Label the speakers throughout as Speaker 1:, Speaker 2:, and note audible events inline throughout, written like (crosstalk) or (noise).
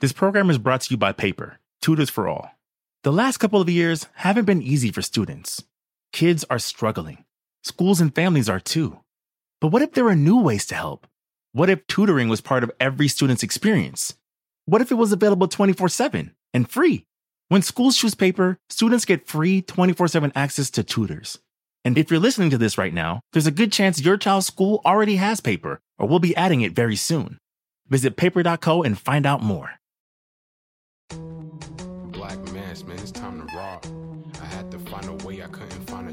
Speaker 1: This program is brought to you by Paper, Tutors for All. The last couple of years haven't been easy for students. Kids are struggling. Schools and families are too. But what if there were new ways to help? What if tutoring was part of every student's experience? What if it was available 24 7 and free? When schools choose paper, students get free 24 7 access to tutors. And if you're listening to this right now, there's a good chance your child's school already has paper or will be adding it very soon. Visit paper.co and find out more.
Speaker 2: Black mass, man, it's time to rob. I had to find a way, I couldn't find a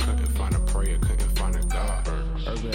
Speaker 2: Couldn't find a prayer, couldn't find a God. Urban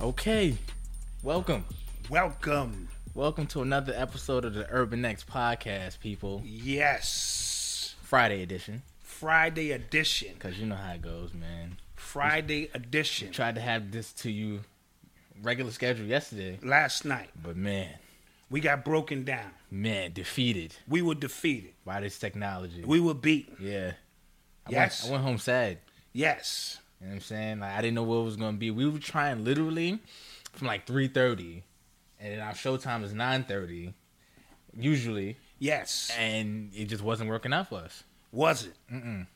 Speaker 3: Okay, welcome.
Speaker 4: Welcome.
Speaker 3: Welcome to another episode of the Urban X podcast, people.
Speaker 4: Yes.
Speaker 3: Friday edition,
Speaker 4: Friday edition.
Speaker 3: because you know how it goes, man.
Speaker 4: Friday edition.
Speaker 3: Tried to have this to you regular schedule yesterday,
Speaker 4: Last night,
Speaker 3: but man,
Speaker 4: we got broken down.
Speaker 3: man, defeated
Speaker 4: We were defeated.
Speaker 3: by this technology.
Speaker 4: We were beaten.
Speaker 3: yeah. I
Speaker 4: Yes.
Speaker 3: Went, I went home sad.
Speaker 4: Yes.
Speaker 3: You know what I'm saying? Like, I didn't know what it was going to be. We were trying literally from like 3.30, and then our show time is 9.30, usually,
Speaker 4: Yes.
Speaker 3: and it just wasn't working out for us.
Speaker 4: Was it?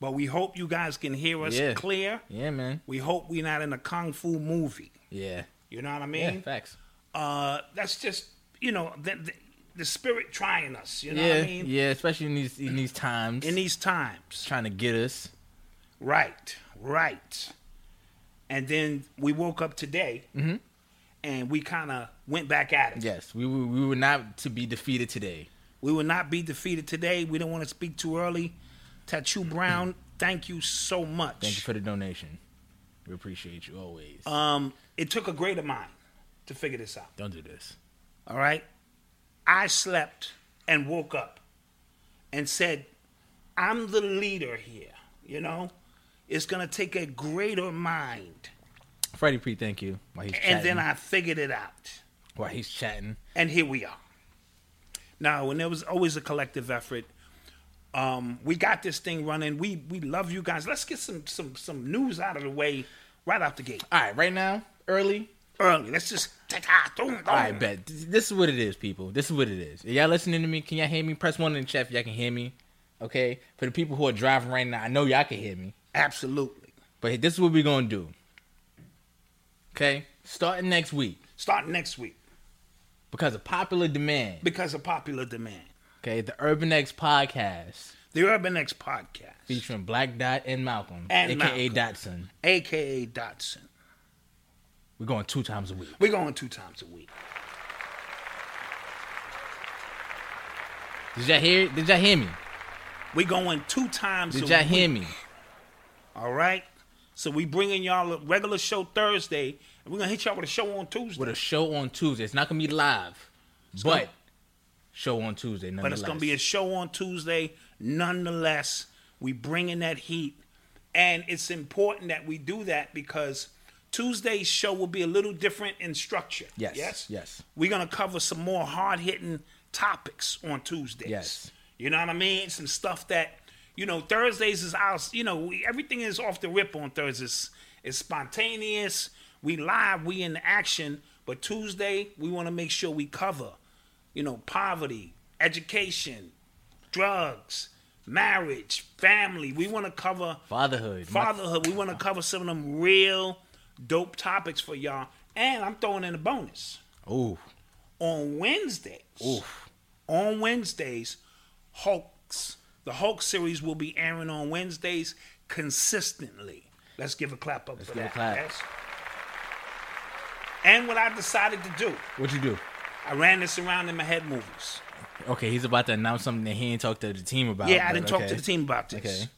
Speaker 4: But we hope you guys can hear us
Speaker 3: Yeah.
Speaker 4: clear.
Speaker 3: Yeah, man.
Speaker 4: We hope we're not in a kung fu movie.
Speaker 3: Yeah.
Speaker 4: You know what I
Speaker 3: Yeah,
Speaker 4: mean?
Speaker 3: facts.
Speaker 4: Uh, that's just you know the, the, the spirit trying us. You know
Speaker 3: yeah,
Speaker 4: what I mean?
Speaker 3: yeah, especially in these in these times,
Speaker 4: In these times.
Speaker 3: trying to get us.
Speaker 4: Right, right. And then we woke up today,
Speaker 3: Mm-hmm.
Speaker 4: and we kind of went back at it.
Speaker 3: Yes, we were we were not to be defeated today.
Speaker 4: We will not be defeated today. We don't want to speak too early. Tattoo Brown, thank you so much.
Speaker 3: Mm-hmm. Thank you for the donation. We appreciate you always.
Speaker 4: um, it took a great of mine to figure this out.
Speaker 3: Don't do this.
Speaker 4: All right, I slept and woke up and said, "I'm the leader here." You know, it's gonna take a greater mind.
Speaker 3: Freddie Pre, thank you. While he's chatting,
Speaker 4: And then I figured it out.
Speaker 3: while he's chatting,
Speaker 4: and here we are. Now, when there was always a collective effort, um, we got this thing running. We we love you guys. Let's get some some some news out of the way right out the gate
Speaker 3: all right, right now, early.
Speaker 4: early. Let's just ta-ta, boom, boom.
Speaker 3: All right, bet. This this is what it is, people. This is what it is. If y'all listening to me, can y'all hear me? Press one in the chat if y'all can hear me. Okay, for the people who are driving right now, I know y'all can hear me.
Speaker 4: Absolutely.
Speaker 3: But this is what we're gonna do. Okay, starting next week
Speaker 4: Start next week
Speaker 3: because of popular demand.
Speaker 4: because of popular demand.
Speaker 3: Okay, the Urban X podcast
Speaker 4: The Urbanex Podcast,
Speaker 3: featuring Black Dot and Malcolm,
Speaker 4: And
Speaker 3: aka Dotson.
Speaker 4: aka Dotson.
Speaker 3: We're going two times a week.
Speaker 4: We're going two times a week.
Speaker 3: Did y'all hear? Did y'all hear me?
Speaker 4: We're going two times
Speaker 3: Did
Speaker 4: a
Speaker 3: y'all
Speaker 4: week.
Speaker 3: hear me?
Speaker 4: All right. So we bringing y'all a regular show Thursday, and we're gonna hit y'all with a show on Tuesday.
Speaker 3: With a show on Tuesday, it's not gonna be live, but
Speaker 4: gonna-
Speaker 3: show on Tuesday.
Speaker 4: but it's gonna be a show on Tuesday. Nonetheless, we bringing that heat, and it's important that we do that because Tuesday's show will be a little different in structure.
Speaker 3: Yes, yes.
Speaker 4: We're gonna cover some more hard hitting topics on Tuesdays.
Speaker 3: Yes.
Speaker 4: You know what I mean? Some stuff that you know Thursdays is our you know we, everything is off the rip on Thursdays. It's spontaneous. We live. We in action. But Tuesday, we want to make sure we cover, you know, poverty, education, drugs, marriage, family. We want to cover
Speaker 3: fatherhood. My-
Speaker 4: fatherhood. We want to cover some of them real dope topics for y'all. And I'm throwing in a bonus
Speaker 3: Ooh,
Speaker 4: on Wednesdays. On Wednesdays, Hulks. The Hulk series will be airing on Wednesdays consistently. Let's give a clap up for
Speaker 3: give a
Speaker 4: that.
Speaker 3: clap.
Speaker 4: yes? And what I decided to do,
Speaker 3: what you do?
Speaker 4: I ran this around in my head movies.
Speaker 3: Okay, he's about to announce something that he ain't talked to the team about.
Speaker 4: yeah, I
Speaker 3: but
Speaker 4: didn't talk
Speaker 3: Oh, okay.
Speaker 4: to the team about this.
Speaker 3: Okay.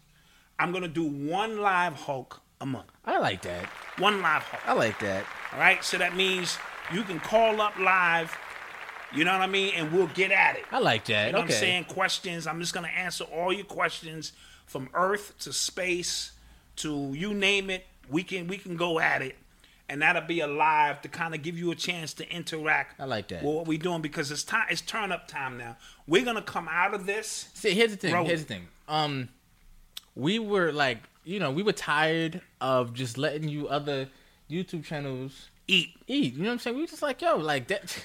Speaker 4: I'm gonna do one live Hulk a month.
Speaker 3: I like that.
Speaker 4: One live Hulk.
Speaker 3: I like that.
Speaker 4: All right, so that means you can call up live. You know what I mean, and we'll get at it.
Speaker 3: I like that.
Speaker 4: You know
Speaker 3: okay.
Speaker 4: what I'm saying? Questions. I'm just gonna answer all your questions from Earth to space to you name it. We can we can go at it, and that'll be alive to kind of give you a chance to interact.
Speaker 3: I like that.
Speaker 4: With what we're doing because it's time. It's turn up time now. We're gonna come out of this.
Speaker 3: See, here's the thing.
Speaker 4: Roll.
Speaker 3: Here's the thing. Um, we were like, you know, we were tired of just letting you other YouTube channels
Speaker 4: Eat
Speaker 3: eat. You know what I'm saying? We were just like, yo, like that.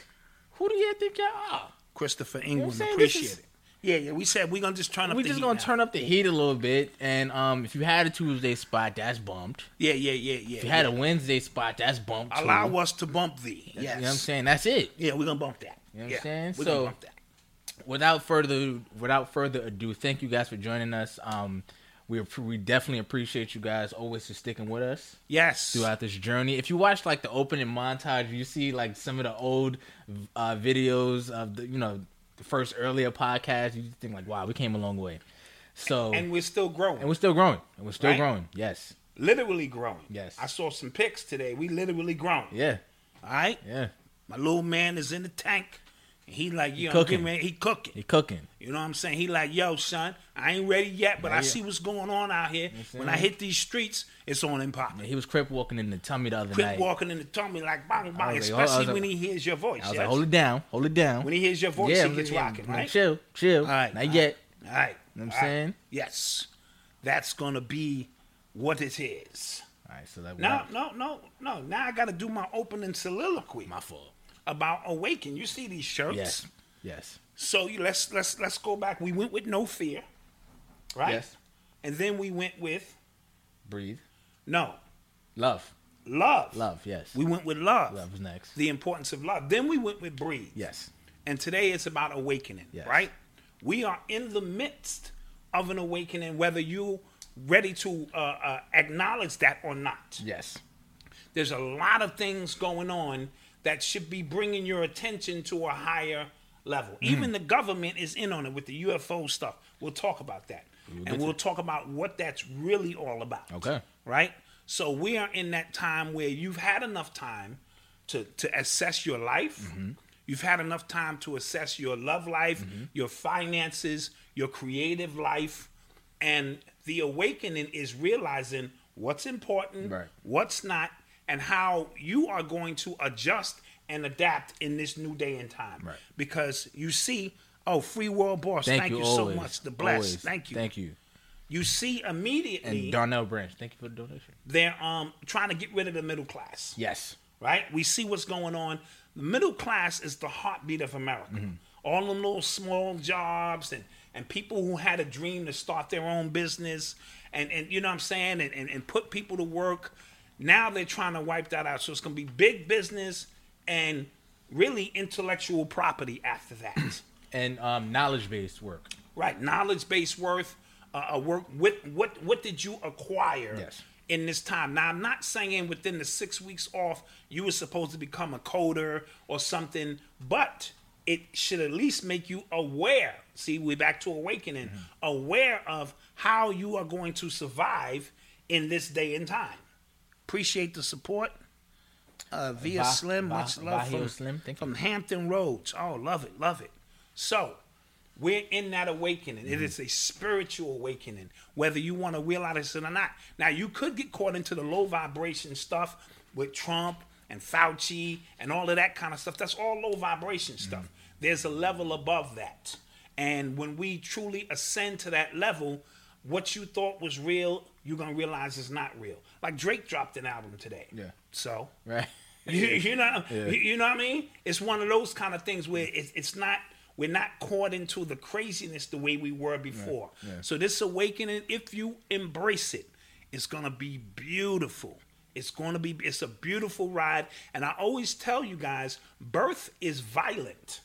Speaker 3: Who do you think y'all are?
Speaker 4: Christopher
Speaker 3: I'm
Speaker 4: England.
Speaker 3: saying? This
Speaker 4: Appreciate
Speaker 3: is-
Speaker 4: it. Yeah, yeah. We said we're gonna just turn up.
Speaker 3: We
Speaker 4: the
Speaker 3: just
Speaker 4: heat
Speaker 3: gonna
Speaker 4: now.
Speaker 3: turn up the heat a little bit, and um, if you had a Tuesday spot, that's bumped.
Speaker 4: Yeah, yeah, yeah, yeah.
Speaker 3: If you had a Wednesday spot, that's bumped. Too.
Speaker 4: Allow us to bump thee. Yes.
Speaker 3: You know what I'm saying? That's it.
Speaker 4: Yeah, we're gonna bump that.
Speaker 3: You know what I'm
Speaker 4: yeah,
Speaker 3: saying?
Speaker 4: We're
Speaker 3: So-
Speaker 4: gonna bump that.
Speaker 3: without further without further ado, thank you guys for joining us. Um, we app- we definitely appreciate you guys always for sticking with us
Speaker 4: Yes.
Speaker 3: throughout this journey. If you watch like the opening montage, you see like some of the old uh, videos of the you know the first earlier podcast. You just think like, wow, we came a long way. So
Speaker 4: and we're still growing.
Speaker 3: and we're still growing. And we're still
Speaker 4: Right?
Speaker 3: growing. Yes.
Speaker 4: literally growing.
Speaker 3: Yes.
Speaker 4: I saw some pics today. We literally growing.
Speaker 3: Yeah.
Speaker 4: All right.
Speaker 3: Yeah.
Speaker 4: My little man is in the tank. And he like, yo,
Speaker 3: cooking.
Speaker 4: man, he cooking.
Speaker 3: He cooking.
Speaker 4: You know what I'm saying? He like, yo, son, I ain't ready yet, but I see what's going on out here. When I hit these streets, it's on and popping.
Speaker 3: He was crip walking in the tummy the other
Speaker 4: Quit
Speaker 3: night.
Speaker 4: walking in the tummy like bang bang,
Speaker 3: was like, hold- I was
Speaker 4: especially
Speaker 3: like-
Speaker 4: when he hears your voice.
Speaker 3: I was
Speaker 4: yes?
Speaker 3: like, hold it down, hold it down.
Speaker 4: when he hears your voice,
Speaker 3: I
Speaker 4: he
Speaker 3: was
Speaker 4: gets
Speaker 3: like,
Speaker 4: rocking,
Speaker 3: like,
Speaker 4: right?
Speaker 3: Chill, chill.
Speaker 4: All right,
Speaker 3: Not
Speaker 4: all
Speaker 3: yet.
Speaker 4: All right.
Speaker 3: Know what I'm
Speaker 4: all right.
Speaker 3: saying?
Speaker 4: Yes. That's gonna be what it is.
Speaker 3: All right, so that
Speaker 4: No, no, no, no. Now I got to do my opening soliloquy
Speaker 3: my fault.
Speaker 4: about awaken. You see these shirts?
Speaker 3: Yes, yes,
Speaker 4: So you, let's let's let's go back. We went with no fear, right?
Speaker 3: Yes.
Speaker 4: And then we went with
Speaker 3: breathe.
Speaker 4: no
Speaker 3: Love,
Speaker 4: love.
Speaker 3: love. Yes,
Speaker 4: We went with love.
Speaker 3: love was next.
Speaker 4: The importance of love. Then we went with breathe.
Speaker 3: yes,
Speaker 4: And today it's about awakening,
Speaker 3: Yes.
Speaker 4: right? We are in the midst of an awakening, whether you ready to uh, uh, acknowledge that or not.
Speaker 3: yes,
Speaker 4: there's a lot of things going on that should be bringing your attention to a higher level. Even the government is in on it with the UFO stuff. We'll talk about that. and we'll talk about what that's really all about.
Speaker 3: Okay.
Speaker 4: Right? So we are in that time where you've had enough time to, to assess your life.
Speaker 3: Mm-hmm.
Speaker 4: You've had enough time to assess your love life, your finances, your creative life. And the awakening is realizing what's important,
Speaker 3: Right.
Speaker 4: what's not, and how you are going to adjust and adapt in this new day and time.
Speaker 3: Right.
Speaker 4: Because you see, oh, free world boss, thank, you, so
Speaker 3: always,
Speaker 4: much. The bless,
Speaker 3: always.
Speaker 4: thank you.
Speaker 3: thank you.
Speaker 4: You see
Speaker 3: And
Speaker 4: immediately
Speaker 3: Darnell Branch, thank you for the donation.
Speaker 4: they're um trying to get rid of the middle class
Speaker 3: Yes,
Speaker 4: right? We see what's going on. The middle class is the heartbeat of America. All them little small jobs and, and people who had a dream to start their own business and, and you know what I'm saying, and, and, and put people to work. Now they're trying to wipe that out. So it's going to be big business and really intellectual property after that.
Speaker 3: and um, knowledge-based work.
Speaker 4: right. Knowledge based worth, uh, a work with what what did you acquire
Speaker 3: Yes.
Speaker 4: in this time? Now I'm not saying within the six weeks off you were supposed to become a coder or something, but it should at least make you aware. See, we're back to awakening,
Speaker 3: Mm-hmm.
Speaker 4: aware of how you are going to survive in this day and time. Appreciate the support. Uh, via
Speaker 3: Va-
Speaker 4: Slim,
Speaker 3: Va-
Speaker 4: much love
Speaker 3: Vahio
Speaker 4: from,
Speaker 3: Slim, thank you.
Speaker 4: from Hampton Roads. Oh, love it, love it. So, we're in that awakening. It is a spiritual awakening, whether you want to realize it or not. Now, you could get caught into the low vibration stuff with Trump and Fauci and all of that kind of stuff. That's all low
Speaker 3: Mm.
Speaker 4: vibration stuff. There's a level above that. And when we truly ascend to that level, what you thought was real, you're going to realize is not real. Like Drake dropped an album today.
Speaker 3: Yeah.
Speaker 4: So,
Speaker 3: right?
Speaker 4: you, you know, you, you know what I mean? It's one of those kind of things where it's, it's not we're not caught into the craziness the way we were before. So this awakening, if you embrace it, it's gonna be beautiful. It's gonna be it's a beautiful ride. And I always tell you guys, birth is violent,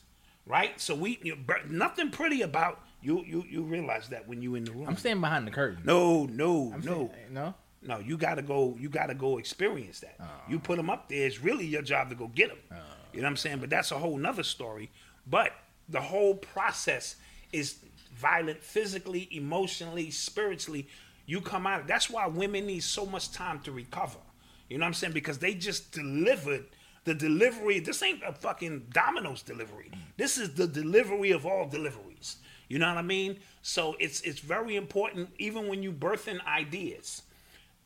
Speaker 4: right? So we you, bir- nothing pretty about you. You you realize that when you in the room.
Speaker 3: I'm staying behind the curtain.
Speaker 4: no, no, no.
Speaker 3: no.
Speaker 4: No, you gotta go. You gotta go experience that. You put them up there. It's really your job to go get them. you know what I'm saying? But that's a whole nother story. But the whole process is violent, physically, emotionally, spiritually. You come out. That's why women need so much time to recover. You know what I'm saying? Because they just delivered the delivery. This ain't a fucking Domino's delivery. This is the delivery of all deliveries. You know what I mean? So it's it's very important, even when you birthing ideas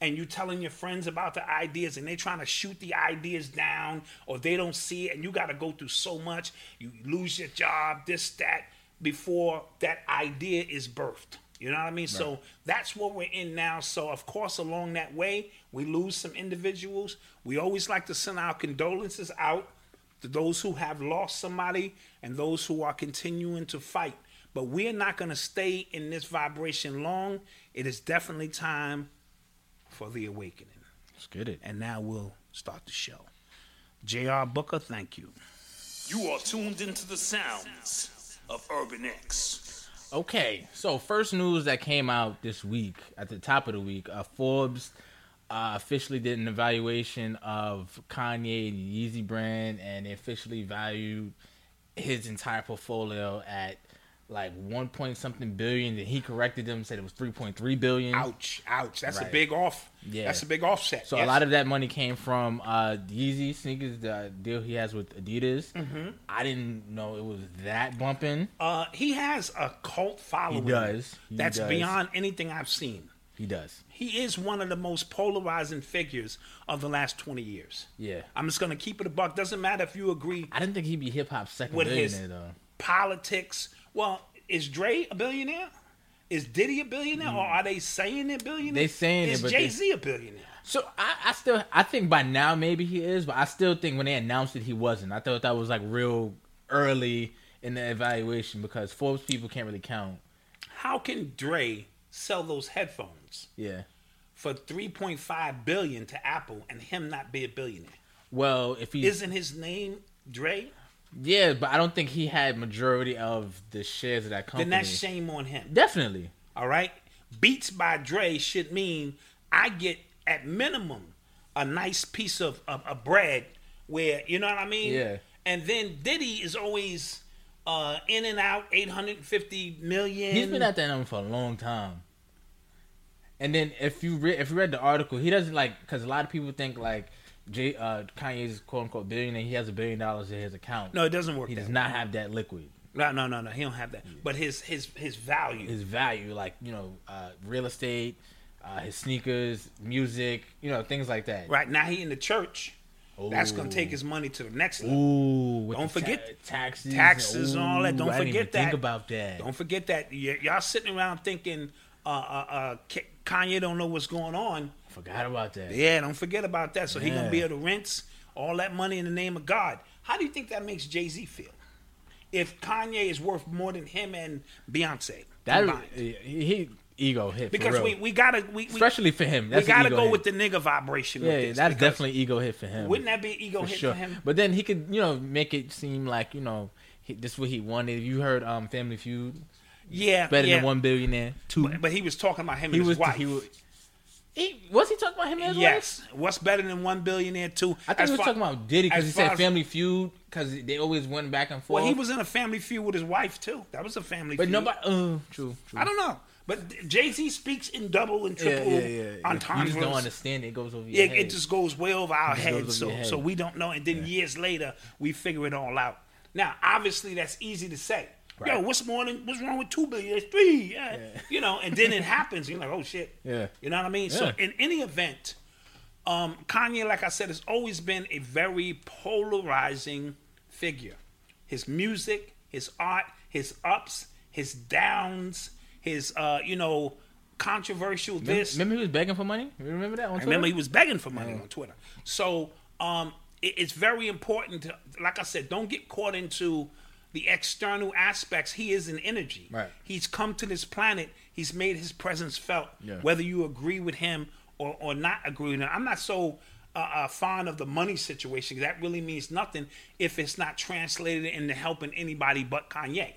Speaker 4: and you telling your friends about the ideas and they trying to shoot the ideas down or they don't see it and you got to go through so much you lose your job this that before that idea is birthed you know what i mean so that's what we're in now so of course along that way we lose some individuals we always like to send our condolences out to those who have lost somebody and those who are continuing to fight but we're not going to stay in this vibration long it is definitely time for the awakening.
Speaker 3: Let's get it.
Speaker 4: And now we'll start the show. J.R. Booker, thank you.
Speaker 5: You are tuned into the sounds of Urban X.
Speaker 3: Okay, so first news that came out this week at the top of the week, uh, Forbes uh, officially did an evaluation of Kanye and Yeezy brand, and they officially valued his entire portfolio at like one point something billion. Then he corrected them, said it was three point three billion.
Speaker 4: Ouch, ouch. That's a
Speaker 3: Mm. Right.
Speaker 4: big off.
Speaker 3: Yeah.
Speaker 4: That's a big offset.
Speaker 3: So a lot of that money came from uh, Yeezy sneakers, the deal he has with Adidas. I didn't know it was that bumping.
Speaker 4: uh, he has a cult following.
Speaker 3: does. He
Speaker 4: that's
Speaker 3: does.
Speaker 4: beyond anything I've seen.
Speaker 3: He does.
Speaker 4: He is one of the most polarizing figures of the last twenty years.
Speaker 3: Yeah.
Speaker 4: I'm just gonna keep it a buck. Doesn't matter if you agree
Speaker 3: I didn't think he'd be hip hop second
Speaker 4: With
Speaker 3: billionaire
Speaker 4: his-
Speaker 3: though.
Speaker 4: politics. Well, is Dre a billionaire? Is Diddy a billionaire? Or are they saying they're billionaires?
Speaker 3: Mm. They saying it,
Speaker 4: is
Speaker 3: but they-
Speaker 4: Jay Z a billionaire?
Speaker 3: So I, I still I think by now maybe he is, but I still think when they announced it he wasn't. I thought that was like real early in the evaluation because Forbes people can't really count.
Speaker 4: how can Dre sell those headphones
Speaker 3: Yeah.
Speaker 4: for 3.5 billion to Apple and him not be a billionaire?
Speaker 3: Well, if he
Speaker 4: Isn't his name Dre?
Speaker 3: yeah, but I don't think he had majority of the shares of that company.
Speaker 4: Then that's shame on him.
Speaker 3: Definitely.
Speaker 4: All right? Beats by Dre should mean I get at minimum a nice piece of, of, of bread where, you know what I mean?
Speaker 3: Yeah.
Speaker 4: And then Diddy is always uh, in and out, 850 million.
Speaker 3: He's been at that number for a long time. And then if you re- if you read the article, he doesn't like because a lot of people think like Jay uh, Kanye's quote unquote billionaire. He has a billion dollars in his account.
Speaker 4: no, it doesn't work.
Speaker 3: he
Speaker 4: that
Speaker 3: does
Speaker 4: way.
Speaker 3: not have that liquid.
Speaker 4: No, no, no, no. He don't have that. But his his his value.
Speaker 3: his value, like you know, uh, real estate, uh, his sneakers, music, you know, things like that.
Speaker 4: Right now he in the church. That's gonna take his money to the next level.
Speaker 3: Ooh, with
Speaker 4: Don't
Speaker 3: the ta-
Speaker 4: forget-
Speaker 3: taxes,
Speaker 4: taxes and all that. Don't
Speaker 3: I didn't
Speaker 4: forget
Speaker 3: even Think
Speaker 4: that.
Speaker 3: about that.
Speaker 4: Don't forget that Y- y'all sitting around thinking uh, uh, uh, K- Kanye don't know what's going on.
Speaker 3: Forgot about that.
Speaker 4: Yeah, don't forget about that. So he gonna
Speaker 3: Yeah.
Speaker 4: be able to rinse all that money in the name of God. How do you think that makes Jay Z feel? If Kanye is worth more than him and Beyonce
Speaker 3: That
Speaker 4: combined?
Speaker 3: he, he ego hit for
Speaker 4: because
Speaker 3: real.
Speaker 4: we, we gotta we, we
Speaker 3: especially for him.
Speaker 4: we
Speaker 3: That's an
Speaker 4: gotta
Speaker 3: ego
Speaker 4: go
Speaker 3: hit.
Speaker 4: with the nigga vibration.
Speaker 3: Yeah,
Speaker 4: with
Speaker 3: yeah,
Speaker 4: this
Speaker 3: that's
Speaker 4: because
Speaker 3: definitely ego hit for him.
Speaker 4: Wouldn't that be an ego
Speaker 3: for
Speaker 4: hit
Speaker 3: sure.
Speaker 4: for him?
Speaker 3: But then he could, you know, make it seem like you know he, this what he wanted. You heard um Family Feud.
Speaker 4: Yeah,
Speaker 3: Better
Speaker 4: yeah.
Speaker 3: than one billionaire. Two.
Speaker 4: But, but he was talking about him
Speaker 3: he
Speaker 4: and
Speaker 3: was.
Speaker 4: his wife.
Speaker 3: He was. He, was he talking about him as
Speaker 4: yes. What's better than one billionaire too?
Speaker 3: I think he was talking about Diddy because
Speaker 4: as
Speaker 3: he
Speaker 4: far
Speaker 3: said
Speaker 4: as-
Speaker 3: Family Feud because they always went back and forth.
Speaker 4: Well, he was in a family feud with his wife too. That was a family.
Speaker 3: but
Speaker 4: feud.
Speaker 3: nobody. Uh, true, true.
Speaker 4: I don't know. But Jay Z speaks in double and
Speaker 3: Yeah,
Speaker 4: triple
Speaker 3: yeah, yeah. yeah.
Speaker 4: on
Speaker 3: you
Speaker 4: time.
Speaker 3: just don't understand it. It goes over your
Speaker 4: Yeah,
Speaker 3: head.
Speaker 4: it just goes way over our heads,
Speaker 3: goes
Speaker 4: so
Speaker 3: over your head.
Speaker 4: so we don't know. And then years later, we figure it all out. Now, obviously, that's easy to say. Yo,
Speaker 3: Right.
Speaker 4: what's more than what's wrong with two billion? It's three, yeah. you know. And then it happens. You're like, oh shit.
Speaker 3: Yeah.
Speaker 4: You know what I mean? So,
Speaker 3: Yeah.
Speaker 4: in any event, um, Kanye, like I said, has always been a very polarizing figure. His music, his art, his ups, his downs, his uh, you know, controversial
Speaker 3: Remember-
Speaker 4: this.
Speaker 3: Remember he was begging for money. You remember that on
Speaker 4: I
Speaker 3: Twitter?
Speaker 4: remember he was begging for money on Twitter. So um, it- it's very important to, like I said, don't get caught into the external aspects. He is an energy.
Speaker 3: Right.
Speaker 4: He's come to this planet. He's made his presence felt.
Speaker 3: Yeah.
Speaker 4: Whether you agree with him or, or not agree with him, I'm not so uh, uh, fond of the money situation. That really means nothing if it's not translated into helping anybody but Kanye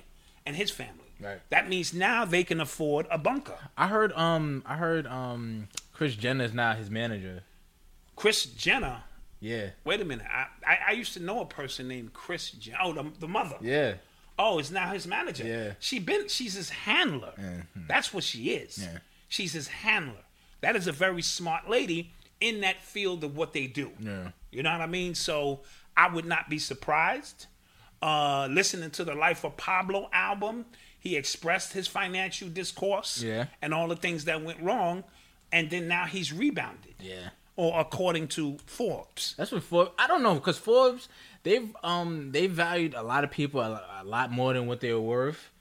Speaker 4: and his family.
Speaker 3: Right.
Speaker 4: That means now they can afford a bunker.
Speaker 3: I heard. Um, I heard. Um, Chris Jenner is now his manager.
Speaker 4: Chris Jenner
Speaker 3: Yeah.
Speaker 4: Wait a minute. I, I, I used to know a person named Chris. Jen- oh, the, the mother.
Speaker 3: Yeah.
Speaker 4: Oh, is now his manager.
Speaker 3: Yeah. Mm-hmm.
Speaker 4: She been. She's his handler. That's what she is.
Speaker 3: Yeah.
Speaker 4: She's his handler. That is a very smart lady in that field of what they do.
Speaker 3: Yeah.
Speaker 4: You know what I mean? So I would not be surprised. Uh, listening to the Life of Pablo album, he expressed his financial discourse
Speaker 3: Yeah.
Speaker 4: and all the things that went wrong, and then now he's rebounded.
Speaker 3: Yeah.
Speaker 4: Or according to Forbes.
Speaker 3: That's what Forbes. I don't know because Forbes they've um they valued a lot of people a, a lot more than what they were worth.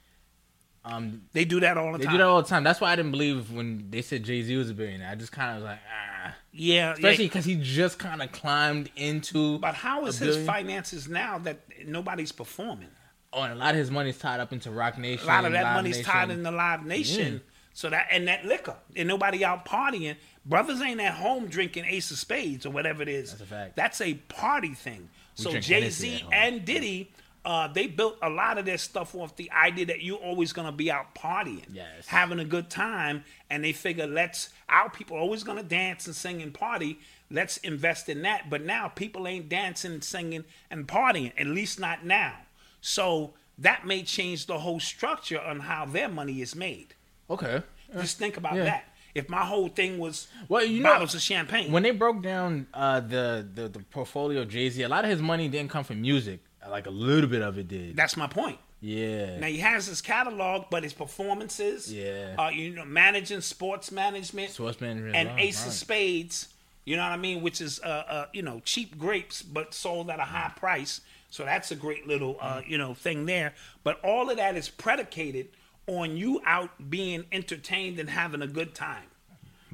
Speaker 4: They do that all the
Speaker 3: They
Speaker 4: time.
Speaker 3: do that all the time. That's why I didn't believe when they said Jay Z was a billionaire. I just kind of was like, ah.
Speaker 4: yeah,
Speaker 3: especially
Speaker 4: yeah.
Speaker 3: because he just kind of climbed into.
Speaker 4: But how is
Speaker 3: a
Speaker 4: his
Speaker 3: billion.
Speaker 4: finances now that nobody's performing?
Speaker 3: Oh, and a lot of his money's tied up into Rock Nation.
Speaker 4: A lot of that
Speaker 3: Live
Speaker 4: money's
Speaker 3: Nation.
Speaker 4: tied in the Live Nation.
Speaker 3: Yeah.
Speaker 4: So that and that liquor and nobody out partying. Brothers ain't at home drinking Ace of Spades or whatever it is.
Speaker 3: That's a fact.
Speaker 4: That's a party thing. so
Speaker 3: drink
Speaker 4: Jay
Speaker 3: Hennessy at
Speaker 4: Z
Speaker 3: home.
Speaker 4: and Diddy, uh, they built a lot of their stuff off the idea that you're always gonna be out partying,
Speaker 3: Yes.
Speaker 4: having a good time, and they figure let's our people always gonna dance and sing and party. Let's invest in that. But now people ain't dancing, singing, and partying. At least not now. So that may change the whole structure on how their money is made.
Speaker 3: Okay.
Speaker 4: Just think about
Speaker 3: Yeah.
Speaker 4: that. If my whole thing was
Speaker 3: Well, you know-
Speaker 4: bottles of champagne,
Speaker 3: When they broke down uh, the, the the portfolio of Jay Z, a lot of his money didn't come from music. Like a little bit of it did.
Speaker 4: that's my point.
Speaker 3: yeah.
Speaker 4: Now he has his catalog, but his performances,
Speaker 3: Yeah.
Speaker 4: uh, you know, managing sports management,
Speaker 3: Sports management
Speaker 4: and
Speaker 3: as well,
Speaker 4: Ace of
Speaker 3: right.
Speaker 4: Spades. You know what I mean? Which is, uh, uh, you know, cheap grapes, but sold at a high
Speaker 3: Mm.
Speaker 4: price. So that's a great little, uh, you know, thing there. But all of that is predicated on you out being entertained and having a good time.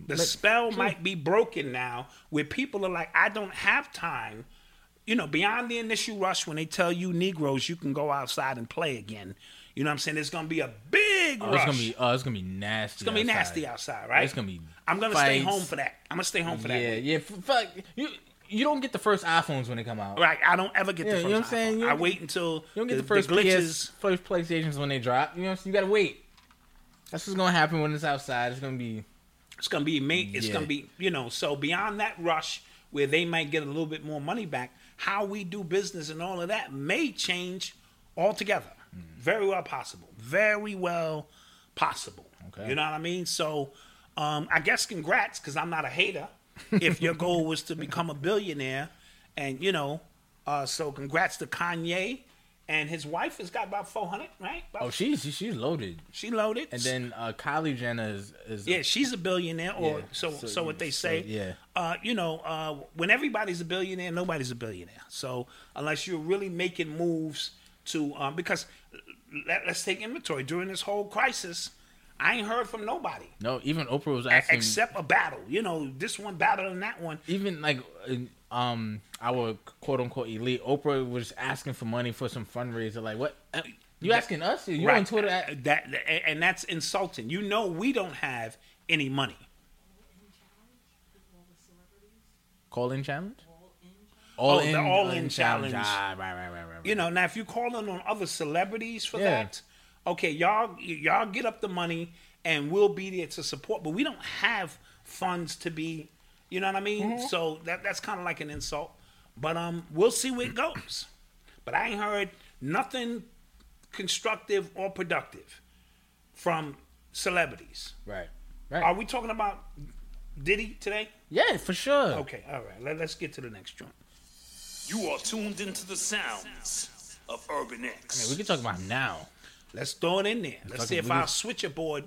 Speaker 4: The spell might be broken now, where people are like, I don't have time. You know, beyond the initial rush when they tell you Negroes you can go outside and play again. You know what I'm saying? There's gonna be a big
Speaker 3: Oh,
Speaker 4: rush.
Speaker 3: it's gonna be. Oh, it's gonna be nasty.
Speaker 4: It's gonna be nasty outside, right?
Speaker 3: It's gonna be.
Speaker 4: I'm gonna stay
Speaker 3: fights.
Speaker 4: home for that. I'm gonna stay home for that.
Speaker 3: Yeah, yeah. f- Fuck you. You don't get the first iPhones when they come out.
Speaker 4: Right. I don't ever get
Speaker 3: Yeah,
Speaker 4: the first.
Speaker 3: you know what I'm saying?
Speaker 4: iPhone.
Speaker 3: You
Speaker 4: I
Speaker 3: don't get-
Speaker 4: wait until
Speaker 3: You don't get the,
Speaker 4: the
Speaker 3: first
Speaker 4: glitches.
Speaker 3: PS, first PlayStations when they drop. You know, what I'm saying? you gotta wait. That's what's gonna happen when it's outside. It's gonna be.
Speaker 4: It's gonna be mate. It's
Speaker 3: Yeah.
Speaker 4: gonna be you know. So beyond that rush, where they might get a little bit more money back, how we do business and all of that may change altogether.
Speaker 3: Mm-hmm.
Speaker 4: Very well possible. Very well possible.
Speaker 3: Okay.
Speaker 4: You know what I mean? So, um, I guess congrats because I'm not a hater.
Speaker 3: (laughs)
Speaker 4: If your goal was to become a billionaire, and you know, uh, so congrats to Kanye. And his wife has got about 400, right? About-
Speaker 3: Oh, she's she, she's loaded.
Speaker 4: she loaded.
Speaker 3: And then uh, Kylie Jenner is, is
Speaker 4: Yeah, she's a billionaire, or
Speaker 3: Yeah,
Speaker 4: so, so.
Speaker 3: so
Speaker 4: what they
Speaker 3: you- so,
Speaker 4: say.
Speaker 3: yeah.
Speaker 4: Uh, you know, uh, when everybody's a billionaire, nobody's a billionaire. So unless you're really making moves to, um, because let, let's take inventory during this whole crisis, I ain't heard from nobody
Speaker 3: no. Even Oprah was asking.
Speaker 4: except a battle. You know, this one battle and that one.
Speaker 3: even like uh, um our quote unquote elite Oprah was asking for money for some fundraiser. Like what? Uh, You asking us? You on Twitter?
Speaker 4: Uh,
Speaker 3: At,
Speaker 4: That, that- and that's insulting. You know, we don't have any money.
Speaker 3: call in challenge? All
Speaker 4: the all-in challenge.
Speaker 3: Ah, right, right, right, right.
Speaker 4: You know, now if you call in on other celebrities for
Speaker 3: Yeah.
Speaker 4: that, okay, y'all y'all get up the money and we'll be there to support, but we don't have funds to be, you know what I mean?
Speaker 3: Mm-hmm.
Speaker 4: So that that's kind of like an insult. But um, we'll see where it goes. But I ain't heard nothing constructive or productive from celebrities.
Speaker 3: Right. Right.
Speaker 4: Are we talking about Diddy today?
Speaker 3: yeah, for sure.
Speaker 4: Okay, all right. Let, let's get to the next joint.
Speaker 5: You are tuned into the sounds of Urban
Speaker 3: Yeah,
Speaker 5: X.
Speaker 3: we can talk about him now.
Speaker 4: Let's throw it in there. Let's see
Speaker 3: Fucking
Speaker 4: if
Speaker 3: we
Speaker 4: our
Speaker 3: can-
Speaker 4: switcher board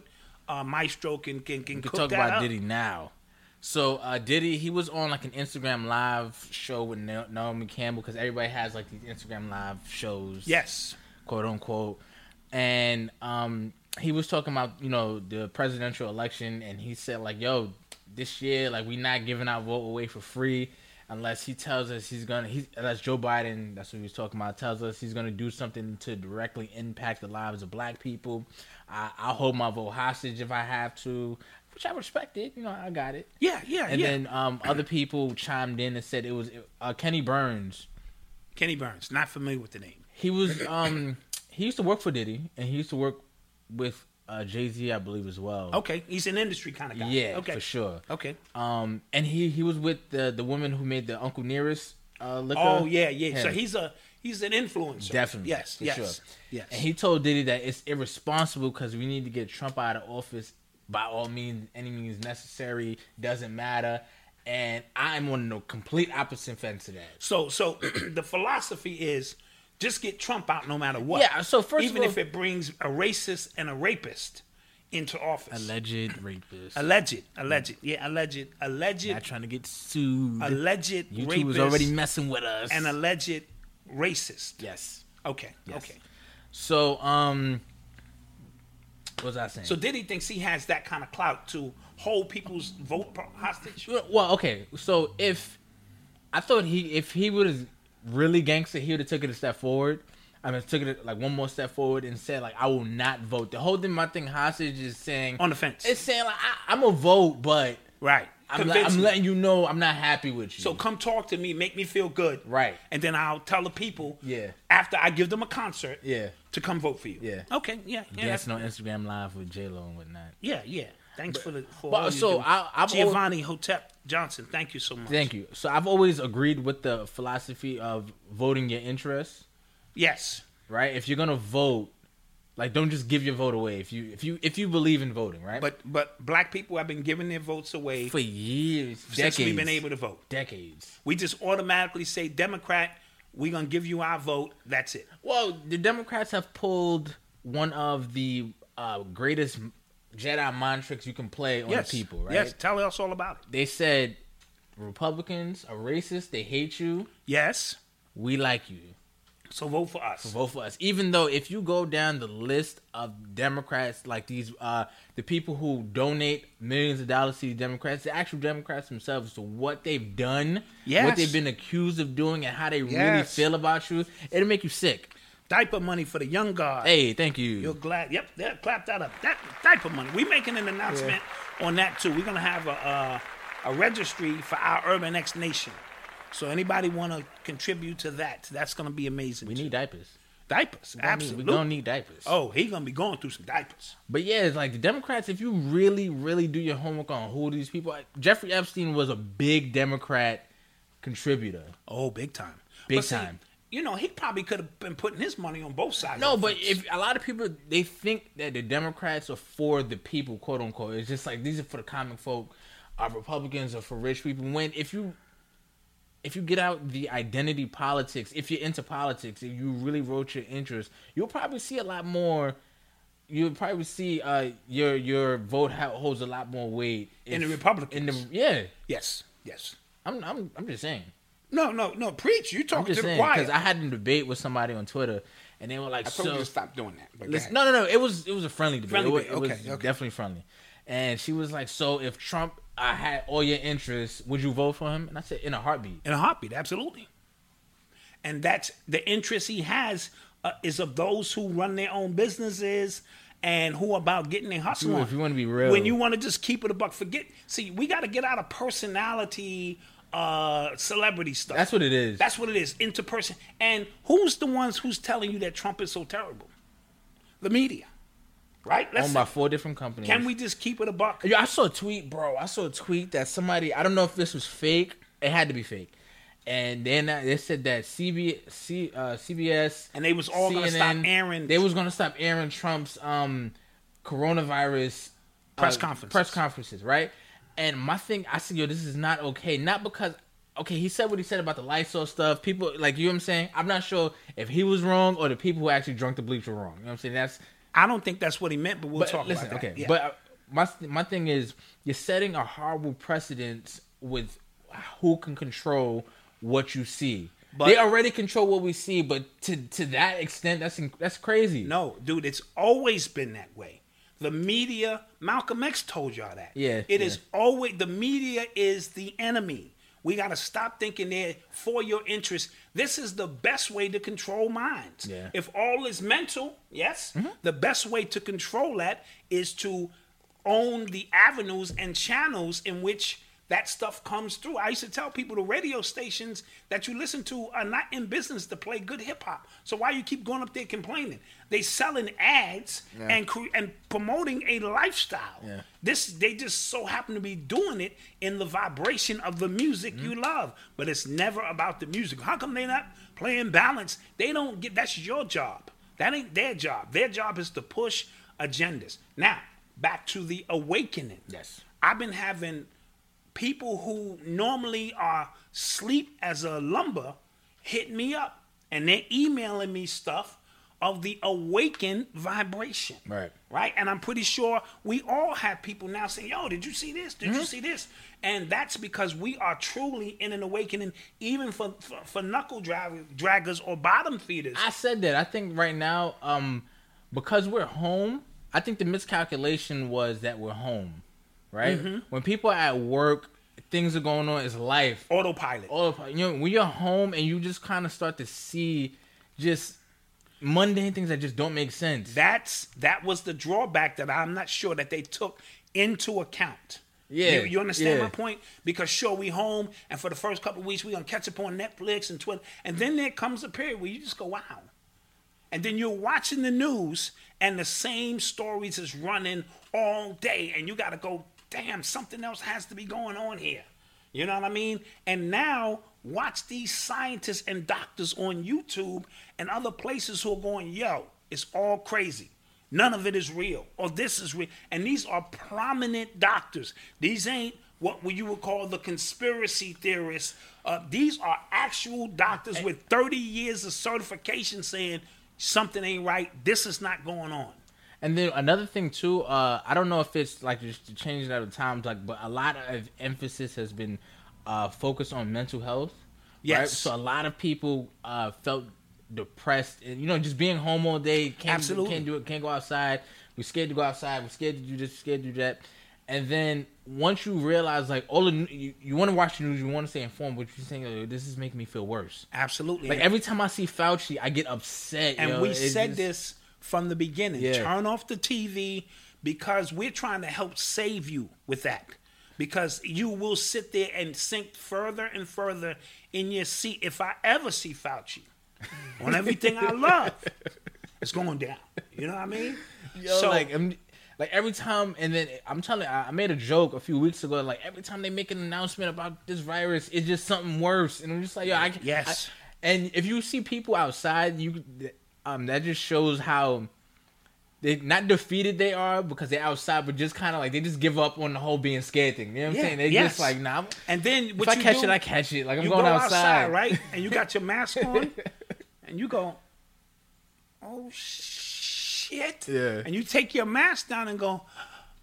Speaker 4: uh, maestro can can, can
Speaker 3: We
Speaker 4: cook
Speaker 3: can talk
Speaker 4: that
Speaker 3: about
Speaker 4: up.
Speaker 3: Diddy now. So uh, Diddy, he was on like an Instagram live show with Na- Naomi Campbell because everybody has like these Instagram live shows.
Speaker 4: Yes.
Speaker 3: quote unquote. And um, he was talking about you know the presidential election, and he said like, "Yo, this year like we not giving our vote away for free unless he tells us he's gonna he, unless Joe Biden that's what he was talking about tells us he's gonna do something to directly impact the lives of Black people. I, I'll hold my vote hostage if I have to." Which I respected, you know, I got it.
Speaker 4: Yeah, yeah,
Speaker 3: And
Speaker 4: yeah.
Speaker 3: then um, other people chimed in and said it was uh, Kenny Burns
Speaker 4: Kenny Burns, not familiar with the name.
Speaker 3: he was um he used to work for Diddy and he used to work with uh, Jay Z, I believe, as well.
Speaker 4: Okay, he's an industry kind of guy.
Speaker 3: Oh. Yeah,
Speaker 4: okay,
Speaker 3: for sure.
Speaker 4: Okay.
Speaker 3: Um, and he he was with the the woman who made the Uncle Nearest uh, liquor.
Speaker 4: Oh yeah, yeah. So
Speaker 3: Him.
Speaker 4: he's a he's an influencer.
Speaker 3: definitely
Speaker 4: Yes.
Speaker 3: for
Speaker 4: yes.
Speaker 3: sure.
Speaker 4: Yes.
Speaker 3: And he told Diddy that it's irresponsible because we need to get Trump out of office by all means, any means necessary. Doesn't matter. And I'm on the complete opposite fence of that.
Speaker 4: so so (clears throat) the philosophy is just get Trump out no matter what.
Speaker 3: Yeah, so first of
Speaker 4: even
Speaker 3: all-
Speaker 4: if it brings a racist and a rapist into office.
Speaker 3: Alleged rapist.
Speaker 4: Alleged, alleged, yeah, alleged, alleged,
Speaker 3: Not trying to get sued.
Speaker 4: alleged
Speaker 3: YouTube
Speaker 4: rapist
Speaker 3: was already messing with us.
Speaker 4: and alleged racist.
Speaker 3: yes.
Speaker 4: Okay, okay.
Speaker 3: So, um, what was I saying?
Speaker 4: So Diddy thinks he has that kind of clout to hold people's vote pro- hostage.
Speaker 3: well, okay. So if I thought he, if he was really gangster, he would have took it a step forward. I mean, took it like one more step forward and said like, I will not vote. The holding my thing hostage is saying
Speaker 4: On the fence.
Speaker 3: It's saying like, I, I'm a vote, but
Speaker 4: Right.
Speaker 3: I'm, le-
Speaker 4: Convince
Speaker 3: I'm
Speaker 4: me.
Speaker 3: letting you know I'm not happy with you.
Speaker 4: So come talk to me, make me feel good.
Speaker 3: Right.
Speaker 4: And then I'll tell the people.
Speaker 3: Yeah.
Speaker 4: After I give them a concert.
Speaker 3: yeah,
Speaker 4: To come vote for you.
Speaker 3: Yeah.
Speaker 4: Okay. Yeah. Yeah.
Speaker 3: dancing on
Speaker 4: that's-
Speaker 3: Instagram Live with J Lo and whatnot.
Speaker 4: yeah. Yeah. Thanks for the. For
Speaker 3: But-
Speaker 4: all you
Speaker 3: so
Speaker 4: do.
Speaker 3: I- I've
Speaker 4: Giovanni Hotep Johnson. Thank you so much.
Speaker 3: Thank you. So I've always agreed with the philosophy of voting your interests.
Speaker 4: Yes.
Speaker 3: right? If you're gonna vote, like don't just give your vote away. If you if you if you believe in voting, right?
Speaker 4: But but black people have been giving their votes away
Speaker 3: for years,
Speaker 4: since
Speaker 3: decades,
Speaker 4: we've been able to vote.
Speaker 3: decades.
Speaker 4: We just automatically say Democrat. We're gonna give you our vote. That's it.
Speaker 3: Well, the Democrats have pulled one of the uh, greatest Jedi mind tricks you can play on
Speaker 4: yes.
Speaker 3: people, right?
Speaker 4: Yes. Tell us all about it.
Speaker 3: They said Republicans are racist. They hate you.
Speaker 4: Yes.
Speaker 3: We like you.
Speaker 4: So vote for us.
Speaker 3: vote for us. Even though if you go down the list of Democrats, like these, uh, the people who donate millions of dollars to the Democrats, the actual Democrats themselves, to what they've done,
Speaker 4: Yes.
Speaker 3: what they've been accused of doing, and how they really
Speaker 4: Yes.
Speaker 3: feel about you, it'll make you sick.
Speaker 4: Diaper money for the young guard.
Speaker 3: Hey, thank you.
Speaker 4: You're glad. Yep, yeah, clap that up. That diaper money. We're making an announcement on that too. We're gonna have a a, a registry for our Urban X Nation. So anybody want to contribute to that? That's gonna be amazing.
Speaker 3: we
Speaker 4: too.
Speaker 3: need diapers.
Speaker 4: diapers.
Speaker 3: I mean,
Speaker 4: Absolutely.
Speaker 3: we don't need diapers.
Speaker 4: oh, he gonna be going through some diapers.
Speaker 3: But yeah, it's like the Democrats, if you really, really do your homework on who these people are, Jeffrey Epstein was a big Democrat contributor.
Speaker 4: Oh, big time.
Speaker 3: Big
Speaker 4: see,
Speaker 3: time.
Speaker 4: you know, he probably could have been putting his money on both sides.
Speaker 3: No,
Speaker 4: of the
Speaker 3: but
Speaker 4: fence.
Speaker 3: if a lot of people they think that the Democrats are for the people, quote unquote. It's just like these are for the common folk. Our Republicans are for rich people. When if you if you get out the identity politics, if you're into politics, if you really wrote your interests, you'll probably see a lot more. You'll probably see uh, your your vote ho- holds a lot more weight
Speaker 4: In
Speaker 3: if-
Speaker 4: the Republicans.
Speaker 3: In the yeah,
Speaker 4: yes, yes.
Speaker 3: I'm I'm I'm just saying.
Speaker 4: No, no, no. Preach. You
Speaker 3: I'm
Speaker 4: talking
Speaker 3: just
Speaker 4: to the
Speaker 3: saying because
Speaker 4: choir?
Speaker 3: I had a debate with somebody on Twitter, and they were like,
Speaker 2: I told
Speaker 3: so
Speaker 2: you to stop doing that. But go
Speaker 3: Listen,
Speaker 2: ahead.
Speaker 3: no, no, no. It was it was a friendly debate.
Speaker 4: Friendly
Speaker 3: it was,
Speaker 4: debate,
Speaker 3: it was
Speaker 4: okay, okay.
Speaker 3: definitely friendly. And she was like, "So if Trump, I had all your interests, would you vote for him?" And I said, "In a heartbeat."
Speaker 4: in a heartbeat, absolutely. And that's the interest he has uh, is of those who run their own businesses and who are about getting their hustle.
Speaker 3: you-
Speaker 4: on.
Speaker 3: if you wanna be real.
Speaker 4: when you want to just keep it a buck, forget. See, we got to get out of personality, uh, celebrity stuff.
Speaker 3: That's what it is.
Speaker 4: That's what it is. Into person. And who's the ones who's telling you that Trump is so terrible? The media. right? Let's
Speaker 3: owned by four different companies.
Speaker 4: can we just keep it a buck?
Speaker 3: Yo, I saw a tweet, bro. I saw a tweet that somebody. I don't know if this was fake. It had to be fake. And then uh, they said that CB, C, uh, CBS
Speaker 4: And they was all gonna stop airing-
Speaker 3: They was gonna stop Aaron Trump's um, coronavirus
Speaker 4: Press
Speaker 3: uh,
Speaker 4: conferences.
Speaker 3: Press conferences, right? And my thing, I said, yo, this is not okay. Not because, okay, he said what he said about the Lysol stuff. People, like, you know what I'm saying? I'm not sure if he was wrong or the people who actually drunk the bleach were wrong. You know what I'm saying? That's
Speaker 4: I don't think that's what he meant, but we'll
Speaker 3: but
Speaker 4: talk
Speaker 3: listen,
Speaker 4: about that.
Speaker 3: okay.
Speaker 4: Yeah.
Speaker 3: But uh, my my thing is, you're setting a horrible precedence with who can control what you see.
Speaker 4: But-
Speaker 3: they already control what we see, but to to that extent, that's in- that's crazy.
Speaker 4: No, dude, it's always been that way. The media, Malcolm X told y'all that.
Speaker 3: Yeah,
Speaker 4: it is
Speaker 3: yeah.
Speaker 4: always the media is the enemy. We gotta stop thinking they're for your interest. This is the best way to control minds.
Speaker 3: Yeah. Mm-hmm.
Speaker 4: If all is mental, yes, the best way to control that is to own the avenues and channels in which that stuff comes through. I used to tell people the radio stations that you listen to are not in business to play good hip hop. So why you keep going up there complaining? They selling ads and cre- and promoting a lifestyle. This they just so happen to be doing it in the vibration of the music you love, but it's never about the music. How come they not playing balance? They don't get that's your job. That ain't their job. Their job is to push agendas. Now, back to the awakening.
Speaker 3: Yes.
Speaker 4: I've been having people who normally are sleep as a lumber hit me up and they're emailing me stuff of the awakened vibration.
Speaker 3: Right.
Speaker 4: Right. And I'm pretty sure we all have people now saying, yo, did you see this? Did
Speaker 3: Mm-hmm.
Speaker 4: you see this? And that's because we are truly in an awakening, even for, for, for knuckle drag- draggers or bottom feeders.
Speaker 3: I said that. I think right now, um, because we're home, I think the miscalculation was that we're home, right?
Speaker 4: Mm-hmm.
Speaker 3: When people are at work, things are going on. It's life.
Speaker 4: Autopilot.
Speaker 3: all of you know when you're home and you just kind of start to see just mundane things that just don't make sense.
Speaker 4: that's that was the drawback that I'm not sure that they took into account.
Speaker 3: Yeah,
Speaker 4: you, you understand
Speaker 3: yeah.
Speaker 4: my point? Because sure, we home, and for the first couple of weeks, we gonna catch up on Netflix and Twitter, and then there comes a period where you just go, wow. And then you're watching the news, and the same stories is running all day, and you gotta go, damn, something else has to be going on here. You know what I mean? And now watch these scientists and doctors on YouTube and other places who are going, yo, it's all crazy. None of it is real, or this is real. And these are prominent doctors. These ain't what you would call the conspiracy theorists. Uh, these are actual doctors with 30 years of certification saying something ain't right. This is not going on.
Speaker 3: And then another thing too, uh, I don't know if it's like just to change it out of times, like, but a lot of emphasis has been uh, focused on mental health.
Speaker 4: Yes.
Speaker 3: So a lot of people uh, felt depressed, and you know, just being home all day, can't
Speaker 4: Absolutely.
Speaker 3: can't do it, can't go outside. We're scared to go outside. We're scared to do this, scared to do that. And then once you realize, like, all the n- you, you want to watch the news, you want to stay informed, but you're saying, oh, this is making me feel worse.
Speaker 4: Absolutely.
Speaker 3: Like every time I see Fauci, I get upset.
Speaker 4: And
Speaker 3: yo.
Speaker 4: we
Speaker 3: It
Speaker 4: said
Speaker 3: just-
Speaker 4: this from the beginning.
Speaker 3: Yeah.
Speaker 4: Turn off the TV because we're trying to help save you with that. Because you will sit there and sink further and further in your seat. If I ever
Speaker 3: (laughs)
Speaker 4: see Fauci on everything I love, it's going down. You know what I mean?
Speaker 3: Yo, like, I'm, like every time, and then I'm telling, I, I made a joke a few weeks ago. Like every time they make an announcement about this virus, it's just something worse, and I'm just like, yo, I can't-
Speaker 4: Yes.
Speaker 3: I- and if you see people outside, you, um, that just shows how they not defeated they are because they're outside, but just kind of like they just give up on the whole being scared thing. You know what I'm
Speaker 4: Yeah,
Speaker 3: saying? They
Speaker 4: yes.
Speaker 3: just like, nah. I'm,
Speaker 4: and then
Speaker 3: if
Speaker 4: what
Speaker 3: I
Speaker 4: you
Speaker 3: catch
Speaker 4: do,
Speaker 3: it, I catch it. Like I'm
Speaker 4: you
Speaker 3: going
Speaker 4: go
Speaker 3: outside,
Speaker 4: right? And you got
Speaker 3: (laughs)
Speaker 4: your mask on, and you go, oh shit!
Speaker 3: Yeah.
Speaker 4: And you take your mask down and go,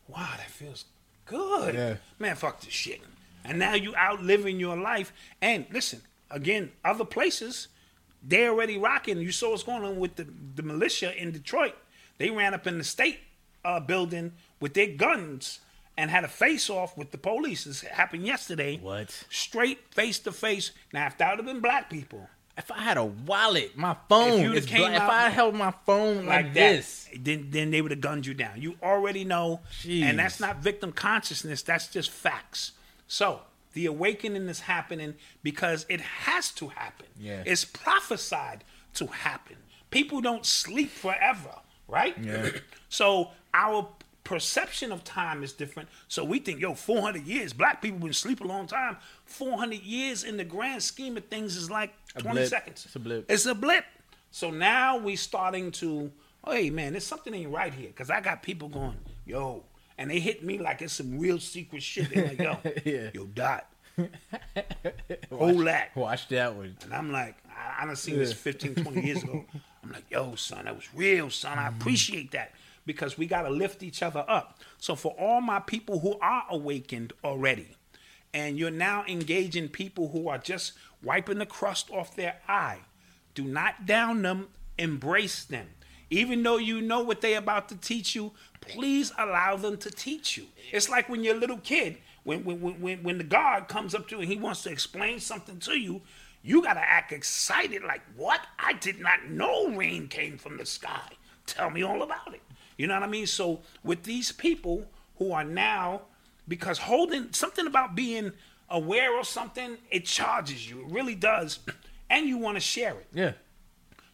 Speaker 4: wow, that feels good.
Speaker 3: Yeah.
Speaker 4: Man, fuck this shit. And now you out living your life. And listen, again, other places they already rocking. You saw what's going on with the, the militia in Detroit. They ran up in the state uh, building with their guns and had a face off with the police. This happened yesterday
Speaker 3: What?
Speaker 4: straight face to face. Now, if that would have been black people
Speaker 3: If I had a wallet, my phone,
Speaker 4: If you
Speaker 3: is
Speaker 4: came
Speaker 3: bla- if
Speaker 4: out
Speaker 3: I held my phone like,
Speaker 4: like, that,
Speaker 3: this,
Speaker 4: then then they would have gunned you down. You already know,
Speaker 3: Jeez.
Speaker 4: and that's not victim consciousness. That's just facts. So the awakening is happening because it has to happen.
Speaker 3: Yeah.
Speaker 4: it's prophesied to happen. People don't sleep forever, right?
Speaker 3: Yeah.
Speaker 4: (clears throat) so our perception of time is different. So we think, yo, 400 years, black people been sleep a long time. 400 years in the grand scheme of things is like 20
Speaker 3: blip.
Speaker 4: seconds.
Speaker 3: It's a blip.
Speaker 4: It's a blip. So now we starting to, hey man, there's something ain't right here. Cause I got people going, yo, and they hit me like it's some real secret shit. They're like, yo,
Speaker 3: (laughs)
Speaker 4: yo, dot. Hold that.
Speaker 3: Watch that one.
Speaker 4: And I'm like, I, I done seen this
Speaker 3: (laughs)
Speaker 4: 15, 20 years ago. I'm like, yo, son, that was real, son. I
Speaker 3: Mm.
Speaker 4: appreciate that because we got to lift each other up. So, for all my people who are awakened already, and you're now engaging people who are just wiping the crust off their eye, do not down them, embrace them. Even though you know what they're about to teach you, please allow them to teach you. It's like when you're a little kid, when, when, when- when, when the guard comes up to you and he wants to explain something to you, you got to act excited like, what? I did not know rain came from the sky. Tell me all about it. You know what I mean? So, with these people who are now, because holding something about being aware of something, it charges you. It really does. (clears throat) And you want to share it.
Speaker 3: Yeah.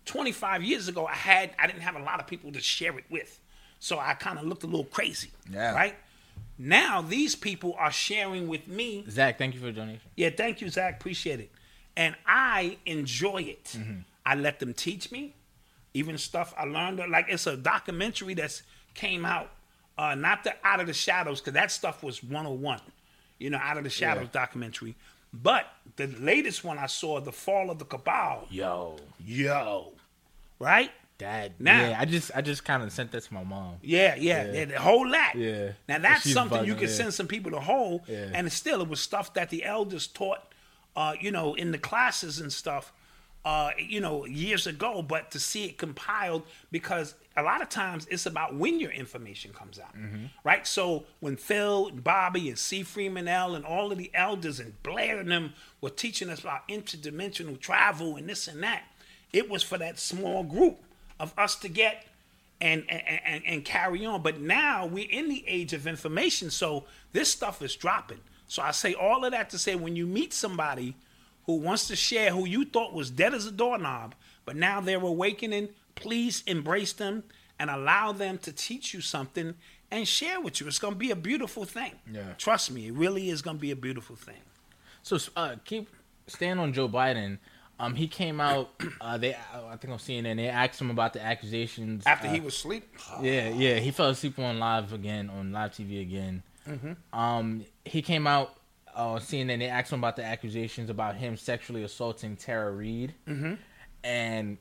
Speaker 4: 25 years ago, I had I didn't have a lot of people to share it with, so I kind of looked a little crazy.
Speaker 3: Yeah.
Speaker 4: Right. Now these people are sharing with me.
Speaker 3: Zach, thank you for the donation.
Speaker 4: Yeah, thank you, Zach. Appreciate it. And I enjoy it. I let them teach me, even stuff I learned. Like it's a documentary that's came out, uh, not the Out of the Shadows, because that stuff was 101. You know, Out of the Shadows documentary. But the latest one I saw, The Fall of the Cabal.
Speaker 3: Yo,
Speaker 4: Yo, right?
Speaker 3: dad.
Speaker 4: Now-
Speaker 3: yeah, I just I just kind of sent that to my mom.
Speaker 4: Yeah, yeah, yeah, the whole lot.
Speaker 3: Yeah.
Speaker 4: Now that's
Speaker 3: She's
Speaker 4: something you
Speaker 3: bugging,
Speaker 4: could
Speaker 3: yeah.
Speaker 4: send some people to hold,
Speaker 3: Yeah.
Speaker 4: and still it was stuff that the elders taught, uh, you know, in the classes and stuff, uh, you know, years ago. But to see it compiled, because a lot of times it's about when your information comes out,
Speaker 3: Mm-hmm.
Speaker 4: right? So when Phil and Bobby and C. Freeman L. and all of the elders and Blair and them were teaching us about interdimensional travel and this and that, it was for that small group of us to get and and, and and carry on. But now we're in the age of information, so this stuff is dropping. So I say all of that to say when you meet somebody who wants to share who you thought was dead as a doorknob, but now they're awakening, please embrace them and allow them to teach you something and share with you. It's gonna be a beautiful thing.
Speaker 3: Yeah.
Speaker 4: Trust me, it really is gonna be a beautiful thing.
Speaker 3: So uh, keep staying on Joe Biden. Um, he came out. Uh, they I think I'm seeing and they asked him about the accusations
Speaker 4: After
Speaker 3: uh,
Speaker 4: he was asleep.
Speaker 3: Yeah, yeah, he fell asleep on live again on live TV again.
Speaker 4: Mm-hmm.
Speaker 3: Um, he came out uh, on CNN. They asked him about the accusations about him sexually assaulting Tara Reid,
Speaker 4: Mm-hmm.
Speaker 3: and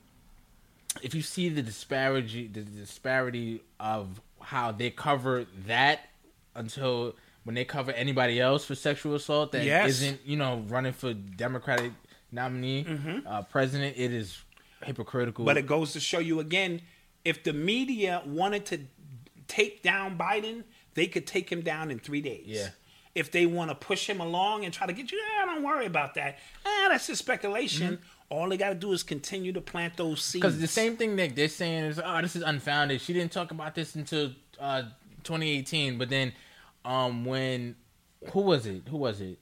Speaker 3: if you see the disparity, the disparity of how they cover that until when they cover anybody else for sexual assault that
Speaker 4: Yes.
Speaker 3: not you know running for Democratic nominee uh, president, it is hypocritical.
Speaker 4: Mm-hmm. But it goes to show you again, if the media wanted to take down Biden, they could take him down in three days.
Speaker 3: Yeah.
Speaker 4: If they want to push him along and try to get you, ah, don't worry about that. Ah, that's just speculation. All they got to do is continue to plant those seeds.
Speaker 3: Because Mm-hmm. the same thing that they're saying is, oh, this is unfounded. She didn't talk about this until uh, 2018. But then, um, when who was it? Who was it?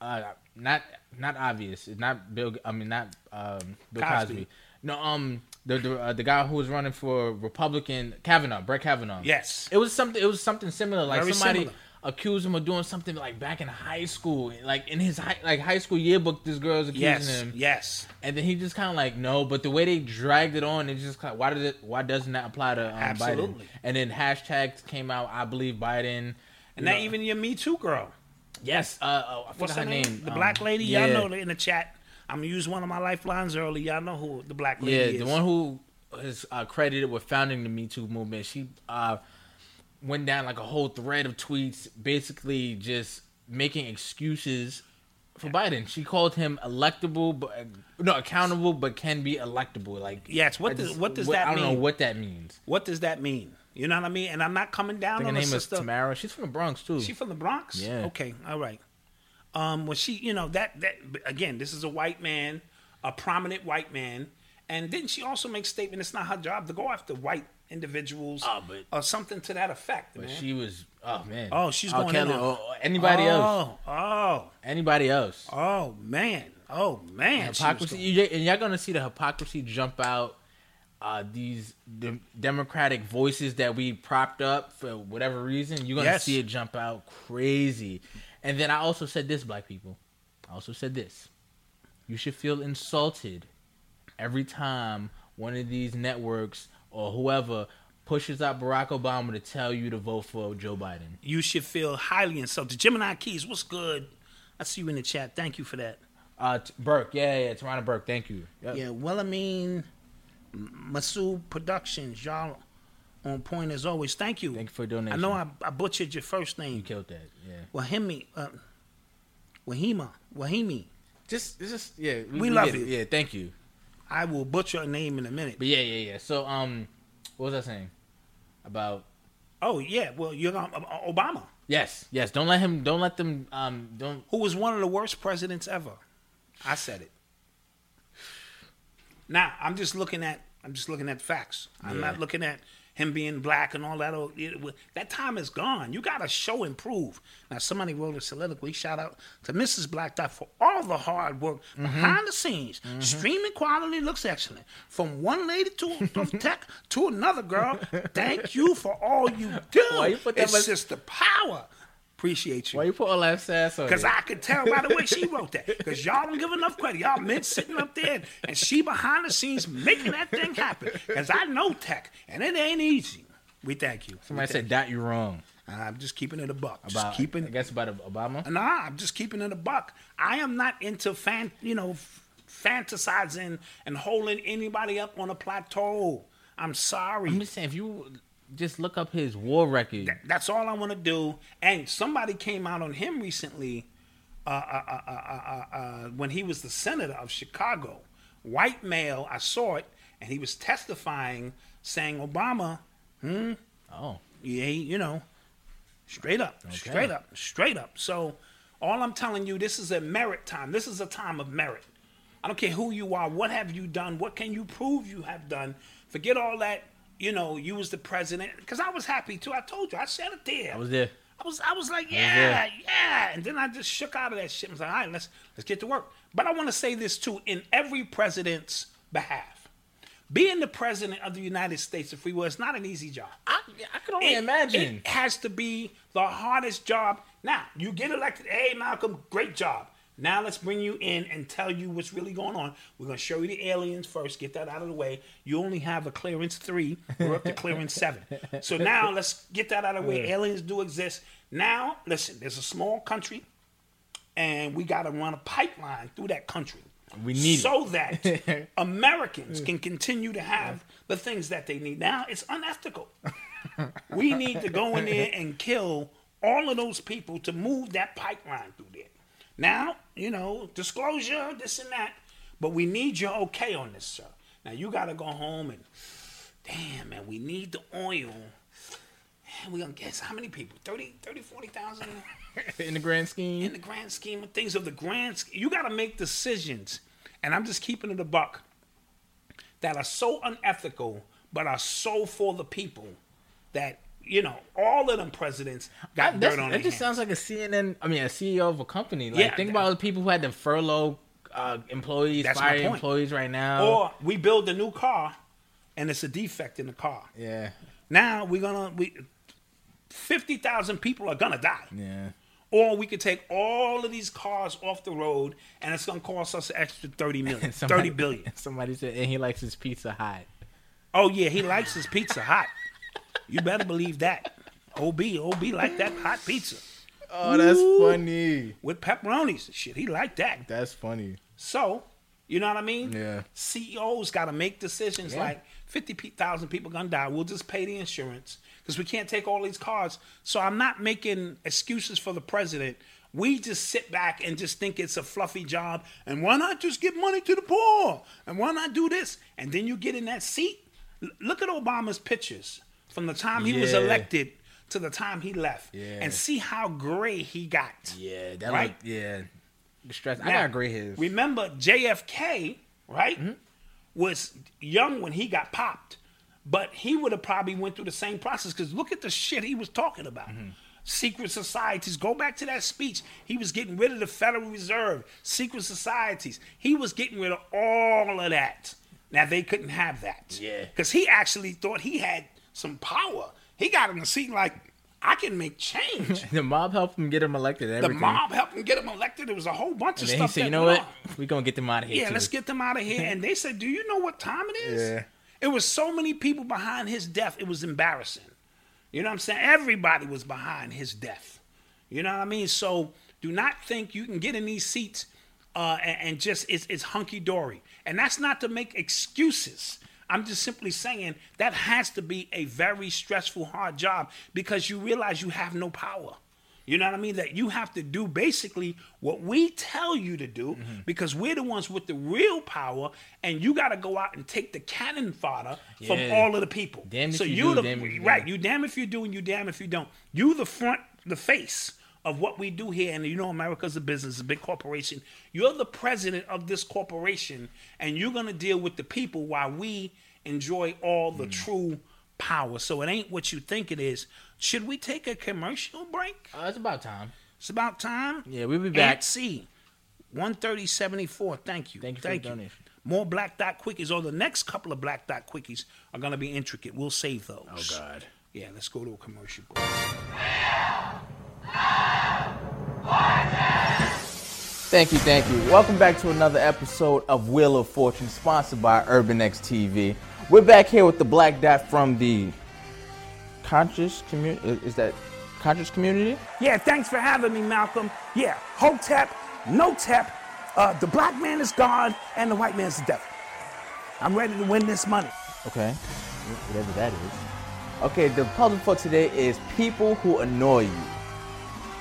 Speaker 3: Uh, not not obvious. It's not Bill. I mean, not um, Bill Cosby.
Speaker 4: Cosby.
Speaker 3: No, um, the the, uh, the guy who was running for Republican Kavanaugh, Brett Kavanaugh.
Speaker 4: Yes.
Speaker 3: it was something. It was something similar. Like
Speaker 4: Very
Speaker 3: somebody.
Speaker 4: similar.
Speaker 3: Accused him of doing something like back in high school, like in his high, like high school yearbook. This girl's accusing
Speaker 4: Yes.
Speaker 3: him.
Speaker 4: Yes.
Speaker 3: And then he just kind of like no, but the way they dragged it on, it's just kind of, why did it? Why doesn't that apply to um, Biden?
Speaker 4: Absolutely.
Speaker 3: And then hashtags came out. I believe Biden.
Speaker 4: And
Speaker 3: you
Speaker 4: now
Speaker 3: know-
Speaker 4: even your Me Too girl.
Speaker 3: yes, uh, uh, I
Speaker 4: What's
Speaker 3: forgot her name.
Speaker 4: The
Speaker 3: Um,
Speaker 4: black lady.
Speaker 3: Yeah,
Speaker 4: Y'all know her in the chat. I'm going to use one of my lifelines early. Y'all know who the black lady
Speaker 3: yeah,
Speaker 4: is.
Speaker 3: the one who is uh, credited with founding the Me Too movement. She uh, went down like a whole thread of tweets, basically just making excuses for Biden. She called him electable, but no, accountable, but can be electable. Like
Speaker 4: Yes, what
Speaker 3: I
Speaker 4: does-
Speaker 3: just-
Speaker 4: what does that
Speaker 3: I don't know
Speaker 4: mean?
Speaker 3: what that means.
Speaker 4: What does that mean? You know what I mean? And I'm not coming down
Speaker 3: I think
Speaker 4: on
Speaker 3: her
Speaker 4: the
Speaker 3: name
Speaker 4: sister.
Speaker 3: is Tamara. She's from the Bronx too.
Speaker 4: She from the Bronx?
Speaker 3: Yeah.
Speaker 4: Okay, all right. Um, well, she, you know, that that again, this is a white man, a prominent white man, and didn't she also make statement it's not her job to go after white individuals
Speaker 3: Ah, but-
Speaker 4: or something to that effect,
Speaker 3: but
Speaker 4: man.
Speaker 3: she was oh man.
Speaker 4: Oh, she's
Speaker 3: R.
Speaker 4: going in
Speaker 3: Kelly,
Speaker 4: on-
Speaker 3: or- or anybody else.
Speaker 4: Oh, oh,
Speaker 3: Anybody else.
Speaker 4: oh man, oh man, she was
Speaker 3: hypocrisy.
Speaker 4: going-
Speaker 3: You, and y'all gonna see the hypocrisy jump out. uh, these de- democratic voices that we propped up for whatever reason, you're gonna
Speaker 4: Yes.
Speaker 3: see it jump out crazy. And then I also said this, black people. I also said this. You should feel insulted every time one of these networks or whoever pushes out Barack Obama to tell you to vote for Joe Biden.
Speaker 4: You should feel highly insulted. Gemini Keys, what's good? I see you in the chat. Thank you for that.
Speaker 3: Uh, T- Burke, yeah, yeah, yeah, Toronto Burke, thank you. Yep.
Speaker 4: Yeah, well, I mean, Masood Productions, y'all on point as always. Thank you.
Speaker 3: Thank you for your donation.
Speaker 4: I know I, I butchered your first
Speaker 3: You
Speaker 4: name.
Speaker 3: killed that. Yeah.
Speaker 4: Wahimi, uh, Wahima, Wahimi.
Speaker 3: Just, it's just, yeah.
Speaker 4: We love
Speaker 3: get
Speaker 4: you.
Speaker 3: Yeah, thank you.
Speaker 4: I will butcher a name in a minute.
Speaker 3: But yeah, yeah, yeah. So, um, what was I saying about?
Speaker 4: Oh yeah, well you're um, uh, Obama,
Speaker 3: Yes, yes. Don't let him. Don't let them. Um, don't.
Speaker 4: who was one of the worst presidents ever. I said it. Now I'm just looking at I'm just looking at facts. I'm not looking at him being black and all that. oh, old- it wa- That time is gone. You got to show and prove. Now somebody wrote a soliloquy. Shout out to Mrs. Black Dot for all the hard work
Speaker 3: Mm-hmm.
Speaker 4: behind the scenes. Streaming quality looks excellent. From one lady to
Speaker 3: (laughs)
Speaker 4: of tech to another girl. Thank you for all you do.
Speaker 3: Why you put that
Speaker 4: it's
Speaker 3: much-
Speaker 4: just the power. Appreciate you.
Speaker 3: Why you put all that sass on?
Speaker 4: Because
Speaker 3: it?
Speaker 4: I could tell by the way she wrote that. Because y'all don't give enough credit. Y'all men sitting up there and she behind the scenes making that thing happen. Because I know tech and it ain't easy. We thank you.
Speaker 3: somebody said that you wrong
Speaker 4: I'm just keeping it a buck.
Speaker 3: about.
Speaker 4: just keeping
Speaker 3: I guess about Obama.
Speaker 4: Nah, I'm just keeping it a buck. I am not into fan, you know, f- fantasizing and holding anybody up on a plateau. I'm sorry.
Speaker 3: I'm just saying, if you just look up his war record,
Speaker 4: That's all I want to do. And somebody came out on him recently uh, uh, uh, uh, uh, uh, when he was the senator of Chicago. White male, I saw it, and he was testifying saying, Obama,
Speaker 3: oh,
Speaker 4: yeah, you know, straight up, straight up, straight up. So, all I'm telling you, this is a merit time. This is a time of merit. I don't care who you are, what have you done, what can you prove you have done. Forget all that, you know, you was the president. Because I was happy too. I told you, I said it there.
Speaker 3: I was there.
Speaker 4: I was I was like, yeah, yeah. And then I just shook out of that shit and was like, all right, let's let's get to work. But I want to say this too, in every president's behalf. Being the president of the United States of Free Will is not an easy job.
Speaker 3: I, I could only
Speaker 4: It-
Speaker 3: imagine.
Speaker 4: (laughs) It has to be the hardest job. Now, you get elected. Hey, Malcolm, great job. Now let's bring you in and tell you what's really going on. We're gonna show you the aliens first, get that out of the way. You only have a clearance three. We're up to
Speaker 3: (laughs)
Speaker 4: clearance seven. So now let's get that out of the way. Aliens do exist. Now, listen, there's a small country, and we gotta run a pipeline through that country.
Speaker 3: We need it.
Speaker 4: so
Speaker 3: (laughs)
Speaker 4: that Americans can continue to have the things that they need. Now it's unethical. We need to go in there and kill all of those people to move that pipeline through there. Now, you know, disclosure, this and that, but we need your okay on this, sir. Now you gotta go home and damn man, we need the oil. We're gonna guess how many people? 30, 30, 40,000
Speaker 3: in the grand
Speaker 4: in
Speaker 3: scheme,
Speaker 4: the grand scheme of things of the grand sch- you got to make decisions and i'm just keeping it a buck that are so unethical but are so for the people that you know all of them presidents got
Speaker 3: I- that's-
Speaker 4: dirt on their
Speaker 3: that just sounds
Speaker 4: hands.
Speaker 3: like a CNN. I mean, a CEO of a company. Like,
Speaker 4: Yeah,
Speaker 3: think
Speaker 4: that-
Speaker 3: about all the people who had to furlough uh, employees,
Speaker 4: That's my
Speaker 3: fire
Speaker 4: point.
Speaker 3: employees right now.
Speaker 4: or we build a new car and it's a defect in the car
Speaker 3: yeah,
Speaker 4: now we're gonna we 50000 people are gonna die
Speaker 3: yeah. (laughs)
Speaker 4: or we could take all of these cars off the road and it's gonna cost us an extra 30 million 30 billion
Speaker 3: (laughs) Somebody said, and he likes his pizza hot.
Speaker 4: Oh yeah, he likes his pizza hot. You better believe that. OB, OB like that hot pizza
Speaker 3: Oh, that's funny.
Speaker 4: with pepperonis and shit. He like that.
Speaker 3: That's funny.
Speaker 4: So, you know what I mean?
Speaker 3: Yeah.
Speaker 4: CEOs got to make decisions
Speaker 3: Yeah.
Speaker 4: like 50,000 people going to die. We'll just pay the insurance because we can't take all these cars. So I'm not making excuses for the president. We just sit back and just think it's a fluffy job. And why not just give money to the poor? And why not do this? And then you get in that seat. L- look at Obama's pictures from the time he was
Speaker 3: Yeah.
Speaker 4: elected to the time he left
Speaker 3: Yeah.
Speaker 4: and see how gray he got.
Speaker 3: Yeah, that
Speaker 4: Right?
Speaker 3: like yeah. Distress. I
Speaker 4: Now,
Speaker 3: got gray hairs.
Speaker 4: Remember JFK, right?
Speaker 3: Mm-hmm.
Speaker 4: Was young when he got popped, but he would have probably went through the same process because look at the shit he was talking about.
Speaker 3: Mm-hmm.
Speaker 4: Secret societies. Go back to that speech. He was getting rid of the Federal Reserve, secret societies. He was getting rid of all of that. Now they couldn't have that.
Speaker 3: Yeah.
Speaker 4: Because he actually thought he had some power. He got him to see like I can make
Speaker 3: (laughs)
Speaker 4: change.
Speaker 3: The mob helped him get him elected. and
Speaker 4: the
Speaker 3: Everything.
Speaker 4: mob helped him get him elected. It was a whole bunch
Speaker 3: And
Speaker 4: of
Speaker 3: then he
Speaker 4: stuff.
Speaker 3: said,
Speaker 4: that
Speaker 3: "You know
Speaker 4: went
Speaker 3: what?
Speaker 4: on.
Speaker 3: We're gonna get them out of here."
Speaker 4: Yeah,
Speaker 3: too."
Speaker 4: let's get them out of here. And they said, Do you know what time it is?
Speaker 3: Yeah.
Speaker 4: It was so many people behind his death, it was embarrassing. You know what I'm saying? Everybody was behind his death. You know what I mean? So do not think you can get in these seats uh, and, and just it's, it's hunky dory. And that's not to make excuses. I'm just simply saying that has to be a very stressful, hard job because you realize you have no power. You know what I mean? That you have to do basically what we tell you to do
Speaker 3: Mm-hmm.
Speaker 4: because we're the ones with the real power, and you got to go out and take the cannon fodder from
Speaker 3: Yeah.
Speaker 4: all of the people.
Speaker 3: Damn if
Speaker 4: so
Speaker 3: you
Speaker 4: you
Speaker 3: do,
Speaker 4: the
Speaker 3: damn if you
Speaker 4: right,
Speaker 3: don't.
Speaker 4: you damn if you do, and you damn if you don't. You the front, the face of what we do here, and you know America's a business, a big corporation. You're the president of this corporation, and you're gonna deal with the people while we enjoy all
Speaker 3: Mm.
Speaker 4: the true power. So it ain't what you think it is. Should we take a commercial break?
Speaker 3: Uh, it's about time.
Speaker 4: It's about time.
Speaker 3: Yeah, we'll be
Speaker 4: Back
Speaker 3: back.
Speaker 4: C, one thirty seventy four. Thank you.
Speaker 3: Thank you for the donation.
Speaker 4: More black dot quickies, or the next couple of black dot quickies are gonna be intricate. We'll save those. Oh
Speaker 3: God.
Speaker 4: Yeah, let's go to a commercial break.
Speaker 6: Thank you, thank you. Welcome back to another episode of Wheel of Fortune, sponsored by Urban X TV. We're back here with the Black Dot from the conscious community. Is that conscious community?
Speaker 4: Yeah, thanks for having me, Malcolm. Yeah, Hotep, no tap. Uh, the black man is God and the white man's the devil. I'm ready to win this money.
Speaker 6: Okay, whatever that is. Okay, the puzzle for today is people who annoy you.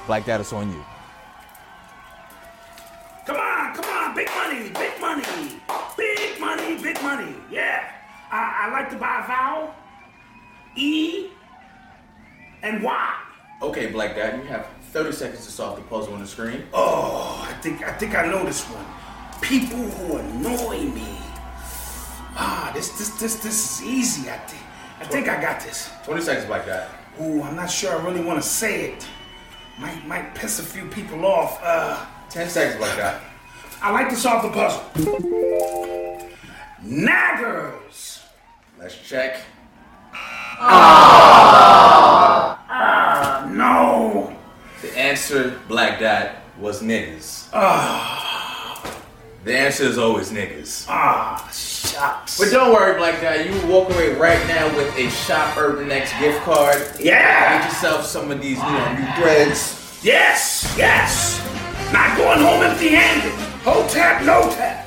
Speaker 6: Black Dot is on you.
Speaker 4: Come on, come on, big money, big money, big money, big money. Yeah, I, I like to buy vowel E and Y.
Speaker 6: Okay, Black Dot, you have 30 seconds to solve the puzzle on the screen.
Speaker 4: Oh, I think I think I know this one. People who annoy me. Ah, this this this this is easy. I think I think I got this.
Speaker 6: 20 seconds, Black Dot.
Speaker 4: Ooh, I'm not sure I really want to say it. Might might piss a few people off. Uh,
Speaker 6: 10 seconds, Black Dot.
Speaker 4: I like to solve the puzzle. Naggers.
Speaker 6: Let's check.
Speaker 4: No.
Speaker 6: The answer, Black Dot, was niggas. (sighs) The answer is always niggas.
Speaker 4: Ah, shucks.
Speaker 6: But don't worry, Black Dot, you walk away right now with a Shop Urban X gift card. Get
Speaker 4: yeah.
Speaker 6: yourself some of these new, new threads.
Speaker 4: Yes. Yes. Not going home empty-handed. Ho tap, no tap.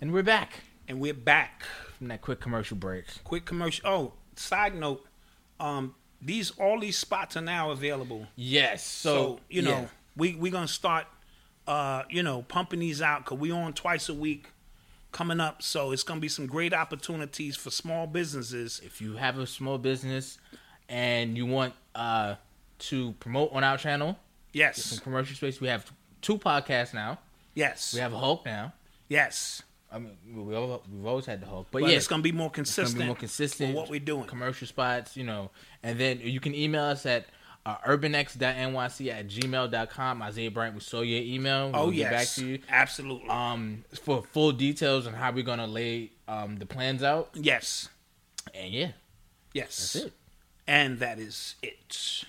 Speaker 3: And we're back
Speaker 4: And we're back.
Speaker 3: from that quick commercial break.
Speaker 4: Quick commercial. Oh, side note. Um, these all these spots are now available.
Speaker 3: Yes. So,
Speaker 4: So you know,
Speaker 3: yeah.
Speaker 4: we we gonna start, uh, you know, pumping these out because we on twice a week, coming up. So it's gonna be some great opportunities for small businesses.
Speaker 3: if you have a small business and you want uh, to promote on our channel,
Speaker 4: Yes,
Speaker 3: commercial space, we have two podcasts now.
Speaker 4: yes,
Speaker 3: We have a Hulk now.
Speaker 4: yes.
Speaker 3: I mean, we all, we've always had the Hulk, but,
Speaker 4: But
Speaker 3: yeah,
Speaker 4: it's gonna be more
Speaker 3: it's gonna
Speaker 4: consistent.
Speaker 3: be more consistent.
Speaker 4: with what we're doing.
Speaker 3: commercial spots, you know, and then you can email us at. Uh, urbanx.nyc at gmail.com. Isaiah Bryant, we saw your email.
Speaker 4: oh
Speaker 3: We'll get
Speaker 4: yes,
Speaker 3: back to you.
Speaker 4: absolutely.
Speaker 3: um for full details on how we're gonna lay um the plans out
Speaker 4: yes,
Speaker 3: and yeah
Speaker 4: yes.
Speaker 3: that's it
Speaker 4: And that is it.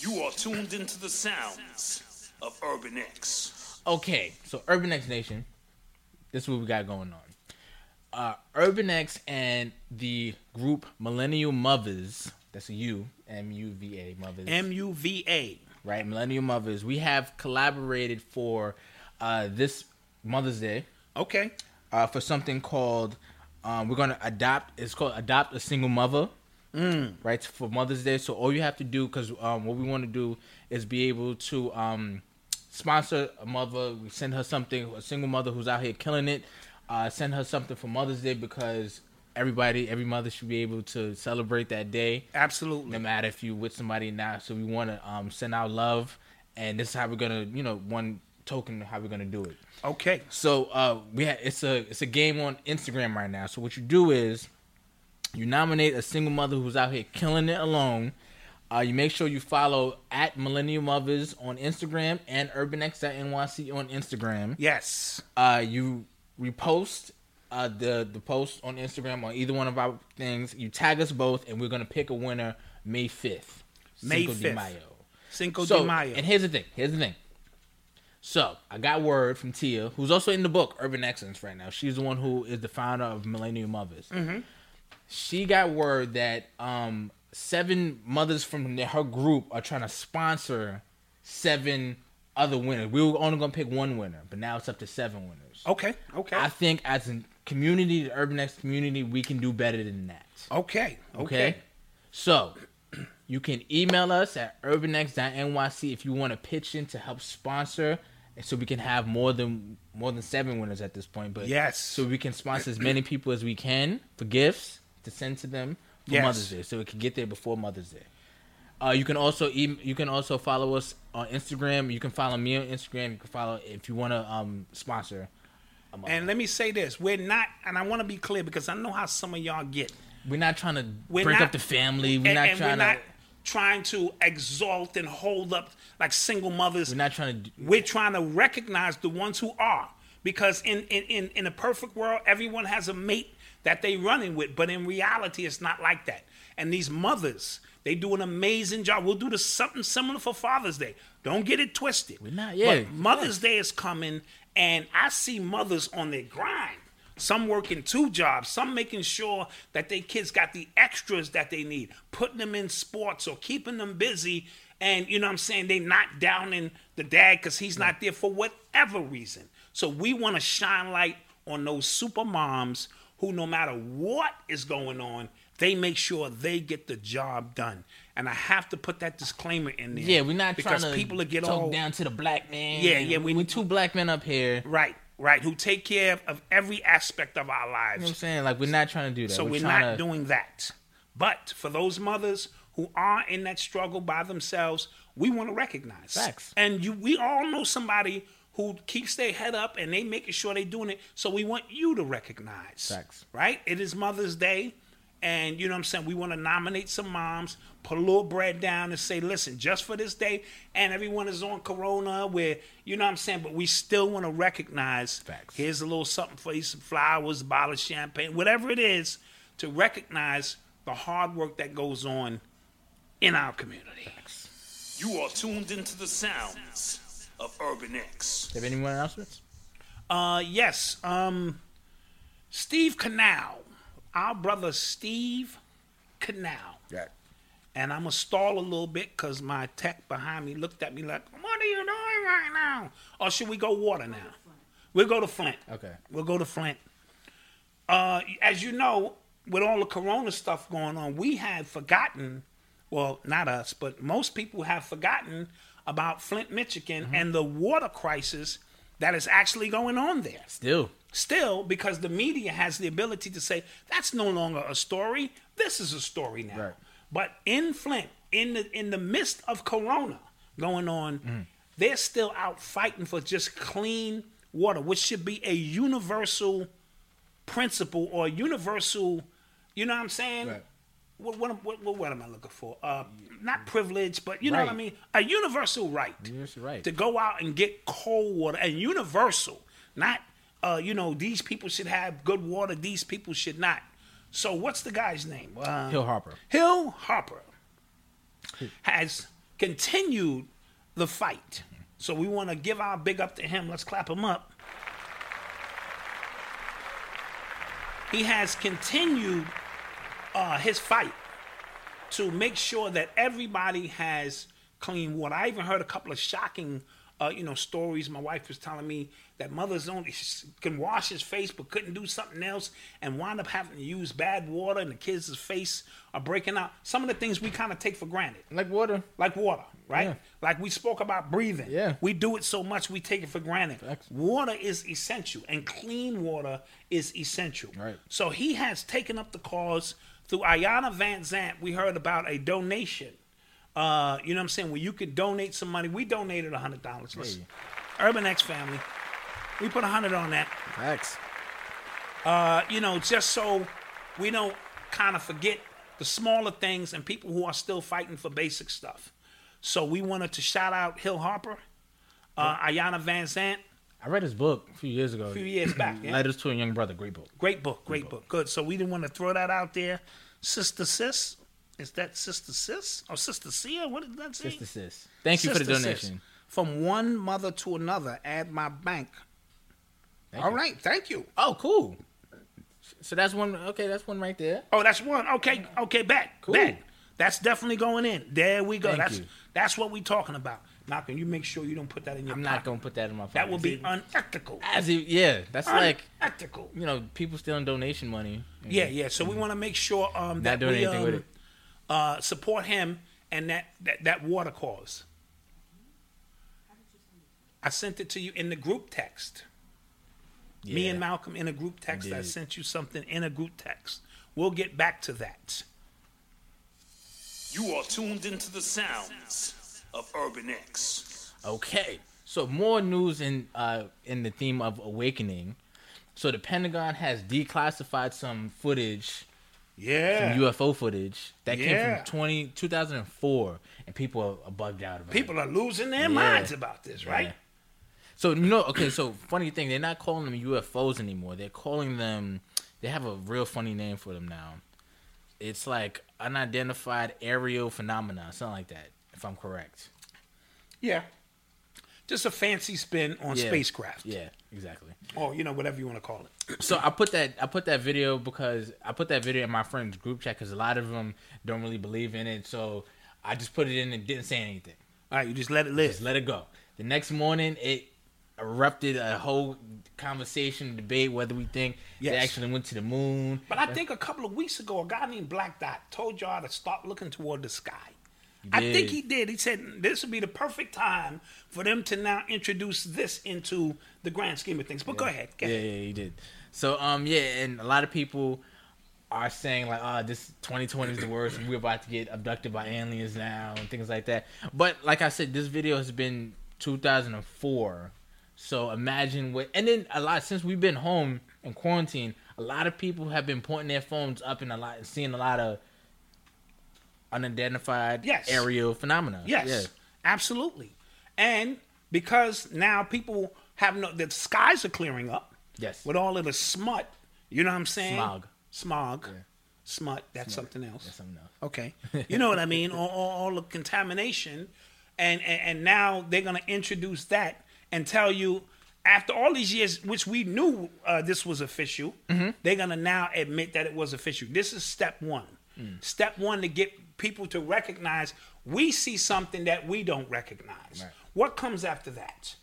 Speaker 5: You are tuned into the sounds of Urban X.
Speaker 3: okay so urban x nation this is what we got going on uh urban x and the group millennial mothers that's a u m-u-v-a mothers
Speaker 4: M U V A.
Speaker 3: right millennial mothers we have collaborated for uh this mother's day
Speaker 4: Okay.
Speaker 3: uh, for something called um, we're gonna adopt. It's called adopt a single mother, right? For Mother's Day. So all you have to do, because um, what we want to do is be able to um, sponsor a mother. We send her something. A single mother who's out here killing it. Uh, send her something for Mother's Day because everybody, every mother should be able to celebrate that day
Speaker 4: Absolutely.
Speaker 3: no matter if you with somebody or not. So we want to um, send out love, and this is how we're gonna, you know, one token how we're gonna do it.
Speaker 4: Okay.
Speaker 3: So uh, we ha- it's a it's a game on Instagram right now. So what you do is you nominate a single mother who's out here killing it alone. Uh, you make sure you follow at Millennium Mothers on Instagram and UrbanX.NYC on Instagram.
Speaker 4: Yes.
Speaker 3: Uh, you repost uh, the the post on Instagram on either one of our things. You tag us both, and we're gonna pick a winner May fifth.
Speaker 4: May 5th. Cinco de Mayo.
Speaker 3: And here's the thing. Here's the thing. So I got word from Tia, who's also in the book Urban Excellence right now. She's the one who is the founder of Millennium Mothers. She got word that um, seven mothers from the- her group are trying to sponsor seven other winners. We were only gonna pick one winner, but now it's up to seven winners.
Speaker 4: okay. Okay.
Speaker 3: I think as a community, the Urban X community, we can do better than that.
Speaker 4: okay. Okay.
Speaker 3: Okay. So you can email us at urbanx.nyc if you want to pitch in to help sponsor and so we can have more than more than seven winners at this point. But
Speaker 4: Yes.
Speaker 3: So we can sponsor as many people as we can for gifts to send to them for
Speaker 4: Yes.
Speaker 3: Mother's Day. So it can get there before Mother's Day. Uh, you can also em you can also follow us on Instagram. You can follow me on Instagram. You can follow if you want to um, sponsor.
Speaker 4: And let me say this: we're not, and I want to be clear because I know how some of y'all get.
Speaker 3: We're not trying to
Speaker 4: We're
Speaker 3: break
Speaker 4: not-
Speaker 3: up the family. We're
Speaker 4: and,
Speaker 3: not
Speaker 4: and
Speaker 3: trying
Speaker 4: we're
Speaker 3: to.
Speaker 4: not trying to exalt and hold up like single mothers.
Speaker 3: we're not trying to. do-
Speaker 4: We're trying to recognize the ones who are. Because in, in, in, in a perfect world, everyone has a mate that they running with. But in reality, it's not like that. And these mothers, they do an amazing job. We'll do the, something similar for Father's Day. Don't get it twisted. We're
Speaker 3: not- yeah.
Speaker 4: Mother's Day is coming, and I see mothers on their grind. Some working two jobs, some making sure that their kids got the extras that they need, putting them in sports or keeping them busy. And you know what I'm saying? They not downing the dad because he's not there for whatever reason. So we want to shine light on those super moms who, no matter what is going on, they make sure they get the job done. And I have to put that disclaimer in there.
Speaker 3: Yeah, we're not
Speaker 4: because
Speaker 3: trying to
Speaker 4: people that get
Speaker 3: talk
Speaker 4: all
Speaker 3: down to the black man.
Speaker 4: Yeah, yeah,
Speaker 3: We,
Speaker 4: we-
Speaker 3: we two black men up here. You know
Speaker 4: Right, right. Who take care of every aspect of our
Speaker 3: what I'm
Speaker 4: lives.
Speaker 3: saying? Like we're not trying to do that.
Speaker 4: So we're,
Speaker 3: trying
Speaker 4: not
Speaker 3: to,
Speaker 4: doing that. But for those mothers who are in that struggle by themselves, we want to recognize.
Speaker 3: Facts.
Speaker 4: And you, we all know somebody who keeps their head up and they making sure they doing it. So we want you to recognize.
Speaker 3: Facts.
Speaker 4: Right? It is Mother's Day. And you know what I'm saying? We want to nominate some moms, put a little bread down and say, listen, just for this day, and everyone is on Corona, where, you know what I'm saying? But we still want to recognize
Speaker 3: Facts.
Speaker 4: here's a little something for you, some flowers, a bottle of champagne, whatever it is, to recognize the hard work that goes on in our community.
Speaker 5: You are tuned into the sounds of Urban X.
Speaker 3: Have anyone announcements?
Speaker 4: Uh, yes. Um, Steve Canal, our brother Steve Canal.
Speaker 3: Yeah.
Speaker 4: And I'm gonna stall a little bit because my tech behind me looked at me like, "What are you doing right now?" Or should we go water now? We'll go to Flint.
Speaker 3: Okay.
Speaker 4: We'll go to Flint. Uh, as you know, with all the Corona stuff going on, we had forgotten. Well, not us, but most people have forgotten about Flint, Michigan,
Speaker 3: Mm-hmm.
Speaker 4: and the water crisis that is actually going on there
Speaker 3: Still.
Speaker 4: still because the media has the ability to say that's no longer a story this is a story now
Speaker 3: Right.
Speaker 4: but in flint in the in the midst of corona going on
Speaker 3: Mm-hmm.
Speaker 4: they're still out fighting for just clean water which should be a universal principle or universal you know what i'm saying
Speaker 3: Right.
Speaker 4: what, what, am- what, what, what am i looking for uh, not privilege but you know what i
Speaker 3: Mm-hmm. Right. Mm-hmm.
Speaker 4: mean a universal right
Speaker 3: Universal right.
Speaker 4: to go out and get cold water and universal, not uh, you know these people should have good water, these people should not. So what's the guy's name? Uh,
Speaker 3: Hill Harper.
Speaker 4: Hill Harper has continued the fight. So we want to give our big up to him. Let's clap him up. He has continued uh, his fight to make sure that everybody has clean water. I even heard a couple of shocking, uh, you know, stories. My wife was telling me that mothers only can wash his face but couldn't do something else and wind up having to use bad water and the kids' face are breaking out. Some of the things we kind of take for granted
Speaker 3: Like water.
Speaker 4: like water, right?
Speaker 3: Yeah.
Speaker 4: Like we spoke about breathing.
Speaker 3: Yeah.
Speaker 4: We do it so much we take it for granted.
Speaker 3: Facts.
Speaker 4: Water is essential and clean water is essential.
Speaker 3: Right.
Speaker 4: So he has taken up the cause through Ayana Van Zant. We heard about a donation. Uh, you know what I'm saying? Where you could donate some money. We donated hundred dollars. Listen, Urban X family. We put a hundred on that
Speaker 3: Facts.
Speaker 4: you know, just so we don't kind of forget the smaller things and people who are still fighting for basic stuff. So we wanted to shout out Hill Harper, uh, Ayana Van Zant,
Speaker 3: I read his book a few years ago. A
Speaker 4: few years back, yeah.
Speaker 3: Letters to a Young Brother, great book.
Speaker 4: Great book, great book. Good. So we didn't want to throw that out there. Sister Sis, is that Sister Sis or Sister Sia? What did that say?
Speaker 3: Sister Sis. Thank you for the
Speaker 4: Sister Sis.
Speaker 3: donation.
Speaker 4: From one mother to another, add my bank. All right,
Speaker 3: you.
Speaker 4: thank you.
Speaker 3: Oh, cool. So that's one. Okay, that's one right there.
Speaker 4: Oh, that's one. Okay, okay, bet,
Speaker 3: Cool.
Speaker 4: bet. That's definitely going in. There we go.
Speaker 3: Thank
Speaker 4: that's
Speaker 3: you.
Speaker 4: that's what we talking about. Malcolm, you make sure you don't put that in your.
Speaker 3: I'm not
Speaker 4: pocket.
Speaker 3: gonna put that in my.
Speaker 4: That
Speaker 3: pocket.
Speaker 4: would be
Speaker 3: See,
Speaker 4: unethical.
Speaker 3: as if yeah. That's like
Speaker 4: unethical.
Speaker 3: you know people stealing donation money.
Speaker 4: Yeah, yeah. So we want to make sure um, that
Speaker 3: Mm-hmm. doing
Speaker 4: we
Speaker 3: anything with
Speaker 4: um,
Speaker 3: it.
Speaker 4: uh, support him and that, that that water cause. I sent it to you in the group text. Me
Speaker 3: Yeah.
Speaker 4: and Malcolm in a group text. I
Speaker 3: did.
Speaker 4: sent you something in a group text. We'll get back to that.
Speaker 5: You are tuned into the sounds of Urban X.
Speaker 3: Okay. So more news in uh, in the theme of awakening. So the Pentagon has declassified some footage,
Speaker 4: Yeah.
Speaker 3: some UFO footage that came
Speaker 4: Yeah.
Speaker 3: from 20, 2004, and people are bugged out about. it.
Speaker 4: People are losing their minds about this, right?
Speaker 3: Yeah. So you know, okay. So funny thing, they're not calling them UFOs anymore. They're calling them. They have a real funny name for them now. It's like unidentified aerial phenomena, something like that. If I'm correct.
Speaker 4: Yeah. Just a fancy spin on
Speaker 3: Yeah.
Speaker 4: spacecraft.
Speaker 3: Yeah, exactly.
Speaker 4: Or, you know, whatever you want to call it.
Speaker 3: So I put that I put that video because I put that video in my friend's group chat because a lot of them don't really believe in it. So I just put it in and didn't say anything.
Speaker 4: All right, you just let it live.
Speaker 3: Just let it go. The next morning, it erupted a whole conversation debate whether we think they
Speaker 4: Yes.
Speaker 3: actually went to the moon.
Speaker 4: But I think a couple of weeks ago, a guy named Black Dot told y'all to start looking toward the sky. I think
Speaker 3: did.
Speaker 4: he did. He said this would be the perfect time for them to now introduce this into the grand scheme of things. But go ahead. Go
Speaker 3: Yeah,
Speaker 4: ahead.
Speaker 3: yeah, he did. So um, yeah, and a lot of people are saying like, oh, this 2020 is the worst. We're about to get abducted by aliens now and things like that. But like I said, this video has been 2004. So imagine what. And then a lot since we've been home in quarantine, a lot of people have been pointing their phones up and a lot and seeing a lot of unidentified
Speaker 4: Yes.
Speaker 3: aerial phenomena.
Speaker 4: Yes, absolutely. And because now people have no, the skies are clearing up.
Speaker 3: Yes.
Speaker 4: With all of the smut, you know what I'm saying?
Speaker 3: Smog.
Speaker 4: Smog. Smut. That's something else.
Speaker 3: something else.
Speaker 4: Okay. You know what I mean? all, all, all the contamination. And, and, and now they're going to introduce that and tell you, after all these years, which we knew uh, this was official, they're going to now admit that it was official. This is step one. Step one to get people to recognize we see something that we don't recognize. What comes after that?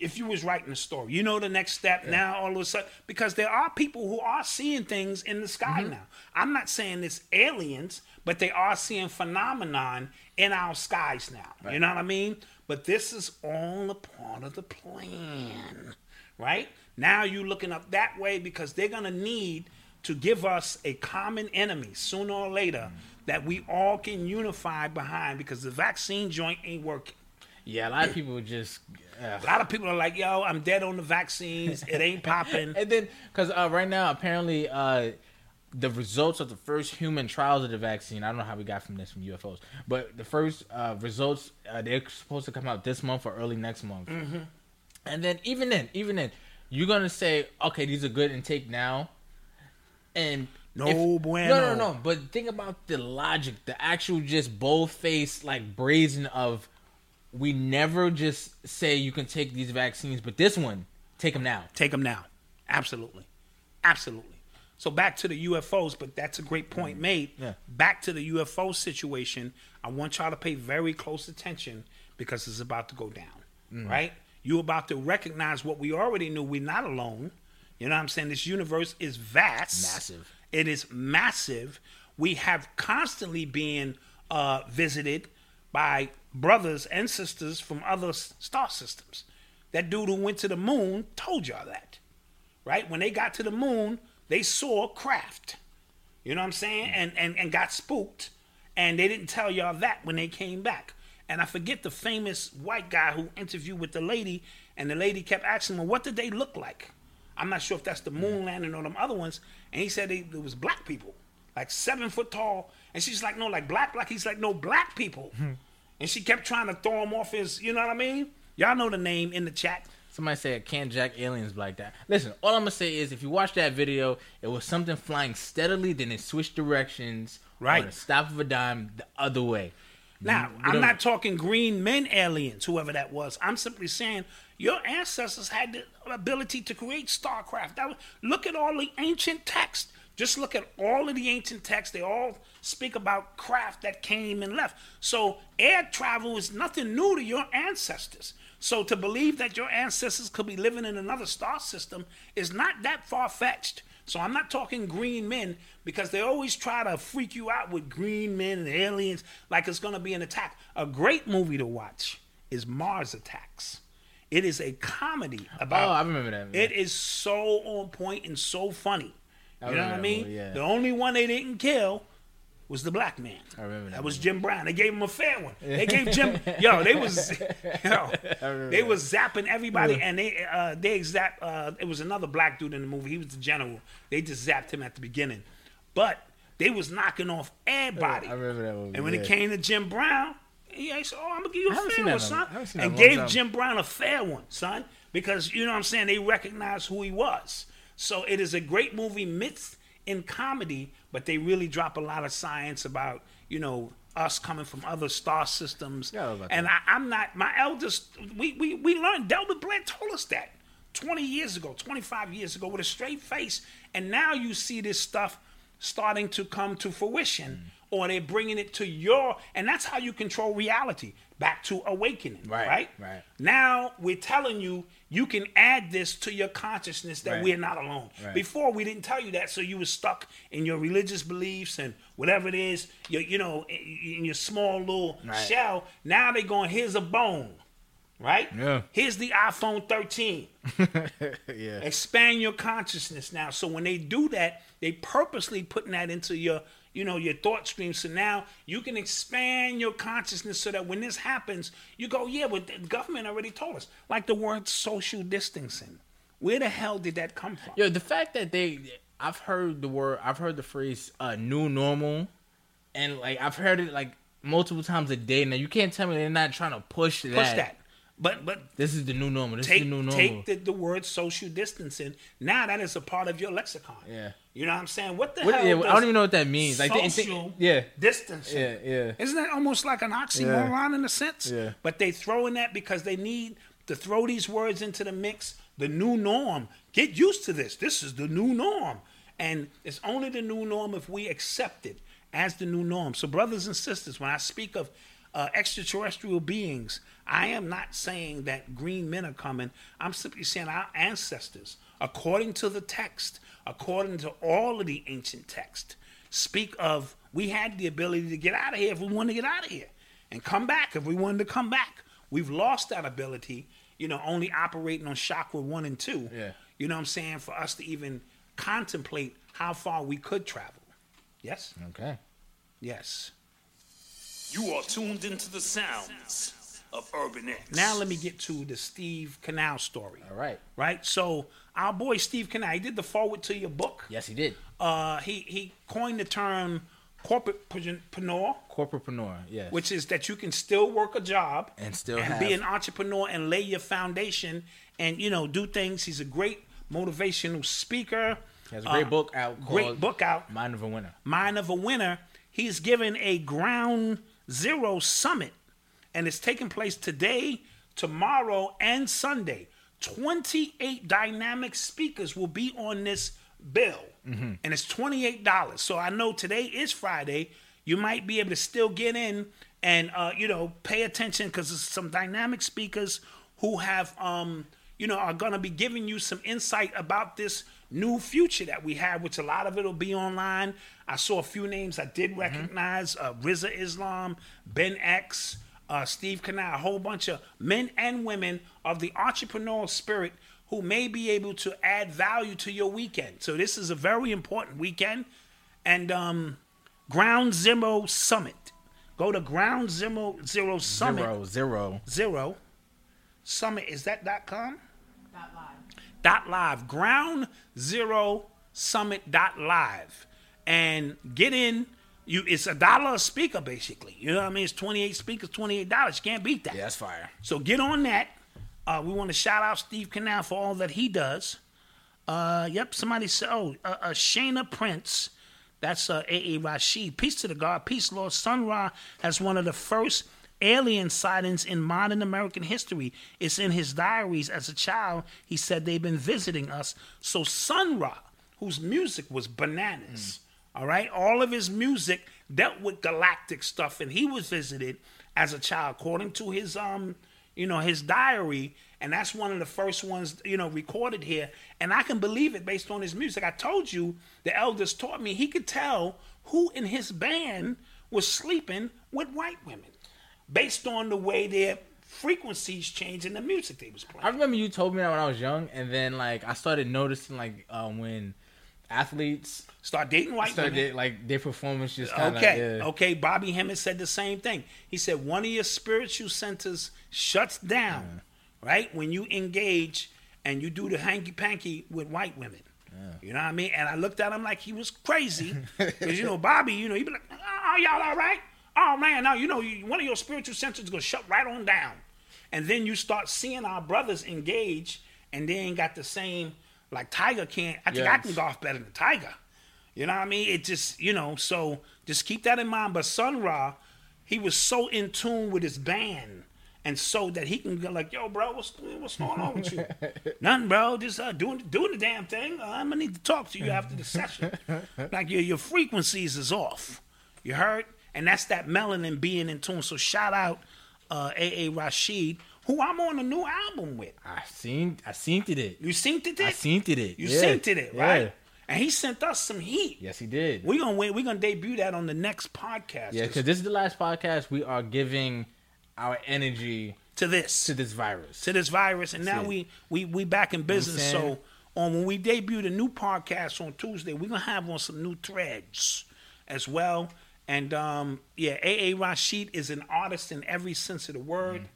Speaker 4: if you was writing a story, you know the next step now all of a sudden because there are people who are seeing things in the sky now. I'm not saying it's aliens, but they are seeing phenomenon in our skies now. You know what I mean? But this is all a part of the plan. Right? Now you're looking up that way because they're gonna need to give us a common enemy sooner or later that we all can unify behind because the vaccine joint ain't working.
Speaker 3: Yeah, a lot of people just. Uh,
Speaker 4: A lot of people are like, yo, I'm dead on the vaccines. It
Speaker 3: (laughs)
Speaker 4: ain't popping.
Speaker 3: and then because uh, right now apparently uh, the results of the first human trials of the vaccine i don't know how we got from this from ufos but the first uh, results uh, they're supposed to come out this month or early next month
Speaker 4: Mm-hmm.
Speaker 3: and then even then even then you're gonna say okay these are good intake now and
Speaker 4: No
Speaker 3: no no
Speaker 4: bueno.
Speaker 3: no but think about the logic the actual just bold-faced like brazen of we never just say you can take these vaccines but this one take them now
Speaker 4: Take them now. Absolutely. Absolutely. So back to the UFOs, but that's a great point made.
Speaker 3: Mm. Yeah.
Speaker 4: Back to the UFO situation. I want y'all to pay very close attention because it's about to go down. Right? You're about to recognize what we already knew. We're not alone. You know what I'm saying? This universe is vast.
Speaker 3: Massive.
Speaker 4: It is massive. We have constantly been uh, visited by brothers and sisters from other s- star systems. That dude who went to the moon told y'all that, right? When they got to the moon, they saw craft. You know what I'm saying? And and and got spooked, and they didn't tell y'all that when they came back. And I forget the famous white guy who interviewed with the lady, and the lady kept asking him, "What did they look like?" I'm not sure if that's the moon landing or them other ones, and he said they, it was black people like seven foot tall. And she's like, no, like black, black. He's like, no, black people. And she kept trying to throw him off his, you know what I mean? Y'all know the name in the chat.
Speaker 3: Somebody said, "Can't jack aliens like that." Listen, all I'm gonna say is, if you watch that video, it was something flying steadily, then it switched directions.
Speaker 4: Right.
Speaker 3: on the stop of a dime, the other way.
Speaker 4: Now,
Speaker 3: we
Speaker 4: I'm
Speaker 3: don't-
Speaker 4: not talking green men aliens, whoever that was. I'm simply saying your ancestors had the ability to create StarCraft. That was, look at all the ancient texts. Just look at all of the ancient texts. They all speak about craft that came and left. So air travel is nothing new to your ancestors. So to believe that your ancestors could be living in another star system is not that far fetched. So I'm not talking green men because they always try to freak you out with green men and aliens like it's going to be an attack. A great movie to watch is Mars Attacks. It is a comedy about
Speaker 3: Oh, I remember that.
Speaker 4: it is so on point and so funny. you know what I
Speaker 3: remember that
Speaker 4: mean?
Speaker 3: movie, Oh, yeah.
Speaker 4: The only one they didn't kill was the black man. I
Speaker 3: remember
Speaker 4: That
Speaker 3: that
Speaker 4: was Jim Brown. They gave him a fair
Speaker 3: (laughs)
Speaker 4: one. They gave Jim. yo, they was (laughs) yo, they was zapping everybody, and they uh, they zap. Uh, it was another black dude in the movie. He was the general. They just zapped him at the beginning, but they was knocking off everybody.
Speaker 3: I remember that movie,
Speaker 4: And when it
Speaker 3: yeah.
Speaker 4: came to Jim Brown. Yeah, he said, "Oh, I'm gonna give you a
Speaker 3: haven't
Speaker 4: fair
Speaker 3: seen that
Speaker 4: one,
Speaker 3: in a-
Speaker 4: son,"
Speaker 3: I haven't seen that in a
Speaker 4: and
Speaker 3: long
Speaker 4: gave
Speaker 3: time.
Speaker 4: Jim. Jim Brown a fair one, son, because you know what I'm saying. They recognize who he was. So it is a great movie, myth and comedy, but they really drop a lot of science about you know us coming from other star systems.
Speaker 3: Yeah, I know about
Speaker 4: and I, I'm not my eldest. We we we learned. Delbert Blair told us that 20 years ago, 25 years ago, with a straight face, and now you see this stuff starting to come to fruition.
Speaker 3: Mm.
Speaker 4: Or they're bringing it to your, and that's how you control reality. Back to awakening,
Speaker 3: Right,
Speaker 4: right?
Speaker 3: right.
Speaker 4: Now we're telling you you can add this to your consciousness that
Speaker 3: Right.
Speaker 4: we're not alone.
Speaker 3: Right.
Speaker 4: Before we didn't tell you that, so you were stuck in your religious beliefs and whatever it is, your, you know, in in your small little shell. Now they're going, here's a bone, right?
Speaker 3: Yeah.
Speaker 4: Here's the iPhone 13.
Speaker 3: (laughs) yeah.
Speaker 4: Expand your consciousness now. So when they do that, they purposely putting that into your, you know, your thought stream. So now you can expand your consciousness so that when this happens, you go, yeah, but the government already told us. Like the word social distancing. Where the hell did that come from?
Speaker 3: Yo, the fact that they, I've heard the word, I've heard the phrase uh, "new normal," and like I've heard it like multiple times a day. Now you can't tell me they're not trying to push that.
Speaker 4: Push that. But but
Speaker 3: This is the new normal. This
Speaker 4: take
Speaker 3: is the new normal.
Speaker 4: take the, the word social distancing. Now that is a part of your lexicon.
Speaker 3: Yeah.
Speaker 4: You know what I'm saying? What the
Speaker 3: What-
Speaker 4: hell?
Speaker 3: yeah, I
Speaker 4: does
Speaker 3: don't even know what that means. Like, they-
Speaker 4: social
Speaker 3: yeah.
Speaker 4: distancing.
Speaker 3: Yeah, yeah.
Speaker 4: Isn't that almost like an oxymoron in a sense?
Speaker 3: Yeah.
Speaker 4: But they throw in that because they need to throw these words into the mix. The new norm. Get used to this. This is the new norm. And it's only the new norm if we accept it as the new norm. So, brothers and sisters, when I speak of uh, extraterrestrial beings, I am not saying that green men are coming. I'm simply saying our ancestors, according to the text, according to all of the ancient text, speak of we had the ability to get out of here if we wanted to get out of here and come back if we wanted to come back. We've lost that ability, you know, only operating on chakra one and two.
Speaker 3: Yeah.
Speaker 4: You know what I'm saying? For us to even contemplate how far we could travel. Yes?
Speaker 3: Okay.
Speaker 4: Yes.
Speaker 5: You are tuned into the sounds of Urban X.
Speaker 4: Now let me get to the Steve Canal story.
Speaker 3: All right.
Speaker 4: Right? So our boy Steve Canal, he did the forward to your book.
Speaker 3: Yes, he did.
Speaker 4: Uh, he, he coined the term corporate preneur,
Speaker 3: Corporatepreneur. Yes.
Speaker 4: which is that you can still work a job
Speaker 3: And still
Speaker 4: and
Speaker 3: have-
Speaker 4: be an entrepreneur and lay your foundation and you know do things. He's a great motivational speaker.
Speaker 3: He has a great
Speaker 4: Uh,
Speaker 3: book out. Called
Speaker 4: Great book out.
Speaker 3: Mind of a Winner.
Speaker 4: Mind of a Winner. He's giving a Ground Zero Summit, and it's taking place today, tomorrow, and Sunday. 28 dynamic speakers will be on this bill, and it's $28. So I know today is Friday. You might be able to still get in and, uh, you know, pay attention because there's some dynamic speakers who have, um, you know, are going to be giving you some insight about this new future that we have, which a lot of it will be online. I saw a few names I did recognize uh, Riza Islam, Ben X, uh, Steve Canal, a whole bunch of men and women of the entrepreneurial spirit who may be able to add value to your weekend. So, this is a very important weekend. And um, Ground Zero Summit. Go to Ground Zero, Zero Summit
Speaker 3: Zero, zero.
Speaker 4: zero summit is that dot com dot live dot live ground zero summit dot live and get in. You, it's a dollar a speaker basically. You know what I mean? It's twenty eight speakers, twenty eight dollars. You can't beat that.
Speaker 3: Yeah, that's fire.
Speaker 4: So get on that. Uh, we want to shout out Steve Canal for all that he does. Uh, yep, somebody said, oh, uh, uh, Shayna Prince. That's uh, A.A. Rashid. Peace to the God. Peace, Lord. Sun Ra has one of the first alien sightings in modern American history. It's in his diaries as a child. He said they've been visiting us. So Sun Ra, whose music was bananas, all right? All of his music dealt with galactic stuff, and he was visited as a child, according to his um, you know, his diary, and that's one of the first ones, you know, recorded here. And I can believe it based on his music. I told you the elders taught me he could tell who in his band was sleeping with white women based on the way their frequencies changed in the music they was
Speaker 3: I
Speaker 4: playing.
Speaker 3: remember you told me that when I was young, and then like I started noticing like um, when athletes
Speaker 4: Start dating white
Speaker 3: started
Speaker 4: women.
Speaker 3: like their performance just kind of
Speaker 4: Okay,
Speaker 3: okay.
Speaker 4: okay. Bobby Hemmings said the same thing. He said one of your spiritual centers shuts down, right, when you engage and you do the hanky panky with white women. You know what I mean? And I looked at him like he was crazy, because you know Bobby, you know, he'd be like, "Oh, y'all all right? Oh man, now you know you, one of your spiritual centers gonna shut right on down." And then you start seeing our brothers engage, and they ain't got the same. Like Tiger can't. I think I
Speaker 3: Yes.
Speaker 4: can golf better than Tiger. You know what I mean? It just, you know, so just keep that in mind. But Sun Ra, he was so in tune with his band. And so that he can go like, yo, bro, what's what's going on with you? Nothing, bro. Just uh, doing doing the damn thing. Uh, I'm gonna need to talk to you after the session. like your your frequencies is off. You heard? And that's that melanin being in tune. So shout out uh AA Rashid, who I'm on a new album with.
Speaker 3: I seen I seen it.
Speaker 4: You synced it?
Speaker 3: I seen it.
Speaker 4: You
Speaker 3: yeah.
Speaker 4: synced it,
Speaker 3: Yeah.
Speaker 4: right? And he sent us some heat.
Speaker 3: Yes, he did.
Speaker 4: We're gonna wait. We're gonna debut that on the next podcast.
Speaker 3: yeah, because this is the last podcast we are giving our energy
Speaker 4: to
Speaker 3: to
Speaker 4: this, to,
Speaker 3: this virus.
Speaker 4: this virus, and now
Speaker 3: it.
Speaker 4: we we we back in business.
Speaker 3: I'm saying?
Speaker 4: so on when we debut the new podcast on Tuesday, we're gonna have on some new threads as well. And um, yeah, AA Rashid is an artist in every sense of the word.
Speaker 3: Mm.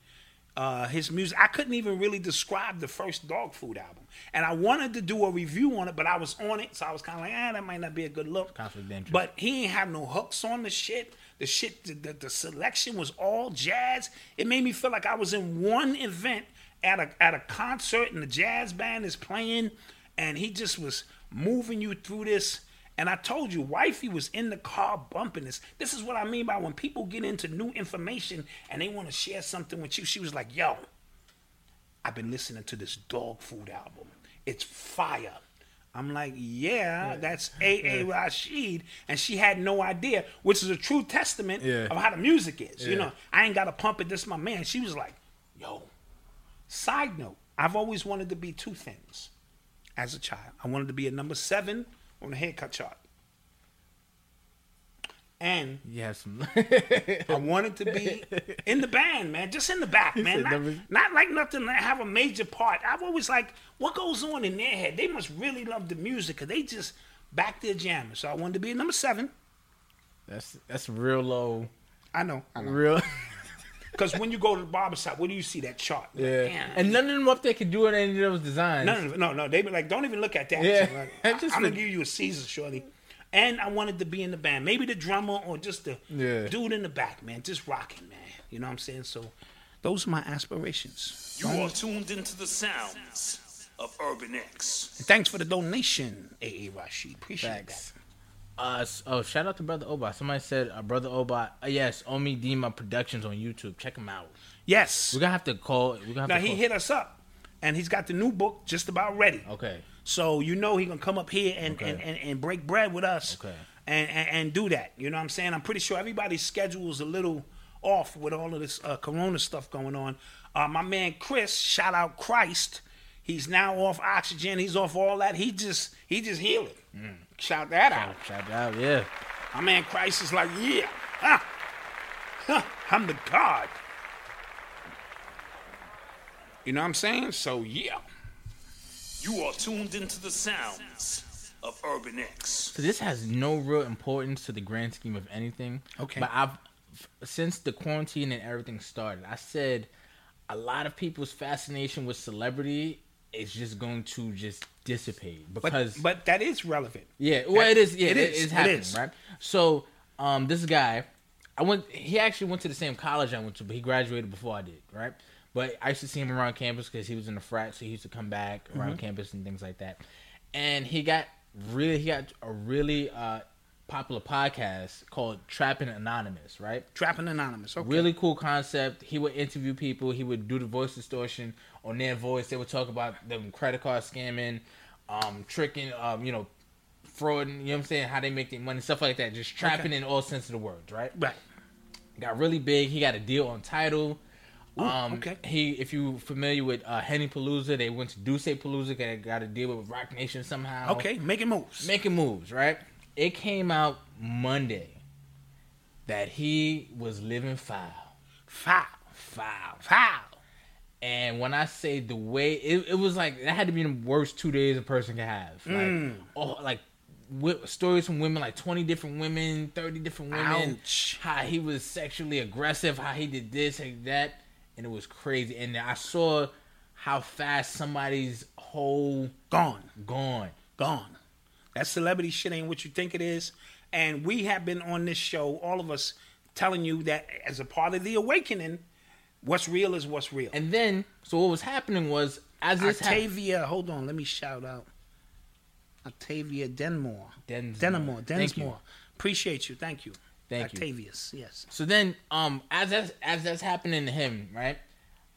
Speaker 4: Uh, his music, I couldn't even really describe the first dog food album, and I wanted to do a review on it, but I was on it, so I was kind of like, ah, that might not be a good look.
Speaker 3: Conflict of interest.
Speaker 4: But but he ain't have no hooks on the shit. The shit, the, the, the selection was all jazz. It made me feel like I was in one event at a at a concert, and the jazz band is playing, and he just was moving you through this. And I told you, wifey was in the car bumping this. This is what I mean by when people get into new information and they want to share something with you. She was like, "Yo, I've been listening to this dog food album. It's fire. I'm like, yeah, (laughs) that's A.A. Rashid. And she had no idea, which is a true testament
Speaker 3: Yeah.
Speaker 4: of how the music is. You know, I ain't got to pump it. This my man. She was like, yo. Side note, I've always wanted to be two things as a child. I wanted to be a number seven on the haircut chart. And
Speaker 3: You have some. (laughs)
Speaker 4: I wanted to be in the band, man, just in the back, man. Not, not like nothing that have a major part. I've always like what goes on in their head. They must really love the music because they just back their jamming. So I wanted to be number seven.
Speaker 3: that's that's real low.
Speaker 4: I know, (laughs)
Speaker 3: Real. (laughs)
Speaker 4: because when you go to the barber shop, what do you see that chart? Like,
Speaker 3: Yeah.
Speaker 4: damn.
Speaker 3: And none of them up there could do it any of those designs.
Speaker 4: No, no, no, no. They be like, don't even look at that.
Speaker 3: Yeah. (laughs)
Speaker 4: Like,
Speaker 3: That's just
Speaker 4: I'm gonna
Speaker 3: the-
Speaker 4: give you a Caesar, shorty. And I wanted to be in the band, maybe the drummer or just the
Speaker 3: Yeah.
Speaker 4: dude in the back, man, just rocking, man. You know what I'm saying? So, those are my aspirations.
Speaker 5: You are tuned into the sounds of Urban X.
Speaker 4: And thanks for the donation, AA Rashid. Appreciate
Speaker 3: Facts. Uh, s- oh, shout out to Brother Obot. Somebody said, uh, Brother Obot, uh, yes, Omi Dima Productions on YouTube. Check him out.
Speaker 4: that. Yes.
Speaker 3: We're going to have to call. We're gonna have
Speaker 4: Now
Speaker 3: to
Speaker 4: he
Speaker 3: call.
Speaker 4: hit us up, and he's got the new book just about ready.
Speaker 3: Okay.
Speaker 4: So you know he gonna come up here and
Speaker 3: Okay.
Speaker 4: and, and, and break bread with us.
Speaker 3: Okay.
Speaker 4: And, and and do that. You know what I'm saying? I'm pretty sure everybody's schedule's a little off with all of this uh, corona stuff going on. Uh, my man Chris, shout out Christ. He's now off oxygen. He's off all that. He just he just healing. Shout that out.
Speaker 3: Mm. Shout out, yeah.
Speaker 4: My man Christ is like, yeah, huh, huh, I'm the God. You know what I'm saying? So yeah.
Speaker 5: You are tuned into the sounds of Urban X.
Speaker 3: So this has no real importance to the grand scheme of anything.
Speaker 4: Okay.
Speaker 3: But I've f- since the quarantine and everything started, I said a lot of people's fascination with celebrity it's just going to just dissipate
Speaker 4: But
Speaker 3: because
Speaker 4: but that is relevant.
Speaker 3: yeah, well, it is. Yeah,
Speaker 4: it
Speaker 3: it
Speaker 4: is,
Speaker 3: is.
Speaker 4: it
Speaker 3: It's happening,
Speaker 4: is.
Speaker 3: right? So, um, this guy, I went. He actually went to the same college I went to, but he graduated before I did, right? But I used to see him around campus because he was in the frat, so he used to come back around
Speaker 4: Mm-hmm.
Speaker 3: campus and things like that. And he got really, he got a really uh, popular podcast called Trapping Anonymous, right?
Speaker 4: Trapping anonymous. Okay.
Speaker 3: Really cool concept. He would interview people. He would do the voice distortion on their voice. They would talk about them credit card scamming, um, tricking, um, you know, frauding. You know what I'm saying? How they make their money, stuff like that. Just trapping in all sense of the words, right?
Speaker 4: Right.
Speaker 3: Got really big. He got a deal on title. um,
Speaker 4: okay.
Speaker 3: He, if you familiar with uh, Henny Palooza, they went to Duce Palooza. They got a deal with Rock Nation somehow.
Speaker 4: Okay. Making moves.
Speaker 3: Making moves, right? It came out Monday that he was living foul
Speaker 4: foul.
Speaker 3: foul.
Speaker 4: Foul.
Speaker 3: And when I say the way it, it was like that had to be the worst two days a person could have. Like
Speaker 4: Mm.
Speaker 3: oh like wi- stories from women like 20 different women 30 different women
Speaker 4: Ouch.
Speaker 3: how he was sexually aggressive how he did this and that and it was crazy and i saw how fast somebody's whole
Speaker 4: Gone.
Speaker 3: gone
Speaker 4: Gone. That celebrity shit ain't what you think it is. And we have been on this show, all of us, telling you that as a part of the awakening, what's real is what's real.
Speaker 3: and then so what was happening was as this happened
Speaker 4: Octavia, hold on, let me shout out. Octavia Denmore.
Speaker 3: Densmore.
Speaker 4: Denmore.
Speaker 3: Thank you.
Speaker 4: Densmore. Appreciate you. Thank you.
Speaker 3: Thank you.
Speaker 4: Octavius, yes.
Speaker 3: So then, um, as that's, as that's happening to him, right?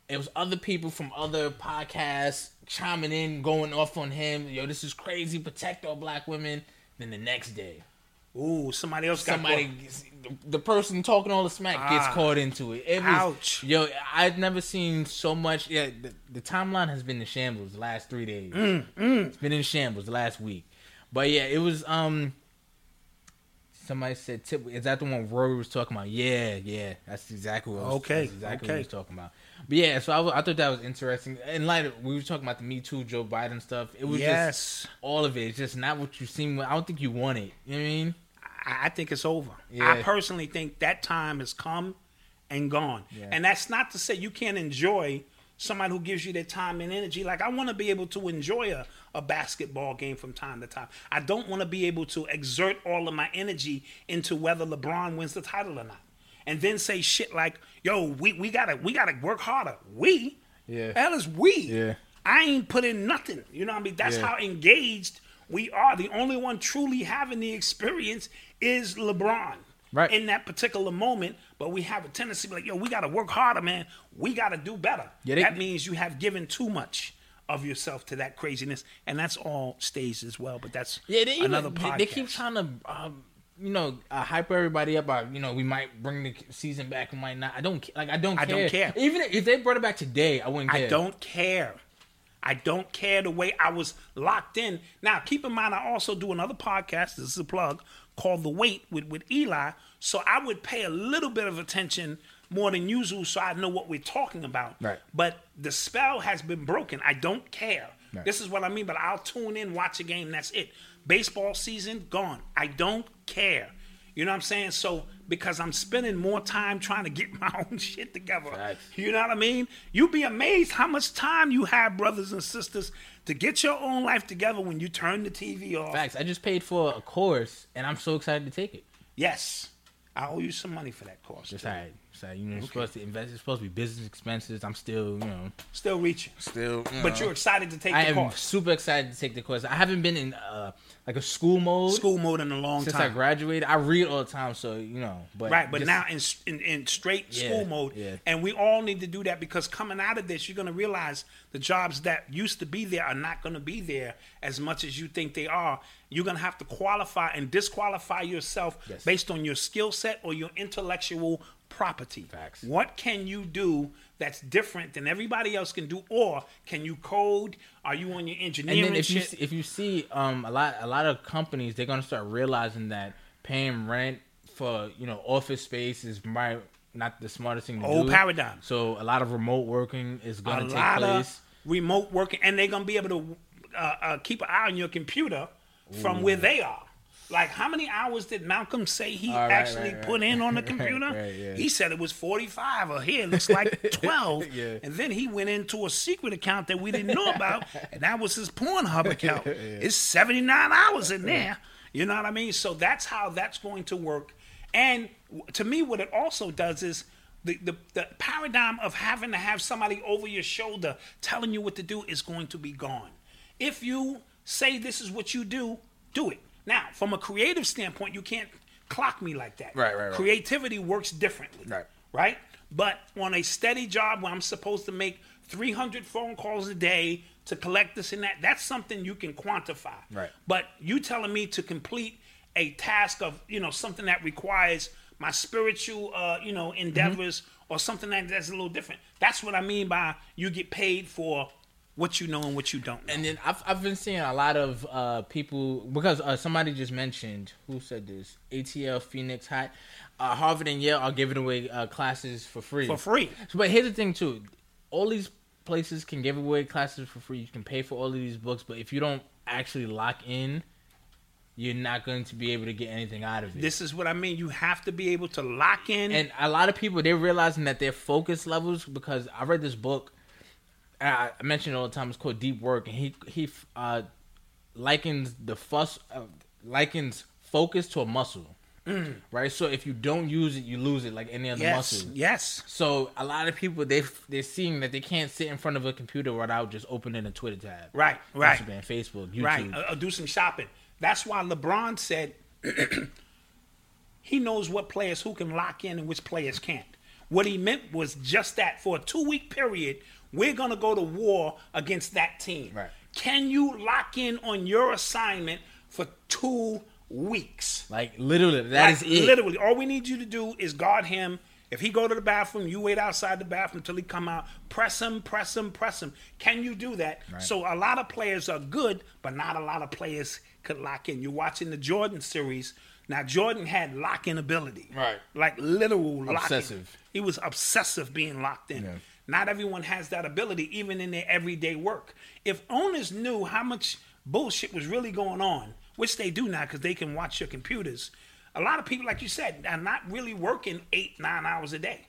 Speaker 3: It was other people from other podcasts chiming in, going off on him. Yo, this is crazy. Protect all black women. Then the next day,
Speaker 4: Ooh, somebody else got
Speaker 3: somebody,
Speaker 4: caught.
Speaker 3: gets, the, the person talking all the smack
Speaker 4: Ah.
Speaker 3: gets caught into it. it was,
Speaker 4: Ouch.
Speaker 3: Yo, I've never seen so much. Yeah, the, the timeline has been in shambles the last three days.
Speaker 4: Mm,
Speaker 3: It's been in shambles the last week. But yeah, it was um. Somebody said, "Tip." Is that the one Rory was talking about? Yeah, yeah, that's exactly what. I was,
Speaker 4: Okay,
Speaker 3: that's exactly
Speaker 4: okay.
Speaker 3: what he was talking about. But yeah, so I, wa- I thought that was interesting. In light of we were talking about the Me Too, Joe Biden stuff. It was
Speaker 4: Yes.
Speaker 3: just all of it. It's just not what you seem. I don't think you want it. You know what I mean?
Speaker 4: I, I think it's over. I
Speaker 3: Yeah.
Speaker 4: personally think that time has come and gone. And that's not to say you can't enjoy somebody who gives you their time and energy. Like I want to be able to enjoy a, a basketball game from time to time. I don't want to be able to exert all of my energy into whether LeBron wins the title or not. And then say shit like, yo, we, we gotta we gotta work harder. We
Speaker 3: Yeah.
Speaker 4: hell is we.
Speaker 3: Yeah.
Speaker 4: I ain't put in nothing. You know what I mean? That's
Speaker 3: Yeah.
Speaker 4: how engaged we are. The only one truly having the experience is LeBron.
Speaker 3: Right.
Speaker 4: In that particular moment, but we have a tendency to be like, yo, we gotta work harder, man. We gotta do better.
Speaker 3: Yeah, they-
Speaker 4: that means you have given too much of yourself to that craziness. And that's all staged as well. But that's
Speaker 3: Yeah, they even,
Speaker 4: another
Speaker 3: they-
Speaker 4: podcast.
Speaker 3: They keep trying to, um, you know, uh, hype everybody up. About, you know, we might bring the season back, we might not. I don't ca- like. I don't.
Speaker 4: I
Speaker 3: Care.
Speaker 4: don't care.
Speaker 3: Even if they brought it back today, I wouldn't care.
Speaker 4: I don't care. I don't care the way I was locked in. Now, keep in mind, I also do another podcast. This is a plug called The Wait with, with Eli. So I would pay a little bit of attention more than usual so I know what we're talking about.
Speaker 3: Right.
Speaker 4: But the spell has been broken. I don't care. This is what I mean, but I'll tune in, watch a game, that's it. Baseball season, gone. I don't care. You know what I'm saying? So, because I'm spending more time trying to get (laughs) my own shit together.
Speaker 3: Facts.
Speaker 4: You know what I mean? You'd be amazed how much time you have, brothers and sisters, to get your own life together when you turn the TV off.
Speaker 3: Facts. I just paid for a course, and I'm so excited to take it.
Speaker 4: Yes. I owe you some money for that course.
Speaker 3: It's
Speaker 4: too.
Speaker 3: all right. It's all right. You know, it's supposed to invest. It's supposed to be business expenses. I'm still, you know,
Speaker 4: Still reaching.
Speaker 3: still. you
Speaker 4: But
Speaker 3: know.
Speaker 4: you're excited to take
Speaker 3: I
Speaker 4: the
Speaker 3: am
Speaker 4: course.
Speaker 3: super excited to take the course. I haven't been in uh like a school mode
Speaker 4: School mode in a long
Speaker 3: since I
Speaker 4: time.
Speaker 3: graduated. I read all the time, so you know. But
Speaker 4: Right, but
Speaker 3: just-
Speaker 4: now in, in in straight
Speaker 3: Yeah,
Speaker 4: school mode,
Speaker 3: yeah.
Speaker 4: and we all need to do that because coming out of this, you're gonna realize the jobs that used to be there are not gonna be there as much as you think they are. You're gonna have to qualify and disqualify yourself based on your skill set or your intellectual property.
Speaker 3: Facts.
Speaker 4: What can you do that's different than everybody else can do, or can you code? Are you on your engineering
Speaker 3: and then if you
Speaker 4: shit?
Speaker 3: see, if you see um a lot a lot of companies they're gonna start realizing that paying rent for you know office space is my not the smartest thing to
Speaker 4: Old
Speaker 3: do.
Speaker 4: paradigm.
Speaker 3: So a lot of remote working is
Speaker 4: a
Speaker 3: gonna take
Speaker 4: lot
Speaker 3: place.
Speaker 4: of remote working, and they're gonna be able to uh, uh, keep an eye on your computer from where they are. Like, how many hours did Malcolm say he
Speaker 3: right,
Speaker 4: actually
Speaker 3: right, (laughs) right.
Speaker 4: put in on the computer?
Speaker 3: right, yeah.
Speaker 4: He said it was 45, or here, it
Speaker 3: (laughs)
Speaker 4: looks like 12. And then he went into a secret account that we didn't know about, and that was his Pornhub
Speaker 3: (laughs)
Speaker 4: account. It's 79 hours in there. You know what I mean? So that's how that's going to work. And w- to me, what it also does is the, the, the paradigm of having to have somebody over your shoulder telling you what to do is going to be gone. If you say this is what you do, do it. Now, from a creative standpoint, you can't clock me like that.
Speaker 3: Right, right, right.
Speaker 4: Creativity works differently.
Speaker 3: Right.
Speaker 4: Right? But on a steady job where I'm supposed to make 300 phone calls a day to collect this and that, that's something you can quantify.
Speaker 3: Right.
Speaker 4: But you telling me to complete a task of, you know, something that requires my spiritual, uh, you know, endeavors
Speaker 3: Mm-hmm.
Speaker 4: or something that, that's a little different. That's what I mean by you get paid for what you know and what you don't know.
Speaker 3: And then I've, I've been seeing a lot of uh, people because uh, somebody just mentioned who said this ATL Phoenix Hot, uh, Harvard and Yale are giving away uh, classes for free
Speaker 4: for free.
Speaker 3: So, but here's the thing too, all these places can give away classes for free. You can pay for all of these books, but if you don't actually lock in, you're not going to be able to get anything out of it.
Speaker 4: This is what I mean. You have to be able to lock in.
Speaker 3: and a lot of people they're realizing that their focus levels because I read this book I I mentioned it all the time. It's called Deep Work, and he he uh, likens the fuss uh, likens focus to a muscle, right? So if you don't use it, you lose it, like any other
Speaker 4: Mm. yes,
Speaker 3: muscle.
Speaker 4: yes.
Speaker 3: So a lot of people they they're seeing that they can't sit in front of a computer without just opening a Twitter tab,
Speaker 4: Right, right.
Speaker 3: Instagram, Facebook, YouTube.
Speaker 4: Right. Uh, uh, do some shopping. That's why LeBron said (clears throat) he knows what players who can lock in and which players can't. What he meant was just that for a two week period, we're going to go to war against that team.
Speaker 3: Right.
Speaker 4: Can you lock in on your assignment for two weeks?
Speaker 3: Like literally, that is
Speaker 4: Like,
Speaker 3: it.
Speaker 4: Literally, all we need you to do is guard him. If he go to the bathroom, you wait outside the bathroom till he come out. Press him, press him, press him. Can you do that? So a lot of players are good, but not a lot of players could lock in. You're watching the Jordan series. Now Jordan had lock in ability,
Speaker 3: Right.
Speaker 4: Like literal lock
Speaker 3: Obsessive.
Speaker 4: He was obsessive being locked in. Not everyone has that ability, even in their everyday work. If owners knew how much bullshit was really going on, which they do now because they can watch your computers, a lot of people, like you said, are not really working eight, nine hours a day.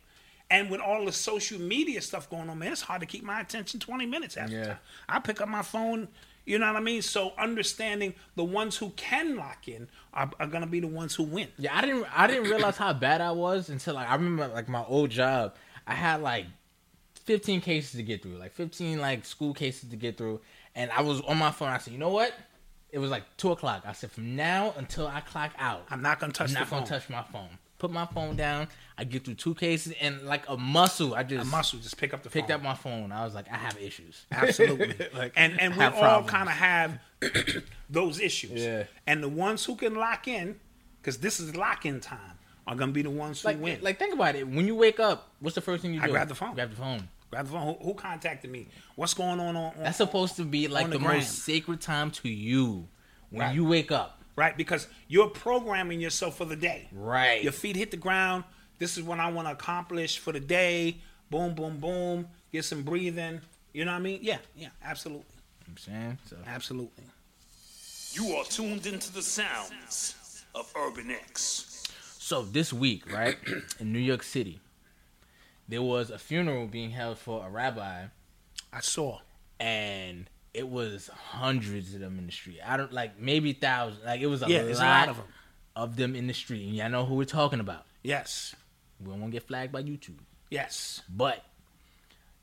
Speaker 4: And with all the social media stuff going on, man, it's hard to keep my attention 20 minutes after
Speaker 3: Yeah.
Speaker 4: time. I pick up my phone, you know what I mean? So understanding the ones who can lock in are, are going to be the ones who win.
Speaker 3: Yeah, I didn't I didn't realize how bad I was until like I remember like my old job. I had like fifteen cases to get through, like fifteen like school cases to get through, and I was on my phone. I said, you know what? It was like two o'clock. I said, from now until I clock out,
Speaker 4: I'm not going to touch
Speaker 3: I'm
Speaker 4: the
Speaker 3: not
Speaker 4: phone.
Speaker 3: gonna touch my phone. Put my phone down. I get through two cases, and like a muscle, I just
Speaker 4: the muscle. Just pick up the
Speaker 3: picked
Speaker 4: phone.
Speaker 3: up my phone. I was like, I have issues.
Speaker 4: (laughs)
Speaker 3: (laughs)
Speaker 4: Absolutely. and and we
Speaker 3: have
Speaker 4: all
Speaker 3: problems.
Speaker 4: kind of (clears throat) have those issues.
Speaker 3: Yeah.
Speaker 4: And the ones who can lock in, because this is lock in time, are gonna be the ones who
Speaker 3: Like,
Speaker 4: win.
Speaker 3: like think about it. When you wake up, what's the first thing you do?
Speaker 4: I grab the phone.
Speaker 3: Grab the phone.
Speaker 4: Grab the phone. Who, who contacted me? What's going on on, on
Speaker 3: That's supposed to be like
Speaker 4: On
Speaker 3: the,
Speaker 4: the gram.
Speaker 3: most sacred time to you when
Speaker 4: Right.
Speaker 3: you wake up.
Speaker 4: right? Because you're programming yourself for the day.
Speaker 3: Right.
Speaker 4: Your feet hit the ground. This is what I want to accomplish for the day. Boom, boom, boom. Get some breathing. You know what I mean? Yeah, yeah, absolutely,
Speaker 3: I'm saying? So
Speaker 4: absolutely.
Speaker 5: You are tuned into the sounds of Urban X.
Speaker 3: So this week,
Speaker 4: (clears throat)
Speaker 3: right, in New York City, there was a funeral being held for a rabbi
Speaker 4: I saw.
Speaker 3: and it was hundreds of them in the street. I don't like maybe thousands. Like it was a,
Speaker 4: Yeah,
Speaker 3: lot,
Speaker 4: there's a lot of them.
Speaker 3: of them in the street. And y'all know who we're talking about.
Speaker 4: Yes,
Speaker 3: We don't want to get flagged by YouTube.
Speaker 4: yes.
Speaker 3: But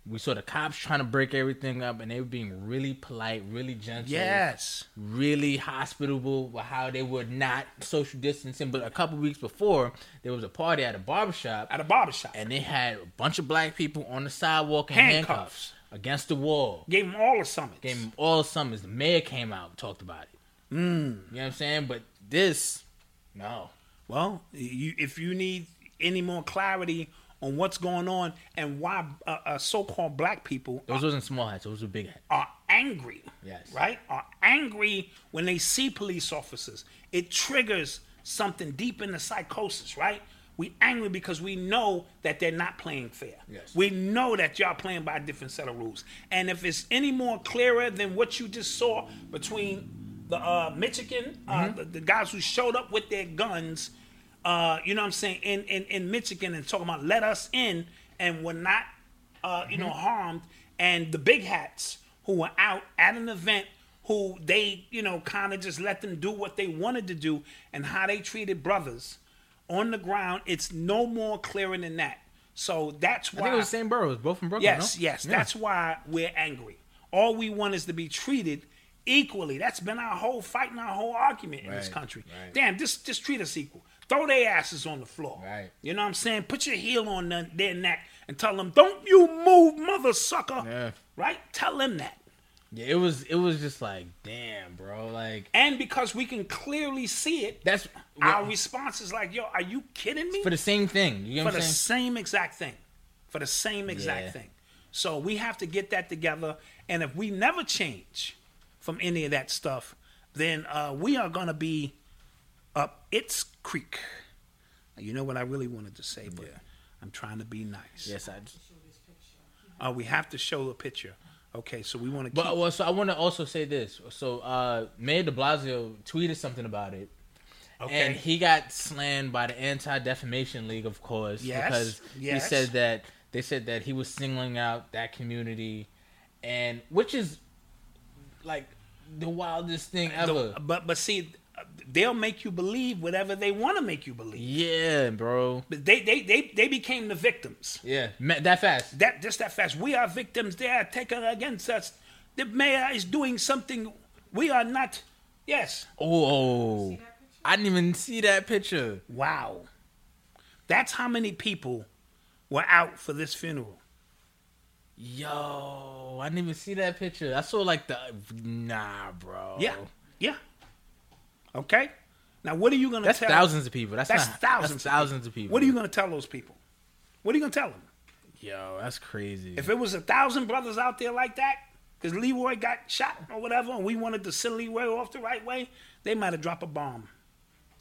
Speaker 3: we saw the cops trying to break everything up and they were being really polite, really gentle.
Speaker 4: Yes.
Speaker 3: really hospitable with how they were not social distancing. But a couple weeks before, there was a party at a barbershop,
Speaker 4: At a barbershop.
Speaker 3: and they had a bunch of black people on the sidewalk in handcuffs,
Speaker 4: Handcuffs.
Speaker 3: against the wall.
Speaker 4: Gave them all the summons.
Speaker 3: Gave 'em all summers. The mayor came out and talked about it.
Speaker 4: Mm.
Speaker 3: You know what I'm saying? But this, no.
Speaker 4: Well, you, if you need any more clarity on what's going on and why uh, uh, so-called black people
Speaker 3: Those wasn't small hats. Those were big hats.
Speaker 4: are angry,
Speaker 3: Yes.
Speaker 4: right? Are angry when they see police officers. It triggers something deep in the psychosis, right? We angry because we know that they're not playing fair.
Speaker 3: Yes.
Speaker 4: We know that y'all playing by a different set of rules. And if it's any more clearer than what you just saw between the uh, Michigan, uh,
Speaker 3: Mm-hmm.
Speaker 4: the, the guys who showed up with their guns, uh, you know what I'm saying, in, in, in Michigan and talking about let us in and were not, uh, you
Speaker 3: Mm-hmm.
Speaker 4: know, harmed. And the big hats who were out at an event who they, you know, kind of just let them do what they wanted to do and how they treated brothers on the ground. It's no more clearer than that. So that's why
Speaker 3: I think it was the same borough. It was both from Brooklyn.
Speaker 4: Yes,
Speaker 3: no?
Speaker 4: yes.
Speaker 3: Yeah.
Speaker 4: That's why we're angry. All we want is to be treated equally. That's been our whole fight and our whole argument in this
Speaker 3: Right,
Speaker 4: country.
Speaker 3: right.
Speaker 4: Damn, just just treat us equal. Throw their asses on the floor.
Speaker 3: Right.
Speaker 4: You know what I'm saying? Put your heel on the- their neck and tell them, "Don't you move, mother sucker."
Speaker 3: Yeah.
Speaker 4: Right? Tell them that.
Speaker 3: yeah. It was it was just like damn, bro. Like
Speaker 4: And because we can clearly see it,
Speaker 3: that's
Speaker 4: our response is like, "Yo, are you kidding me?"
Speaker 3: for the same thing. You know
Speaker 4: for
Speaker 3: what
Speaker 4: the
Speaker 3: I'm saying?
Speaker 4: same exact thing. For the same exact
Speaker 3: Yeah.
Speaker 4: thing. So we have to get that together. And if we never change from any of that stuff, then uh, we are going to be up its creek. Now, You know what I really wanted to say, but I'm trying to be nice.
Speaker 3: Yes, I. just-
Speaker 4: Uh, we have to show a picture. Okay, so we want to keep.
Speaker 3: But uh, well, so I want to also say this. So uh Mayor De Blasio tweeted something about it,
Speaker 4: okay.
Speaker 3: and he got slammed by the Anti Defamation League, of course,
Speaker 4: Yes,
Speaker 3: because he
Speaker 4: yes.
Speaker 3: said that they said that he was singling out that community, and which is like the wildest thing
Speaker 4: The-
Speaker 3: ever.
Speaker 4: but but see, they'll make you believe whatever they want to make you believe.
Speaker 3: yeah, bro.
Speaker 4: But they they they they became the victims.
Speaker 3: Yeah, ma- that fast.
Speaker 4: that just that fast. We are victims. They are taken against us. The mayor is doing something. We are not. Yes.
Speaker 3: Oh, I didn't even see that picture.
Speaker 4: Wow. That's how many people were out for this funeral.
Speaker 3: Yo, I didn't even see that picture. I saw like the nah, bro.
Speaker 4: Yeah. Yeah. Okay. Now, what are you going to
Speaker 3: That's
Speaker 4: tell?
Speaker 3: thousands of people. That's,
Speaker 4: That's
Speaker 3: not,
Speaker 4: thousands.
Speaker 3: That's thousands of people.
Speaker 4: What are you going to tell those people? What are you going to tell them?
Speaker 3: Yo, that's crazy.
Speaker 4: If it was a thousand brothers out there like that, because Leroy got shot or whatever, and we wanted to send Leroy off the right way, they might have dropped a bomb.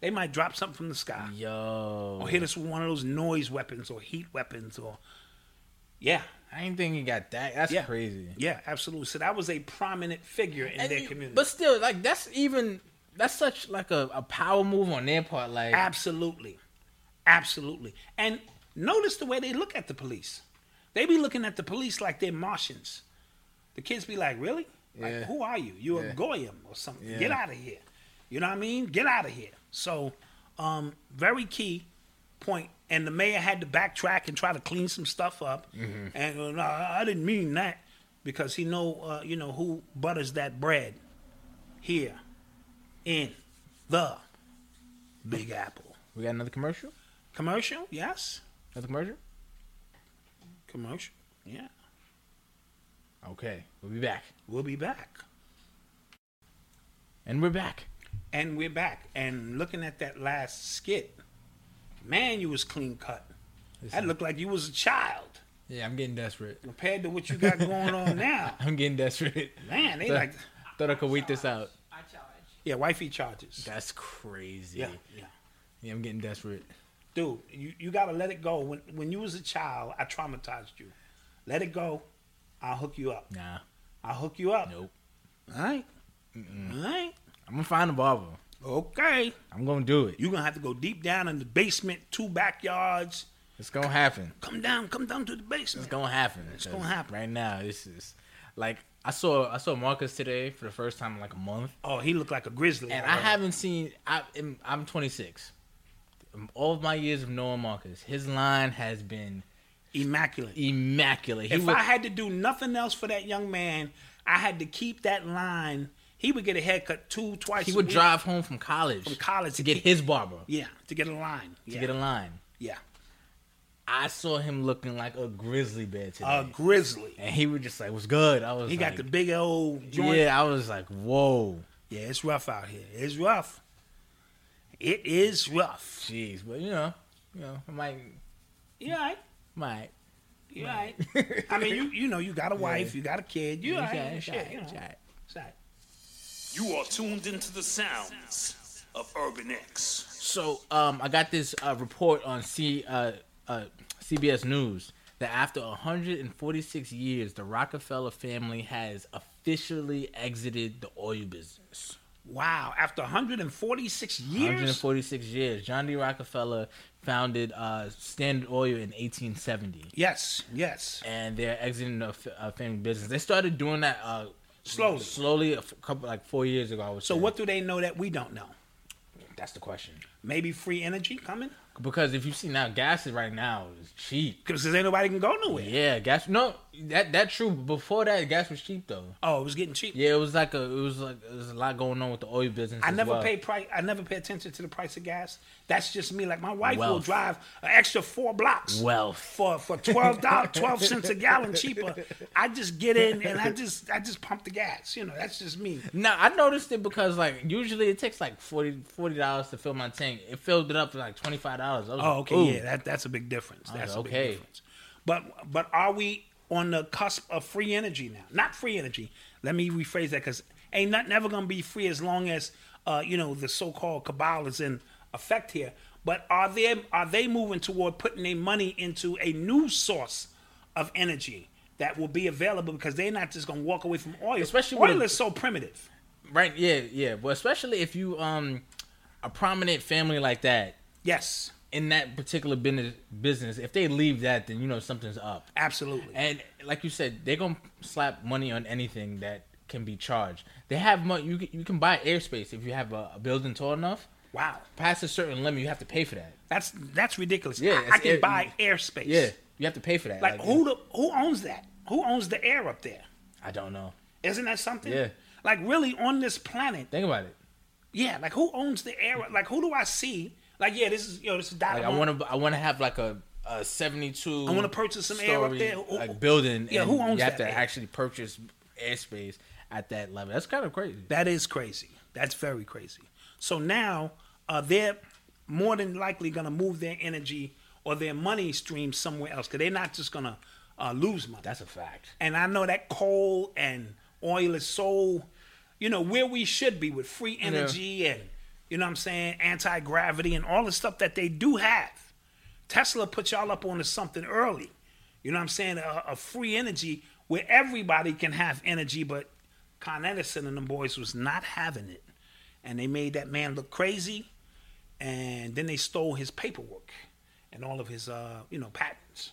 Speaker 4: They might drop something from the sky.
Speaker 3: Yo,
Speaker 4: or hit us with one of those noise weapons or heat weapons or yeah
Speaker 3: I ain't think he got that. That's
Speaker 4: Yeah.
Speaker 3: crazy.
Speaker 4: yeah absolutely so that was a prominent figure in
Speaker 3: And
Speaker 4: their
Speaker 3: you-
Speaker 4: community
Speaker 3: But still, like that's even that's such like a, a power move on their part. Like
Speaker 4: absolutely absolutely and notice the way they look at the police they be looking at the police like they're martians the kids be like really like
Speaker 3: Yeah.
Speaker 4: who are you you're
Speaker 3: Yeah.
Speaker 4: a goyim or something
Speaker 3: Yeah.
Speaker 4: get out of here you know what i mean get out of here so um very key point and the mayor had to backtrack and try to clean some stuff up
Speaker 3: Mm-hmm.
Speaker 4: and uh, no, i I didn't mean that because he know uh, you know who butters that bread here in the big apple
Speaker 3: we got another commercial.
Speaker 4: commercial yes
Speaker 3: Another commercial.
Speaker 4: commercial yeah
Speaker 3: Okay, we'll be back,
Speaker 4: we'll be back
Speaker 3: and we're back.
Speaker 4: and we're back and looking at that last skit man you was clean cut that looked like you was a child
Speaker 3: Yeah, I'm getting desperate.
Speaker 4: compared to what you got going on
Speaker 3: (laughs)
Speaker 4: now
Speaker 3: I'm getting desperate.
Speaker 4: man they
Speaker 3: Thought-
Speaker 4: like
Speaker 3: (laughs) Thought I could wait this out.
Speaker 4: yeah wifey charges
Speaker 3: That's crazy.
Speaker 4: yeah yeah
Speaker 3: yeah I'm getting desperate.
Speaker 4: dude, you, you gotta let it go. When when you was a child, I traumatized you. Let it go. I'll hook you up.
Speaker 3: Nah,
Speaker 4: I'll hook you up.
Speaker 3: nope.
Speaker 4: All right. All right.
Speaker 3: I'm gonna find a barber.
Speaker 4: Okay.
Speaker 3: I'm gonna do it.
Speaker 4: You're gonna have to go deep down in the basement, two backyards.
Speaker 3: It's gonna happen.
Speaker 4: Come down, come down to the basement.
Speaker 3: It's gonna happen.
Speaker 4: It's gonna happen.
Speaker 3: Right now, this is like I saw I saw Marcus today for the first time in like a month,
Speaker 4: Oh, he looked like a grizzly.
Speaker 3: and I
Speaker 4: already.
Speaker 3: haven't seen. I am, I'm 26. Um, All of my years of knowing Marcus, his line has been
Speaker 4: immaculate.
Speaker 3: immaculate. He
Speaker 4: if
Speaker 3: was,
Speaker 4: I had to do nothing else for that young man, I had to keep that line. He would get a haircut two, twice.
Speaker 3: he
Speaker 4: a
Speaker 3: would
Speaker 4: week
Speaker 3: drive home from college
Speaker 4: from college
Speaker 3: to get his barber
Speaker 4: Yeah, to get a line. Yeah,
Speaker 3: to get a line.
Speaker 4: yeah.
Speaker 3: I saw him looking like a grizzly bear today,
Speaker 4: A grizzly.
Speaker 3: and he was just like, "What's good?" I was
Speaker 4: He got
Speaker 3: like,
Speaker 4: the big old joint. Yeah.
Speaker 3: yeah. I was like, "Whoa."
Speaker 4: it's rough out here. It's rough. It is rough.
Speaker 3: Jeez, but you know, you know, I might,
Speaker 4: You all right?
Speaker 3: might. (laughs)
Speaker 4: You all right? I mean, you you know, you got a wife, you got a kid. You all right?
Speaker 3: Yeah, it's
Speaker 4: Shit,
Speaker 3: all right,
Speaker 4: you know.
Speaker 3: it's all right.
Speaker 4: It's all right.
Speaker 5: You are tuned into the sounds of Urban X.
Speaker 3: So, um, I got this uh, report on C, uh, uh, CBS News that after 146 years, the Rockefeller family has officially exited the oil business.
Speaker 4: Wow. After 146 years?
Speaker 3: 146 years. John D. Rockefeller founded uh, Standard Oil in 1870,
Speaker 4: Yes, yes.
Speaker 3: and they're exiting the f- uh, family business. They started doing that uh,
Speaker 4: Slowly.
Speaker 3: slowly, a f- couple like four years ago. I would
Speaker 4: So
Speaker 3: say.
Speaker 4: what do they know that we don't know?
Speaker 3: That's the question.
Speaker 4: Maybe free energy coming?
Speaker 3: Because if you see now, gas is right now is cheap.
Speaker 4: Because ain't nobody can go nowhere.
Speaker 3: Yeah, gas. No, that that's true. Before that, gas was cheap though.
Speaker 4: Oh, it was getting cheap.
Speaker 3: Yeah, it was like a it was like there was a lot going on with the oil business.
Speaker 4: I
Speaker 3: as
Speaker 4: never
Speaker 3: well.
Speaker 4: pay price. I never pay attention to the price of gas. That's just me. Like my wife will
Speaker 3: Wealth.
Speaker 4: drive an extra four blocks.
Speaker 3: Wealth.
Speaker 4: for for twelve dollars, twelve cents a gallon cheaper. I just get in and I just I just pump the gas. You know, that's just me.
Speaker 3: Now I noticed it because like usually it takes like 40 dollars to fill my tank. It filled it up for like twenty five dollars.
Speaker 4: Oh, okay, yeah, that that's a big difference. That's a big
Speaker 3: Oh, okay.
Speaker 4: difference. But but are we on the cusp of free energy now? Not free energy. Let me rephrase that because ain't not never gonna be free as long as uh you know the so-called cabal is in effect here. But are they are they moving toward putting their money into a new source of energy that will be available because they're not just gonna walk away from oil.
Speaker 3: Especially with
Speaker 4: oil
Speaker 3: a-
Speaker 4: is so primitive.
Speaker 3: right. Yeah, yeah. But especially if you um a prominent family like that
Speaker 4: Yes,
Speaker 3: in that particular business, business if they leave that, then you know something's up.
Speaker 4: absolutely.
Speaker 3: And like you said, they're gonna slap money on anything that can be charged. They have money. You can, you can buy airspace if you have a, a building tall enough.
Speaker 4: wow,
Speaker 3: Past a certain limit, you have to pay for that.
Speaker 4: that's that's ridiculous.
Speaker 3: Yeah,
Speaker 4: I- I,
Speaker 3: it's
Speaker 4: can
Speaker 3: air-
Speaker 4: buy airspace.
Speaker 3: Yeah, you have to pay for that.
Speaker 4: Like who the, who owns that? Who owns the air up there?
Speaker 3: I don't know.
Speaker 4: Isn't that something?
Speaker 3: Yeah.
Speaker 4: Like really on this planet?
Speaker 3: Think about it.
Speaker 4: Yeah. Like who owns the air? Like who do I see? Like yeah, this is yo, this is
Speaker 3: Like I want to, I want to have like a, a seventy-two.
Speaker 4: I wanna purchase some air up
Speaker 3: story,
Speaker 4: there. Who-
Speaker 3: like building.
Speaker 4: Yeah,
Speaker 3: and
Speaker 4: who owns
Speaker 3: You have
Speaker 4: that
Speaker 3: to
Speaker 4: air?
Speaker 3: actually purchase airspace at that level. That's kind of crazy.
Speaker 4: That is crazy. That's very crazy. So now uh, they're more than likely gonna move their energy or their money stream somewhere else because they're not just gonna uh, lose money.
Speaker 3: That's a fact.
Speaker 4: And I know that coal and oil is so, you know, where we should be with free energy and, you know what I'm saying, anti gravity and all the stuff that they do have. Tesla put y'all up onto something early. You know what I'm saying? A, a free energy where everybody can have energy, but Con Edison and them boys was not having it. And they made that man look crazy. And then they stole his paperwork and all of his, uh, you know, patents.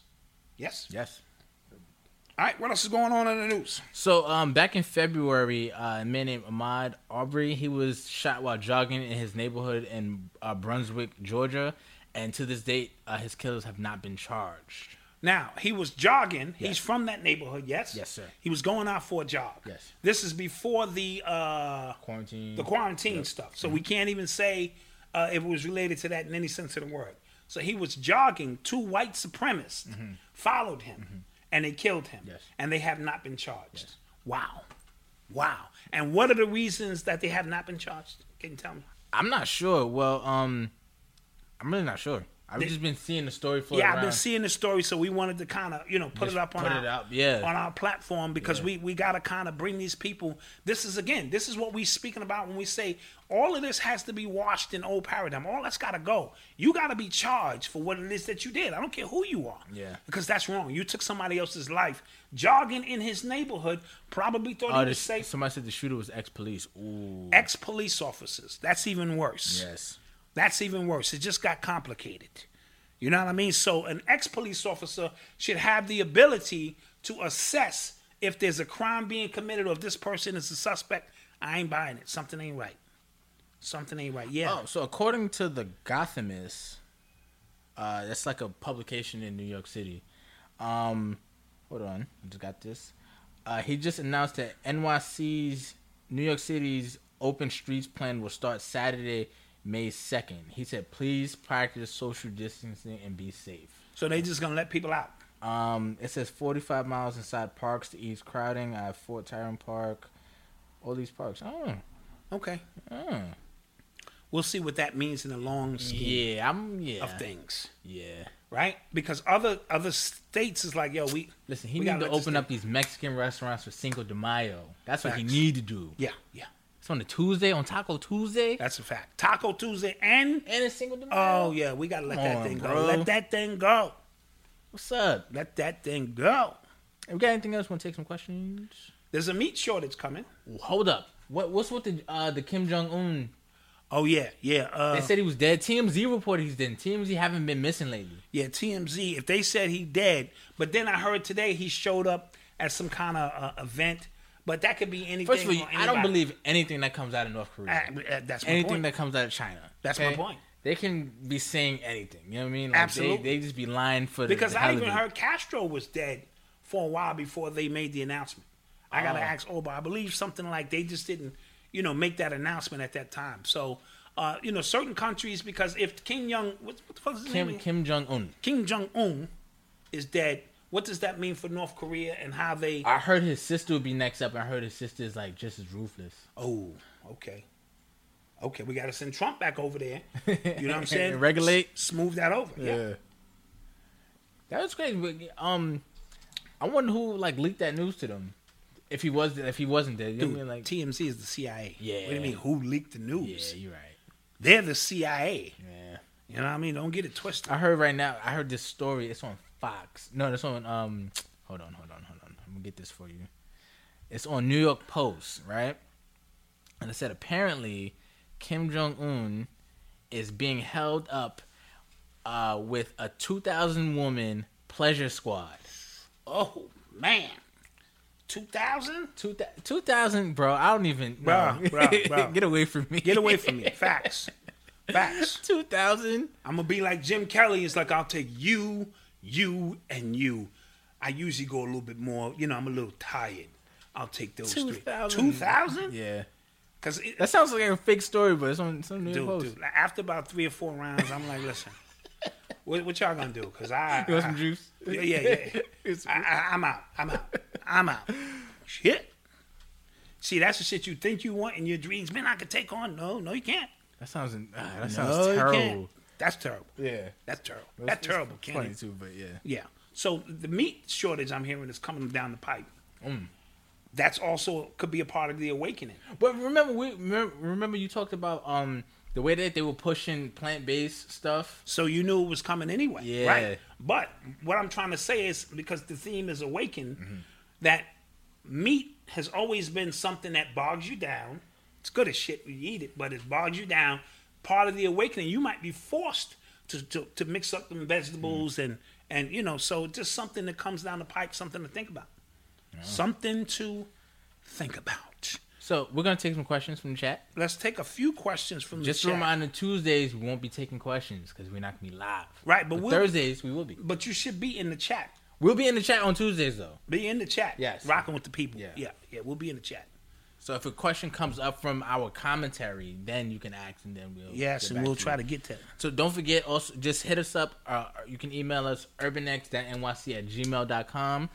Speaker 4: Yes?
Speaker 3: Yes.
Speaker 4: All right, what else is going on in the news?
Speaker 3: So um, back in February, uh, a man named Ahmad Aubrey he was shot while jogging in his neighborhood in uh, Brunswick, Georgia, and to this date, uh, his killers have not been charged.
Speaker 4: Now, he was jogging. He's from that neighborhood, yes?
Speaker 3: Yes, sir.
Speaker 4: He was going out for a jog.
Speaker 3: Yes.
Speaker 4: This is before the uh,
Speaker 3: Quarantine.
Speaker 4: the quarantine stuff. So we can't even say uh, if it was related to that in any sense of the word. So he was jogging. Two white supremacists followed him and they killed him.
Speaker 3: Yes.
Speaker 4: And they have not been charged. Wow. Wow. And what are the reasons that they have not been charged? Can you tell me?
Speaker 3: I'm not sure. Well, um, I'm really not sure. I've just been seeing the story float
Speaker 4: Yeah,
Speaker 3: around.
Speaker 4: I've been seeing the story, so we wanted to kind of you know put
Speaker 3: Just
Speaker 4: it up on
Speaker 3: put
Speaker 4: our
Speaker 3: it up, yeah.
Speaker 4: on our platform because we we got to kind of bring these people. This is again, this is what we speaking about when we say all of this has to be washed in old paradigm. All that's got to go. You got to be charged for what it is that you did. I don't care who you are.
Speaker 3: Yeah.
Speaker 4: because that's wrong. You took somebody else's life, jogging in his neighborhood. Probably thought
Speaker 3: Oh,
Speaker 4: he was
Speaker 3: this,
Speaker 4: safe.
Speaker 3: somebody said the shooter was ex-police. Ooh.
Speaker 4: Ex police officers. That's even worse.
Speaker 3: Yes.
Speaker 4: That's even worse. It just got complicated. You know what I mean? So an ex police officer should have the ability to assess if there's a crime being committed or if this person is a suspect. I ain't buying it. Something ain't right. Something ain't right. Yeah.
Speaker 3: Oh, so according to the Gothamist, uh, that's like a publication in New York City. Um, hold on, I just got this. Uh, he just announced that NYC's New York City's open streets plan will start Saturday, May second. He said, "Please practice social distancing and be safe."
Speaker 4: So they just gonna let people out.
Speaker 3: Um, it says 45 miles inside parks to ease crowding. I have Fort Tyron Park, all these parks. Oh,
Speaker 4: Okay.
Speaker 3: Hmm.
Speaker 4: We'll see what that means in the long scheme
Speaker 3: yeah, I'm yeah,
Speaker 4: of things,
Speaker 3: yeah.
Speaker 4: right? Because other other states is like, yo, we
Speaker 3: Listen, he
Speaker 4: we
Speaker 3: need
Speaker 4: gotta
Speaker 3: to
Speaker 4: let this
Speaker 3: open
Speaker 4: thing-
Speaker 3: up these Mexican restaurants for Cinco de Mayo. That's what he
Speaker 4: Facts.
Speaker 3: need to do.
Speaker 4: Yeah, yeah.
Speaker 3: It's on a Tuesday, on Taco Tuesday,
Speaker 4: That's a fact. Taco Tuesday and
Speaker 3: and it's Cinco de Mayo.
Speaker 4: Oh yeah, we gotta let
Speaker 3: Come
Speaker 4: that
Speaker 3: on,
Speaker 4: thing go.
Speaker 3: bro.
Speaker 4: Let that thing go.
Speaker 3: What's up?
Speaker 4: Let that thing go.
Speaker 3: We got anything else? Want to take some questions?
Speaker 4: There's a meat shortage coming.
Speaker 3: Ooh, hold up. What what's with the uh, the Kim Jong Un?
Speaker 4: Oh yeah, yeah. Uh,
Speaker 3: They said he was dead. TMZ reported he's dead. TMZ haven't been missing lately.
Speaker 4: Yeah, TMZ. If they said he dead, but then I heard today he showed up at some kind of uh, event, but that could be anything.
Speaker 3: First of all,
Speaker 4: or
Speaker 3: I don't
Speaker 4: anybody.
Speaker 3: believe anything that comes out of North Korea.
Speaker 4: Uh, uh, that's my
Speaker 3: anything
Speaker 4: point.
Speaker 3: that comes out of China.
Speaker 4: That's my point.
Speaker 3: They can be saying anything. You know what I mean? Like
Speaker 4: Absolutely.
Speaker 3: They, they just be lying for the
Speaker 4: because
Speaker 3: the
Speaker 4: I
Speaker 3: hell
Speaker 4: even
Speaker 3: of it.
Speaker 4: heard Castro was dead for a while before they made the announcement. I
Speaker 3: Oh.
Speaker 4: gotta ask Oba. I believe something like they just didn't, you know, make that announcement at that time. So, uh, you know, certain countries because if Kim Jong, what, what the fuck is his name?
Speaker 3: Kim
Speaker 4: again?
Speaker 3: Kim Jong Un.
Speaker 4: Kim Jong Un is dead. What does that mean for North Korea and how they?
Speaker 3: I heard his sister would be next up. and I heard his sister is like just as ruthless.
Speaker 4: Oh, okay. Okay, we got to send Trump back
Speaker 3: (laughs)
Speaker 4: over there. You know what I'm saying?
Speaker 3: Regulate.
Speaker 4: S- smooth that over. Yeah.
Speaker 3: That was crazy. But, um, I wonder who like leaked that news to them. If he was, if he wasn't there, you know
Speaker 4: Dude,
Speaker 3: what I mean? Like,
Speaker 4: TMZ is the CIA. What do
Speaker 3: Yeah.
Speaker 4: you mean? Who leaked the
Speaker 3: yeah,
Speaker 4: news?
Speaker 3: you're right.
Speaker 4: They're the CIA.
Speaker 3: Yeah.
Speaker 4: You know what I mean? Don't get it twisted.
Speaker 3: I heard right now. I heard this story. It's on Fox. No, it's on. Um, hold on, hold on, hold on. I'm gonna get this for you. It's on New York Post, right? And it said apparently Kim Jong Un is being held up uh, with a 2,000 woman pleasure squad.
Speaker 4: Oh, man. 2000?
Speaker 3: Two thou- 2,000, bro. I don't even. no.
Speaker 4: Bruh,
Speaker 3: (laughs)
Speaker 4: bruh, bruh.
Speaker 3: Get away from me. (laughs)
Speaker 4: Get away from me. Facts. Facts.
Speaker 3: 2,000.
Speaker 4: I'm going to be like Jim Kelly. It's like, I'll take you, you, and you. I usually go a little bit more, you know, I'm a little tired. I'll take those three.
Speaker 3: 2,000.
Speaker 4: 2,000?
Speaker 3: Yeah.
Speaker 4: Because
Speaker 3: That sounds like a fake story, but it's on some New York
Speaker 4: dude,
Speaker 3: Post.
Speaker 4: dude. like, After about three or four rounds, I'm like,
Speaker 3: (laughs)
Speaker 4: listen, what, what y'all gonna do? Because I,
Speaker 3: You want some
Speaker 4: I-
Speaker 3: juice?
Speaker 4: yeah, yeah,
Speaker 3: (laughs)
Speaker 4: yeah. I, I, I'm out. I'm out. I'm out. Shit. See, that's the shit you think you want in your dreams. Man, I could take on. No, no, you can't.
Speaker 3: That sounds uh, that sounds
Speaker 4: No, you
Speaker 3: terrible.
Speaker 4: can't. That's terrible.
Speaker 3: Yeah.
Speaker 4: That's terrible.
Speaker 3: It's-
Speaker 4: That's
Speaker 3: it's
Speaker 4: terrible,
Speaker 3: Funny
Speaker 4: Kenny.
Speaker 3: too, but yeah.
Speaker 4: Yeah. So the meat shortage I'm hearing is coming down the pipe.
Speaker 3: Mm.
Speaker 4: That's also could be a part of the awakening.
Speaker 3: But remember, we remember, remember you talked about um the way that they were pushing plant based stuff.
Speaker 4: So you knew it was coming anyway,
Speaker 3: Yeah.
Speaker 4: right? But what I'm trying to say is because the theme is awakened,
Speaker 3: Mm-hmm.
Speaker 4: that meat has always been something that bogs you down. It's good as shit when you eat it, but it bogs you down. Part of the awakening, you might be forced to to, to mix up them
Speaker 3: Mm-hmm.
Speaker 4: vegetables and and you know, so just something that comes down the pipe, something to think about, something to think about.
Speaker 3: So we're gonna take some questions from the chat.
Speaker 4: Let's take a few questions from
Speaker 3: Just
Speaker 4: the
Speaker 3: a
Speaker 4: chat.
Speaker 3: reminder: Tuesdays we won't be taking questions because we're not gonna be live.
Speaker 4: Right, but we'll-
Speaker 3: Thursdays we will be.
Speaker 4: but you should be in the chat.
Speaker 3: We'll be in the chat on Tuesdays though.
Speaker 4: Be in the chat.
Speaker 3: Yes.
Speaker 4: Rocking with the people.
Speaker 3: Yeah.
Speaker 4: Yeah. Yeah. We'll be in the chat.
Speaker 3: So if a question comes up from our commentary, then you can ask, and then we'll
Speaker 4: Yes.
Speaker 3: get
Speaker 4: And
Speaker 3: back
Speaker 4: we'll
Speaker 3: to
Speaker 4: try
Speaker 3: you.
Speaker 4: to get that.
Speaker 3: So don't forget, also just hit us up. Uh, you can email us urbanx.nyc at gmail.com.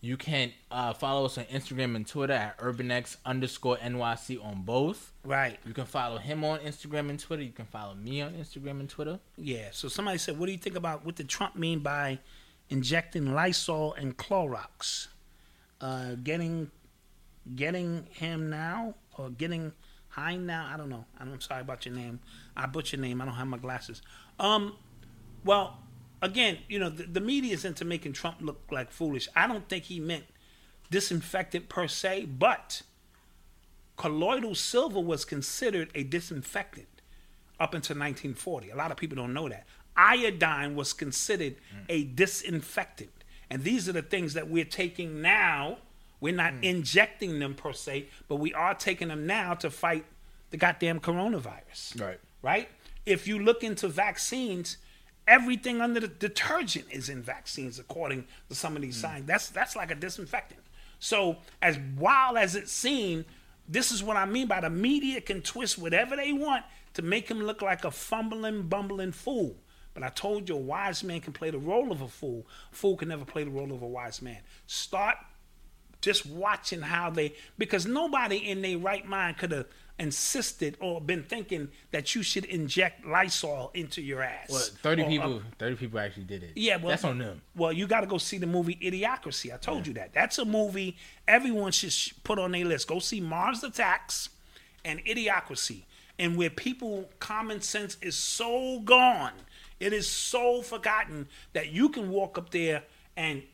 Speaker 3: You can uh, follow us on Instagram and Twitter at urbanx underscore nyc on both.
Speaker 4: Right.
Speaker 3: You can follow him on Instagram and Twitter. You can follow me on Instagram and Twitter.
Speaker 4: Yeah. So somebody said, what do you think about what did Trump mean by injecting Lysol and Clorox? Uh, getting getting him now or getting high now? I don't know. I'm I'm sorry about your name. I butchered your name. I don't have my glasses. Um, well, again, you know, the, the media is into making Trump look like foolish. I don't think he meant disinfectant per se, but colloidal silver was considered a disinfectant up until 1940. A lot of people don't know that. Iodine was considered a disinfectant. And these are the things that we're taking now. We're not injecting them per se, but we are taking them now to fight the goddamn coronavirus.
Speaker 3: Right.
Speaker 4: Right? If you look into vaccines, everything under the detergent is in vaccines according to some of these signs. That's that's like a disinfectant. So as wild as it seemed, this is what I mean by the media can twist whatever they want to make him look like a fumbling, bumbling fool. But I told you a wise man can play the role of a fool. Fool can never play the role of a wise man. Start just watching how they because nobody in their right mind could have insisted or been thinking that you should inject Lysol into your ass.
Speaker 3: But 30
Speaker 4: Or, uh,
Speaker 3: people, 30 people actually did it.
Speaker 4: yeah, well,
Speaker 3: that's on them.
Speaker 4: Well, you got to go see the movie Idiocracy. I told you that. That's a movie everyone should sh- put on their list. Go see Mars Attacks and Idiocracy, and where people common sense is so gone, it is so forgotten that you can walk up there
Speaker 3: (laughs)
Speaker 4: and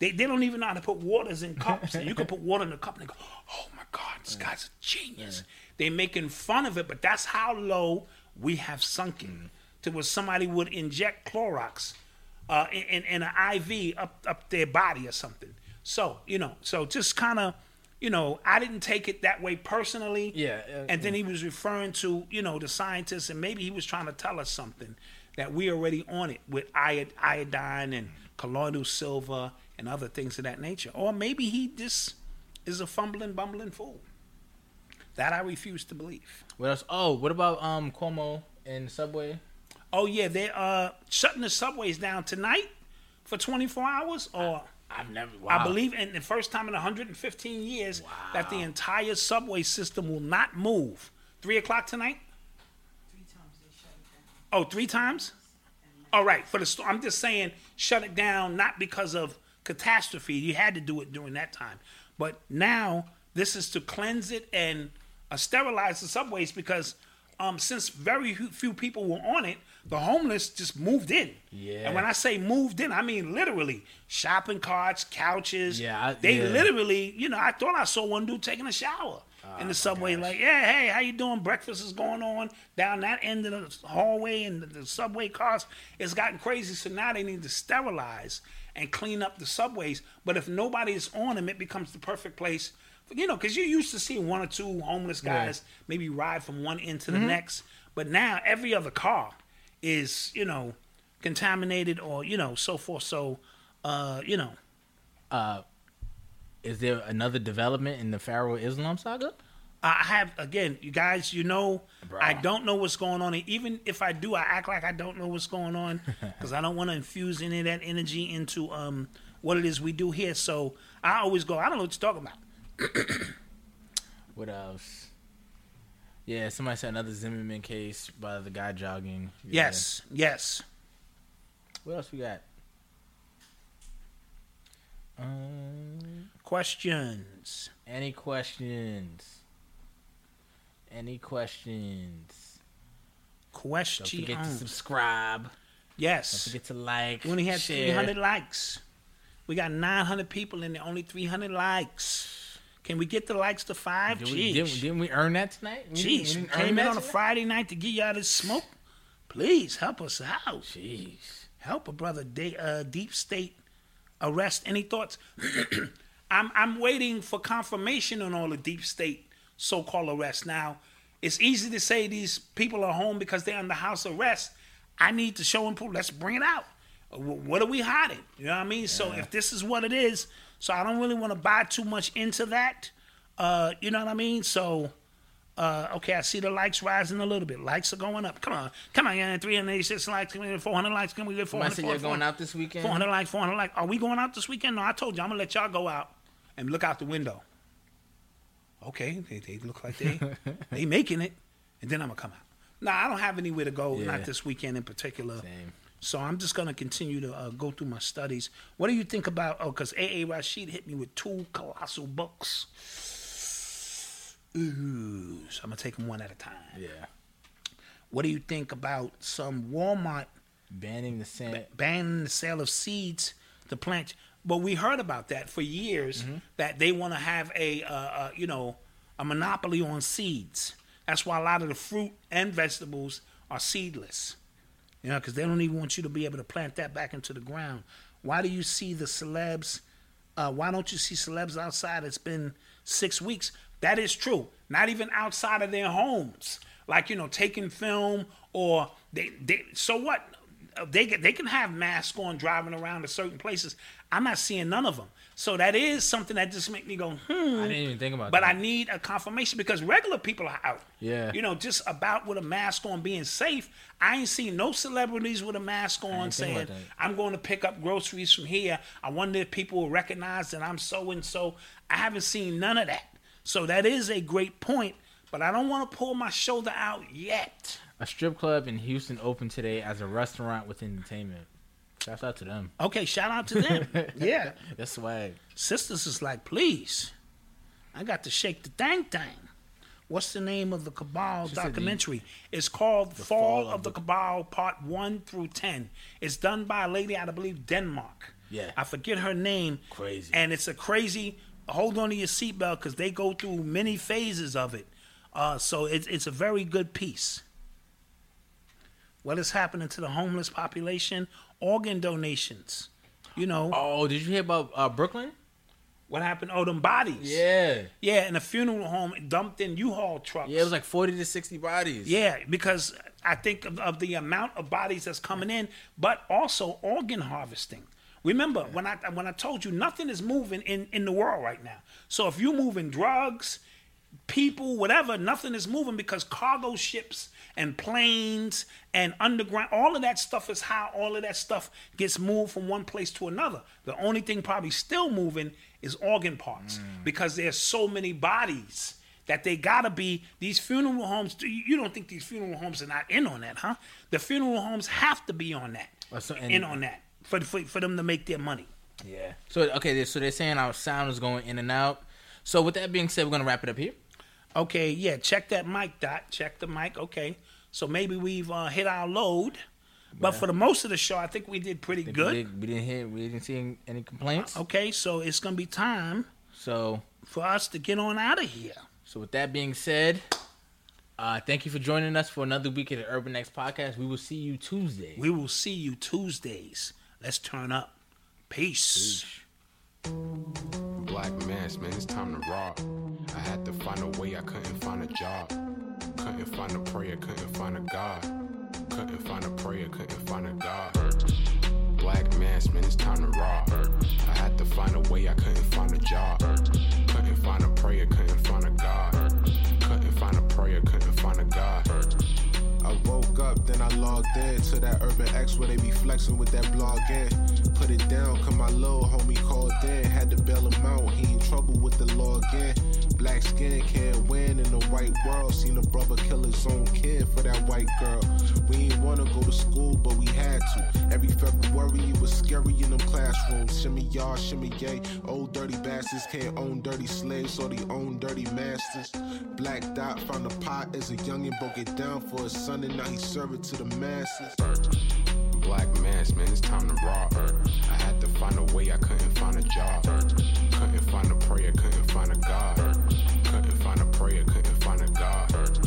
Speaker 4: they, they don't even know how to put waters in cups, and you can put water in a cup and they go, oh my God, this guy's a genius. They're making fun of it, but that's how low we have
Speaker 3: Mm.
Speaker 4: sunken to where somebody would inject Clorox uh, in, in, in an IV up, up their body or something. So, you know, so just kind of, you know, I didn't take it that way personally.
Speaker 3: Yeah, uh,
Speaker 4: and then he was referring to, you know, the scientists, and maybe he was trying to tell us something that we already on it with iod- iodine and colloidal silver and other things of that nature. Or maybe he just is a fumbling, bumbling fool. That I refuse to believe.
Speaker 3: What else? Oh, what about um Cuomo and Subway?
Speaker 4: Oh yeah, they uh shutting the subways down tonight for 24 hours, or
Speaker 3: I've never.
Speaker 4: I believe in the first time in 115 years that the entire subway system will not move. Three o'clock tonight. Oh, three times? All right. For the sto- I'm just saying, shut it down, not because of catastrophe. You had to do it during that time, but now this is to cleanse it and uh, sterilize the subways because um, since very hu- few people were on it, the homeless just moved in.
Speaker 3: Yeah.
Speaker 4: And when I say moved in, I mean literally shopping carts, couches.
Speaker 3: Yeah, I-
Speaker 4: they
Speaker 3: yeah.
Speaker 4: literally, you know, I thought I saw one dude taking a shower. in the subway, like, yeah, hey, how you doing? Breakfast is going on down that end of the hallway, and the, the subway cars. It's gotten crazy, so now they need to sterilize and clean up the subways. But if nobody is on them, it becomes the perfect place, for, you know, because you used to see one or two homeless guys maybe ride from one end to the next, but now every other car is, you know, contaminated or you know, so forth. So, uh, you know,
Speaker 3: Is there another development in the Pharaoh Islam saga?
Speaker 4: I have again, you guys. You know, I don't know what's going on, and even if I do, I act like I don't know what's
Speaker 3: (laughs)
Speaker 4: going on because I don't want to infuse any of that energy into um what it is we do here. So I always go, I don't know what you're talking about.
Speaker 3: What else? Yeah, somebody said another Zimmerman case by the guy jogging. Yeah.
Speaker 4: Yes, yes.
Speaker 3: What else we got? Um,
Speaker 4: Questions.
Speaker 3: any questions? Any questions? Don't
Speaker 4: Questions.
Speaker 3: forget to subscribe. Don't
Speaker 4: yes.
Speaker 3: forget to like.
Speaker 4: We only had
Speaker 3: share.
Speaker 4: 300 likes. We got 900 people and only 300 likes. Can we get the likes to five?
Speaker 3: Did we,
Speaker 4: Jeez.
Speaker 3: didn't, didn't we earn that tonight? We didn't- we
Speaker 4: Jeez, we
Speaker 3: didn't
Speaker 4: came
Speaker 3: earn
Speaker 4: in
Speaker 3: that
Speaker 4: on a
Speaker 3: tonight?
Speaker 4: Friday night to give y'all this smoke. Please help us out.
Speaker 3: Jeez.
Speaker 4: Help a brother de- uh, deep state arrest. Any thoughts? (clears throat) I'm I'm waiting for confirmation on all the deep state so-called arrests. Now, it's easy to say these people are home because they're under house arrest. I need to show and prove. Let's bring it out. Uh, Wh- What are we hiding? You know what I mean? So if this is what it is, so I don't really want to buy too much into that. Uh, you know what I mean? So uh, okay, I see the likes rising a little bit. Likes are going up. Come on, come on, yeah, 386 likes, come on, 400 likes, can we get
Speaker 3: Somebody
Speaker 4: 400?
Speaker 3: said you're going out this weekend.
Speaker 4: 400 likes, 400 likes. Are we going out this weekend? No, I told you, I'm gonna let y'all go out and look out the window. Okay, they, they look like
Speaker 3: (laughs)
Speaker 4: they they making it, and then I'm gonna come out. No, I don't have anywhere to go,
Speaker 3: Yeah.
Speaker 4: not this weekend in particular.
Speaker 3: Same.
Speaker 4: So I'm just gonna continue to uh, go through my studies. What do you think about? Oh, because A.A. Rashid hit me with two colossal books. Ooh, so I'm gonna take them one at a time.
Speaker 3: Yeah.
Speaker 4: What do you think about some Walmart
Speaker 3: Banning the scent.
Speaker 4: banning the sale of seeds to plant? But we heard about that for years that they want to have a uh, uh, you know a monopoly on seeds. That's why a lot of the fruit and vegetables are seedless. You know, because they don't even want you to be able to plant that back into the ground. Why do you see the celebs? Uh, why don't you see celebs outside? It's been six weeks. That is true. Not even outside of their homes, like you know, taking film or they. they so what? Uh, They can- they can have masks on driving around to certain places. I'm not seeing none of them. So that is something that just make me go, hmm.
Speaker 3: I didn't even think about
Speaker 4: But I
Speaker 3: that.
Speaker 4: need a confirmation because regular people are out.
Speaker 3: Yeah.
Speaker 4: You know, just about with a mask on being safe. I ain't seen no celebrities with a mask on
Speaker 3: think
Speaker 4: saying,
Speaker 3: about that.
Speaker 4: I'm going to pick up groceries from here. I wonder if people will recognize that I'm so and so. I haven't seen none of that. So that is a great point, but I don't want to pull my shoulder out yet.
Speaker 3: a strip club in Houston opened today as a restaurant with entertainment. Shout out to them.
Speaker 4: Okay, shout out to them. (laughs) yeah.
Speaker 3: That's swag.
Speaker 4: Sisters is like, please, I got to shake the dang thing. What's the name of the Cabal
Speaker 3: said the-
Speaker 4: documentary? It's called Fall, of the Cabal Part 1 through 10. It's done by a lady out of, I believe, Denmark.
Speaker 3: Yeah.
Speaker 4: I forget her name.
Speaker 3: Crazy.
Speaker 4: And it's a crazy hold on to your seatbelt because they go through many phases of it. Uh, so it's it's a very good piece. What is happening to the homeless population? Organ donations. You know
Speaker 3: Oh, did you hear about uh, Brooklyn?
Speaker 4: what happened? Oh, them bodies.
Speaker 3: Yeah.
Speaker 4: Yeah, in a funeral home dumped in U-Haul trucks.
Speaker 3: Yeah, it was like 40 to 60 bodies.
Speaker 4: Yeah, because I think of, of the amount of bodies that's coming in, but also organ harvesting. Remember when I when I told you nothing is moving in in the world right now. So if you're moving drugs, people, whatever, nothing is moving because cargo ships and planes and underground, all of that stuff is how all of that stuff gets moved from one place to another. The only thing probably still moving is organ parts because there's so many bodies that they gotta be these funeral homes. You don't think these funeral homes are not in on that, huh? The funeral homes have to be on that,
Speaker 3: Or Uh, so- and-
Speaker 4: in on that for, for for them to make their money.
Speaker 3: Yeah. So okay, they- so they're saying our sound is going in and out. So with that being said, we're gonna wrap it up here.
Speaker 4: Okay, yeah, check that mic, Dot. Check the mic. Okay, so maybe we've uh, hit our load, but for the most of the show, I think we did pretty good.
Speaker 3: We, did, we didn't hear, we didn't see any- any complaints.
Speaker 4: Okay, so it's gonna be time
Speaker 3: So,
Speaker 4: for us to get on out of here.
Speaker 3: so with that being said, uh, thank you for joining us for another week at the Urban X Podcast. We will see you Tuesday.
Speaker 4: We will see you Tuesdays. Let's turn up. Peace.
Speaker 2: Black mass, man, it's time to rob. I had to find a way, I couldn't find a job. Couldn't find a prayer, couldn't find a God. Couldn't find a prayer, couldn't find a God. Black mass, man, it's time to rob. I had to find a way, I couldn't find a job. Couldn't find a prayer, couldn't find a God. Couldn't find a prayer, couldn't find a God.
Speaker 7: I woke up, then I logged in to that Urban X where they be flexing with that blog in. Put it down, cause my little homie called in. Had to bail him out, he in trouble with the law again. Black skin can't win in the white world. Seen a brother kill his own kid for that white girl. We ain't wanna go to school, but we had to. Every February it was scary in them classrooms. Shimmy y'all, shimmy yay. Old dirty bastards can't own dirty slaves or they own dirty masters. Black Dot found a pot as a youngin', broke it down for his son, and now he serve it to the masses.
Speaker 2: Black mass, man, it's time to rob. I had to find a way, I couldn't find a job. Couldn't find a prayer, couldn't find a God. Couldn't find a prayer, couldn't find a God.